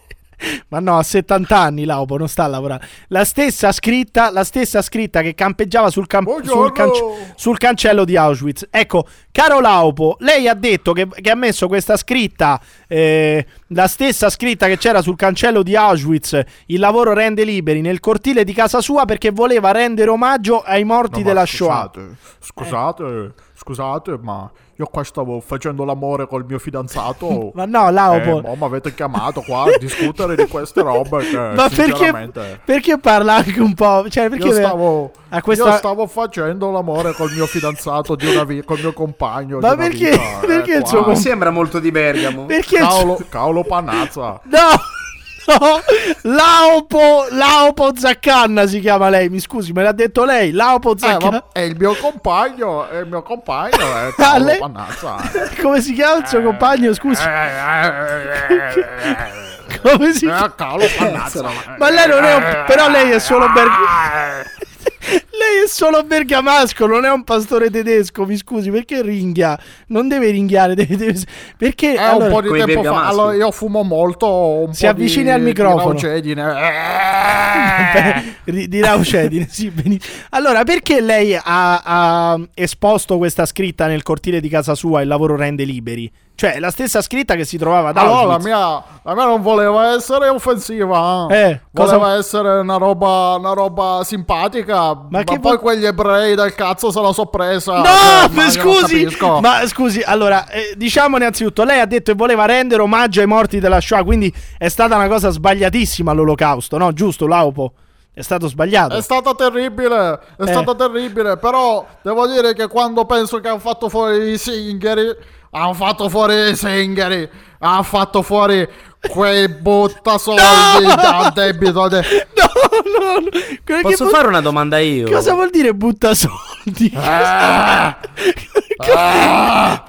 Speaker 1: ma no a 70 anni Laupo non sta lavorando la stessa scritta la stessa scritta che campeggiava sul, cam- sul, canc- sul cancello di Auschwitz ecco caro Laupo lei ha detto che, che ha messo questa scritta eh, la stessa scritta che c'era sul cancello di Auschwitz il lavoro rende liberi nel cortile di casa sua perché voleva rendere omaggio ai morti
Speaker 7: No, ma
Speaker 1: della Shoah
Speaker 7: scusate, Scusate, scusate, ma io qua stavo facendo l'amore col mio fidanzato.
Speaker 1: Ma no, Laopo.
Speaker 7: Eh, mo mi avete chiamato qua a discutere di queste robe che,
Speaker 1: Ma perché,
Speaker 7: sinceramente,
Speaker 1: perché parla anche un po'? Cioè, perché
Speaker 7: io, stavo,
Speaker 1: a questa-
Speaker 7: io stavo facendo l'amore col mio fidanzato di una vi- col mio compagno.
Speaker 1: Ma
Speaker 7: di una
Speaker 1: perché-
Speaker 7: vita, eh,
Speaker 1: perché il
Speaker 7: qua.
Speaker 1: suo comp- Mi
Speaker 4: sembra molto di Bergamo.
Speaker 1: Perché il
Speaker 7: Paolo, Paolo Panazza.
Speaker 1: No, no. Laupo, Laupo Zaccanna si chiama lei. Mi scusi, me l'ha detto lei. Laupo Zaccanna.
Speaker 7: Eh, ma- è il mio compagno, è il mio compagno, è Paolo Eh,
Speaker 1: lei-
Speaker 7: Panazza.
Speaker 1: Come si chiama il
Speaker 7: Eh,
Speaker 1: suo compagno? Scusi. Come
Speaker 7: Eh.
Speaker 1: si chiama?
Speaker 7: Paolo Panazza.
Speaker 1: Ma lei non è un... Però lei è solo berg- Lei è solo bergamasco, non è un pastore tedesco, mi scusi, perché ringhia? Non deve ringhiare, deve, deve- perché...
Speaker 7: Eh,
Speaker 1: allora-
Speaker 7: un po' di tempo fa, allora io fumo molto. Un
Speaker 1: Si
Speaker 7: po'
Speaker 1: avvicini
Speaker 7: di-
Speaker 1: al microfono.
Speaker 7: Di raucedine. Eh.
Speaker 1: Ri- di Raucedine, sì, benissimo. Allora, perché lei ha, ha esposto questa scritta nel cortile di casa sua, il lavoro rende liberi? Cioè, la stessa scritta che si trovava ad
Speaker 7: Allora, la
Speaker 1: Auschwitz.
Speaker 7: mia, la mia non voleva essere offensiva.
Speaker 1: Eh, cosa-
Speaker 7: voleva essere una roba, una roba simpatica. Ma,
Speaker 1: che
Speaker 7: poi
Speaker 1: vuol-
Speaker 7: quegli ebrei del cazzo se Cioè, la so presa.
Speaker 1: No, ma scusi, ma scusi, allora, eh, diciamo innanzitutto, lei ha detto che voleva rendere omaggio ai morti della Shoah, quindi è stata una cosa sbagliatissima l'olocausto, no? Giusto, Laupo? È stato sbagliato.
Speaker 7: È stata terribile, è
Speaker 1: Eh.
Speaker 7: stata terribile, però devo dire che quando penso che hanno fatto fuori i singeri, Hanno fatto fuori Sengari. Hanno fatto fuori quei buttasoldi
Speaker 1: No!
Speaker 7: da debito. De...
Speaker 1: Che
Speaker 16: Posso
Speaker 1: vo-
Speaker 16: fare una domanda io?
Speaker 1: Cosa vuol dire butta soldi?
Speaker 7: Ah!
Speaker 1: Ma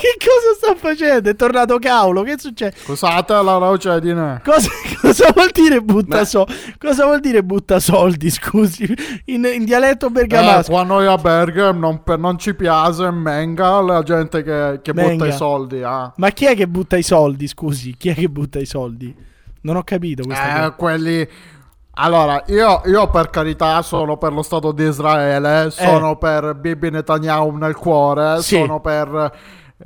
Speaker 1: che cosa sta facendo? È tornato cavolo, che succede?
Speaker 7: Scusate la roce di me.
Speaker 1: Cosa, cosa vuol dire butta soldi? Cosa vuol dire butta soldi, scusi? In, in dialetto
Speaker 7: Eh,
Speaker 1: bergamasco.
Speaker 7: qua noi a Bergamo non, per- non ci piace menga la gente che, che butta
Speaker 1: Menga.
Speaker 7: i soldi. ah.
Speaker 1: Ma chi è che butta i soldi, scusi? Chi è che butta i soldi? Non ho capito questa
Speaker 7: Eh,
Speaker 1: cosa.
Speaker 7: quelli. Allora, io, io per carità sono per lo Stato di Israele, sono per Bibi Netanyahu nel cuore,
Speaker 1: Eh. Sì.
Speaker 7: sono per,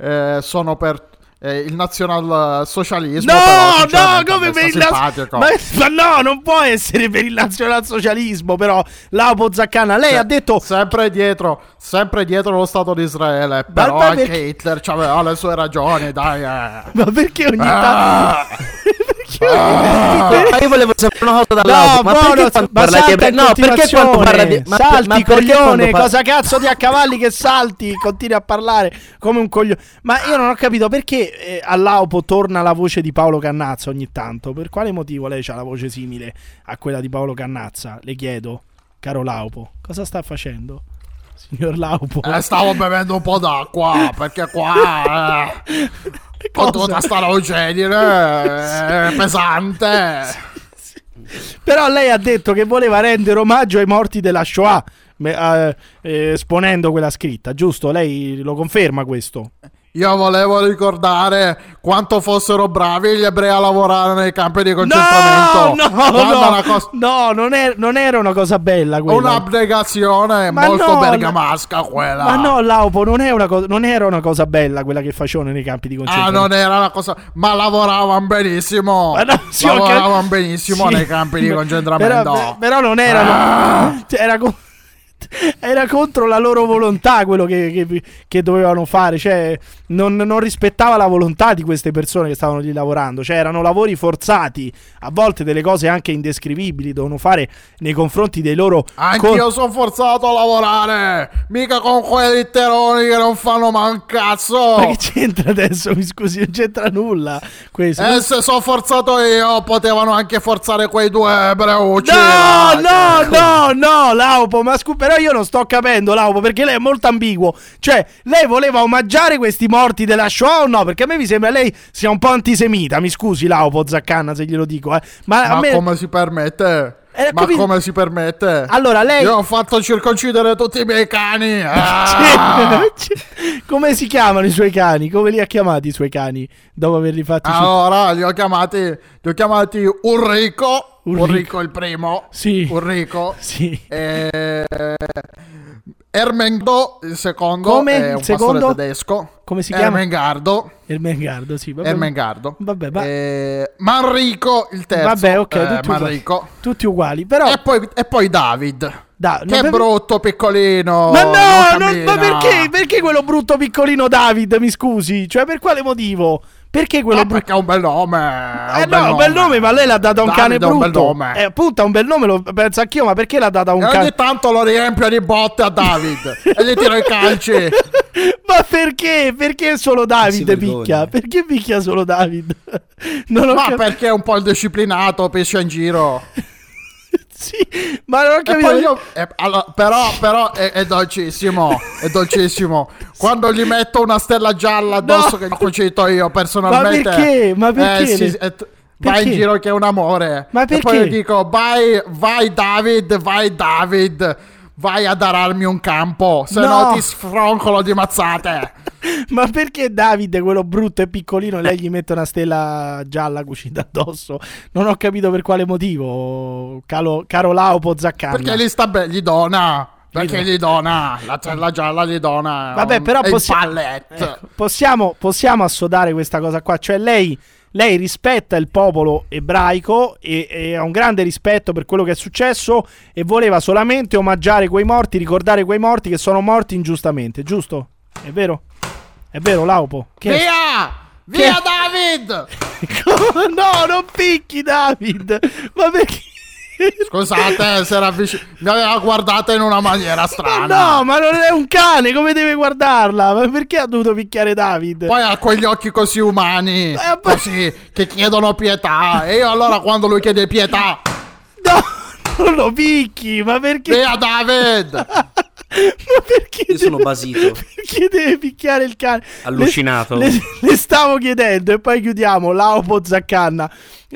Speaker 7: eh, sono per eh, il nazionalsocialismo.
Speaker 1: No,
Speaker 7: però,
Speaker 1: no,
Speaker 7: sinceramente,
Speaker 1: come
Speaker 7: mi
Speaker 1: per il
Speaker 7: sta
Speaker 1: naz-
Speaker 7: simpatico.
Speaker 1: ma, ma no, non può essere per il nazionalsocialismo, però Lapo Zaccana, lei
Speaker 7: Cioè,
Speaker 1: ha detto
Speaker 7: sempre dietro, sempre dietro lo Stato di Israele, però
Speaker 1: ma
Speaker 7: anche
Speaker 1: perché-
Speaker 7: Hitler aveva le sue ragioni, dai. eh.
Speaker 1: Ma perché ogni
Speaker 7: Ah!
Speaker 1: tanto
Speaker 16: Ah! Ma io volevo sapere una cosa
Speaker 1: No,
Speaker 16: dall'altro. ma perché quando parla di ebrei? No, perché quando parla di ma-
Speaker 1: salti
Speaker 16: ma perché quando
Speaker 1: coglione,
Speaker 16: par-
Speaker 1: cosa cazzo ti accavalli che salti, continui a parlare come un coglione. Ma io non ho capito perché eh, all'Aupo torna la voce di Paolo Cannazza ogni tanto. Per quale motivo lei ha la voce simile a quella di Paolo Cannazza? Le chiedo, caro Laupo, cosa sta facendo? Signor Laupo.
Speaker 16: Ah,
Speaker 7: Eh, stavo bevendo un po' d'acqua perché
Speaker 16: ah,
Speaker 7: qua eh, ho
Speaker 1: Cosa?
Speaker 7: tutta sta rogenine eh, pesante.
Speaker 1: Però lei ha detto che voleva rendere omaggio ai morti della Shoah, me- eh, eh, esponendo quella scritta, giusto? Lei lo conferma questo?
Speaker 7: Io volevo ricordare quanto fossero bravi gli ebrei a lavorare nei campi di concentramento.
Speaker 1: no,
Speaker 7: Fanno
Speaker 1: no,
Speaker 7: una cosa-
Speaker 1: no, non, è- non era una cosa bella quella.
Speaker 7: Un'abnegazione
Speaker 1: Ma
Speaker 7: molto
Speaker 1: no,
Speaker 7: bergamasca quella.
Speaker 1: Ma no, Laupo, non, è una cosa- non era una cosa bella quella che facevano nei campi di
Speaker 7: Ah,
Speaker 1: concentramento.
Speaker 7: non era una cosa. Ma lavoravano benissimo.
Speaker 1: Ma no, sì, ho cap-
Speaker 7: lavoravano benissimo
Speaker 1: sì,
Speaker 7: nei campi di Ah!
Speaker 1: ma-
Speaker 7: concentramento.
Speaker 1: Però, però non erano. cioè, era, co- era contro la loro volontà quello che, che- che dovevano fare. Cioè, non, non rispettava la volontà di queste persone che stavano lì lavorando. Cioè, erano lavori forzati. A volte delle cose anche indescrivibili dovevano fare nei confronti dei loro. co-
Speaker 7: Anch'io sono forzato a lavorare. Mica con quei teroni che non fanno mancazzo.
Speaker 1: Ma che c'entra adesso? Mi scusi, non c'entra nulla. Questo.
Speaker 7: E Eh, se sono forzato io, potevano anche forzare quei due breucci.
Speaker 1: No,
Speaker 7: là,
Speaker 1: no,
Speaker 7: che-
Speaker 1: no, no, Laupo, ma scu- però io non sto capendo, Laupo, perché lei è molto ambiguo. Cioè, lei voleva omaggiare questi morti della Shoah o no? Perché a me mi sembra lei sia un po' antisemita, mi scusi, Laupo Zaccanna, se glielo dico, eh. Ma, a
Speaker 7: Ma
Speaker 1: me...
Speaker 7: come si permette?
Speaker 1: Eh,
Speaker 7: Ma
Speaker 1: capito?
Speaker 7: come si permette?
Speaker 1: Allora, lei-
Speaker 7: Io ho fatto circoncidere tutti i miei cani. Ah!
Speaker 1: come si chiamano i suoi cani? Come li ha chiamati i suoi cani dopo averli fatti?
Speaker 7: Ah,
Speaker 1: circ-
Speaker 7: Allora, li ho chiamati, li ho chiamati Ulrico,
Speaker 1: Ulrico.
Speaker 7: Ulrico, il primo,
Speaker 1: Sì.
Speaker 7: Ulrico, Eh,
Speaker 1: Sì.
Speaker 7: e... Ermengdo il secondo,
Speaker 1: Come?
Speaker 7: è
Speaker 1: Il
Speaker 7: un
Speaker 1: secondo?
Speaker 7: pastore tedesco,
Speaker 1: Come si chiama?
Speaker 7: Ermengardo,
Speaker 1: Ermengardo, sì, vabbè.
Speaker 7: Ermengardo,
Speaker 1: Vabbè, va-
Speaker 7: Eh, Manrico il terzo,
Speaker 1: Vabbè, ok,
Speaker 7: eh,
Speaker 1: tutti uguali.
Speaker 7: Manrico,
Speaker 1: tutti uguali, però...
Speaker 7: e poi, e poi David,
Speaker 1: Da-
Speaker 7: che
Speaker 1: vabbè-
Speaker 7: brutto piccolino, Ah,
Speaker 1: Ma no, non-
Speaker 7: cammina.
Speaker 1: ma perché? Perché quello brutto piccolino David? Mi scusi, cioè per quale motivo? Perché quello
Speaker 7: Ah,
Speaker 1: brutto?
Speaker 7: perché è un bel nome, è
Speaker 1: Eh no, un bel nome, ma lei l'ha dato a un
Speaker 7: Davide
Speaker 1: cane
Speaker 7: è un
Speaker 1: brutto.
Speaker 7: bel nome.
Speaker 1: Eh, appunto, è un bel nome, lo penso anch'io, ma perché l'ha data a un
Speaker 7: E
Speaker 1: cane?
Speaker 7: ogni tanto lo riempio di botte a David e gli tiro i calci.
Speaker 1: Ma perché? Perché solo David
Speaker 7: vergogni.
Speaker 1: picchia? Perché picchia solo David? Non ho
Speaker 7: Ma
Speaker 1: cap-
Speaker 7: perché è un po' indisciplinato, pesce in giro.
Speaker 1: sì, ma non ho
Speaker 7: E
Speaker 1: capito.
Speaker 7: poi io, eh, allora, però però è, è dolcissimo, è dolcissimo. Quando gli metto una stella gialla addosso che ho cucito io personalmente.
Speaker 1: Ma perché? Ma perché?
Speaker 7: eh, sì, eh, t- Vai in
Speaker 1: Perché?
Speaker 7: giro che è un amore.
Speaker 1: Ma
Speaker 7: E poi
Speaker 1: perché?
Speaker 7: io dico, vai, vai David, vai David, vai a dararmi un campo, se no,
Speaker 1: No.
Speaker 7: ti sfroncolo di mazzate.
Speaker 1: Ma perché David, quello brutto e piccolino, lei gli mette una stella gialla cucita addosso? Non ho capito per quale motivo, calo- caro Laupo Zaccani.
Speaker 7: Perché gli sta bene, gli dona. Perché gli dona, la stella gialla gli dona.
Speaker 1: Vabbè, però possi-
Speaker 7: possiamo. pallet.
Speaker 1: Ecco, possiamo, possiamo assodare questa cosa qua. Cioè, lei, lei rispetta il popolo ebraico e, e ha un grande rispetto per quello che è successo e voleva solamente omaggiare quei morti, ricordare quei morti che sono morti ingiustamente, giusto? È vero? È vero, Laupo? Che
Speaker 7: Via! Via
Speaker 1: Che-
Speaker 7: David!
Speaker 1: no, non picchi David! Ma perché?
Speaker 7: Scusate, eh, se era vicino. Mi aveva guardata in una maniera strana.
Speaker 1: No, ma non è un cane, come deve guardarla? Ma perché ha dovuto picchiare David?
Speaker 7: Poi ha quegli occhi così
Speaker 1: Eh,
Speaker 7: umani, così, che chiedono pietà. E io allora quando lui chiede pietà...
Speaker 1: No, non lo picchi, ma perché...
Speaker 7: Via David!
Speaker 4: Io sono basito,
Speaker 1: Perché deve picchiare il cane?
Speaker 4: allucinato.
Speaker 1: Le, le stavo chiedendo e poi chiudiamo Laupo Zaccanna.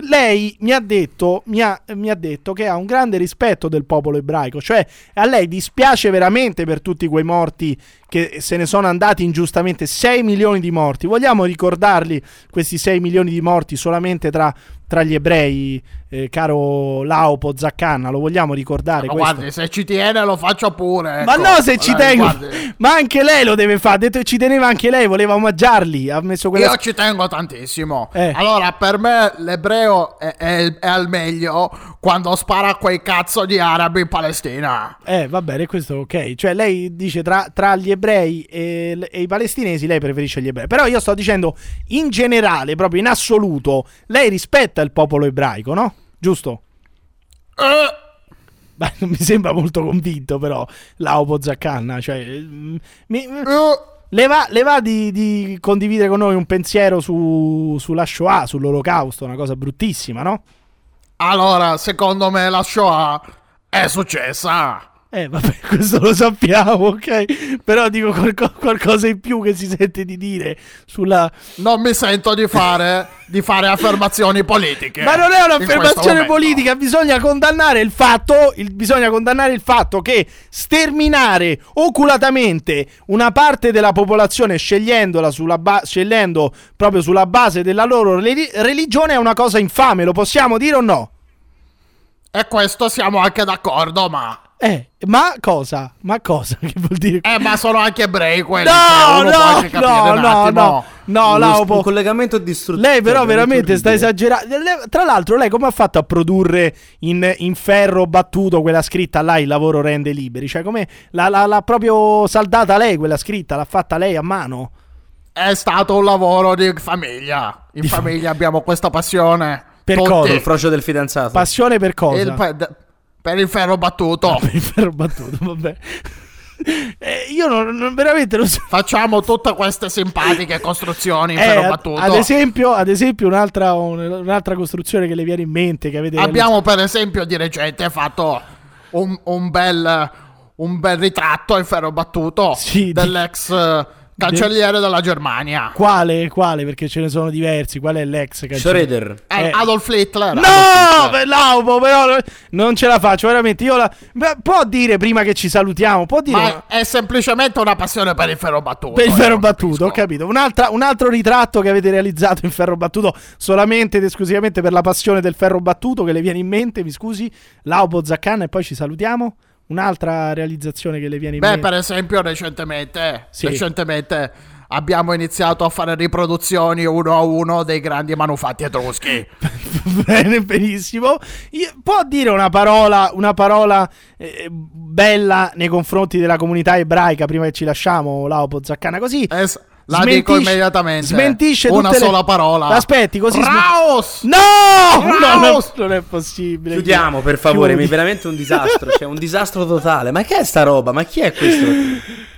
Speaker 1: Lei mi ha, detto, mi, ha, mi ha detto che ha un grande rispetto del popolo ebraico, cioè a lei dispiace veramente per tutti quei morti che se ne sono andati ingiustamente, 6 milioni di morti. Vogliamo ricordarli questi 6 milioni di morti solamente tra, tra gli ebrei, eh, caro Laupo Zaccanna, lo vogliamo ricordare?
Speaker 7: Ma
Speaker 1: questo?
Speaker 7: guardi, se ci tiene lo faccio pure.
Speaker 1: Ma
Speaker 7: ecco.
Speaker 1: no, se ci
Speaker 7: Dai,
Speaker 1: tengo,
Speaker 7: guardi,
Speaker 1: ma anche lei lo deve fare. Ha detto che ci teneva anche lei, voleva omaggiarli. Ha messo quella. Eh.
Speaker 7: Io ci tengo tantissimo. Allora, per me l'ebreo è, è- è al meglio quando spara a quei cazzo di arabi in Palestina.
Speaker 1: Eh, va bene, questo è ok. Cioè, lei dice tra, tra gli ebrei e, l- e i palestinesi, lei preferisce gli ebrei. Però io sto dicendo in generale, proprio in assoluto, lei rispetta il popolo ebraico, no? Giusto?
Speaker 7: Eh,
Speaker 1: Beh, non mi sembra molto convinto, però, Laupo Zaccanna. Cioè, mm, mi- mm,
Speaker 7: eh.
Speaker 1: le va, le va di, di condividere con noi un pensiero su, sulla Shoah, sull'Olocausto, una cosa bruttissima, no?
Speaker 7: Allora, secondo me la Shoah è successa.
Speaker 1: Eh, vabbè, questo lo sappiamo, ok? Però dico qualco- qualcosa in più che si sente di dire sulla...
Speaker 7: Non mi sento di fare, di fare affermazioni politiche.
Speaker 1: Ma non è
Speaker 7: in questo
Speaker 1: un'affermazione
Speaker 7: momento.
Speaker 1: politica, bisogna condannare il fatto, il- bisogna condannare il fatto che sterminare oculatamente una parte della popolazione scegliendola sulla ba- scegliendo proprio sulla base della loro reli- religione è una cosa infame, lo possiamo dire o no?
Speaker 7: E questo siamo anche d'accordo, ma.
Speaker 1: Eh, ma cosa? Ma cosa? Che vuol dire?
Speaker 7: Eh, ma sono anche ebrei quelli.
Speaker 1: No,
Speaker 7: cioè, uno
Speaker 1: no,
Speaker 7: può anche capire
Speaker 1: no,
Speaker 7: un
Speaker 1: no,
Speaker 7: attimo.
Speaker 1: no, no,
Speaker 7: Uno
Speaker 1: Laupo.
Speaker 7: sp-
Speaker 1: Un
Speaker 4: collegamento distruttivo.
Speaker 1: Lei però veramente sta esagerando. Le- Tra l'altro lei come ha fatto a produrre in, in ferro battuto quella scritta là il lavoro rende liberi? Cioè come l'ha, l'ha- l'ha proprio saldata lei quella scritta? L'ha fatta lei a mano?
Speaker 7: È stato un lavoro di famiglia. In famiglia abbiamo questa passione.
Speaker 1: Per
Speaker 7: Tutti.
Speaker 1: cosa?
Speaker 4: Il frocio del fidanzato.
Speaker 1: Passione per cosa?
Speaker 7: Il pa- d- per il ferro battuto. per
Speaker 1: il ferro battuto, vabbè. Eh, io non, veramente non so.
Speaker 7: Facciamo tutte queste simpatiche costruzioni in
Speaker 1: Eh,
Speaker 7: ferro
Speaker 1: ad-
Speaker 7: battuto.
Speaker 1: ad esempio, ad esempio un'altra, un- un'altra costruzione che le viene in mente che avete
Speaker 7: Abbiamo per esempio di recente fatto un, un bel, un bel ritratto in ferro battuto dell'ex eh, cancelliere della Germania.
Speaker 1: Quale? Quale? Perché ce ne sono diversi. Qual è l'ex cancelliere?
Speaker 4: Schröder.
Speaker 7: Eh, Adolf Hitler.
Speaker 1: No, per l'aupo, però non ce la faccio, veramente. Io la... Beh, può dire prima che ci salutiamo, può dire
Speaker 7: Ma è semplicemente una passione per il ferro battuto.
Speaker 1: per il
Speaker 7: eh.
Speaker 1: ferro battuto, ho capito. Un'altra- un altro ritratto che avete realizzato in ferro battuto solamente ed esclusivamente per la passione del ferro battuto che le viene in mente, mi scusi, Laupo Zaccanna e poi ci salutiamo. Un'altra realizzazione che le viene in
Speaker 7: Beh,
Speaker 1: mente.
Speaker 7: per esempio, recentemente,
Speaker 1: Sì.
Speaker 7: recentemente abbiamo iniziato a fare riproduzioni uno a uno dei grandi manufatti
Speaker 4: Eh.
Speaker 7: etruschi.
Speaker 1: Bene, benissimo. Io- può dire una parola, una parola eh, bella nei confronti della comunità ebraica prima che ci lasciamo, Laupo Zaccanna? Così
Speaker 7: la
Speaker 1: smentisce-
Speaker 7: dico immediatamente.
Speaker 1: Smentisce
Speaker 7: Una
Speaker 1: tutte le-
Speaker 7: sola parola.
Speaker 1: Aspetti, così. sm-
Speaker 7: Raos!
Speaker 1: No!
Speaker 7: Raos!
Speaker 1: No, no, non è possibile.
Speaker 4: Chiudiamo per favore,
Speaker 1: Chiudi.
Speaker 4: mi è veramente un disastro, cioè un disastro totale. Ma che è sta roba? Ma chi è questo?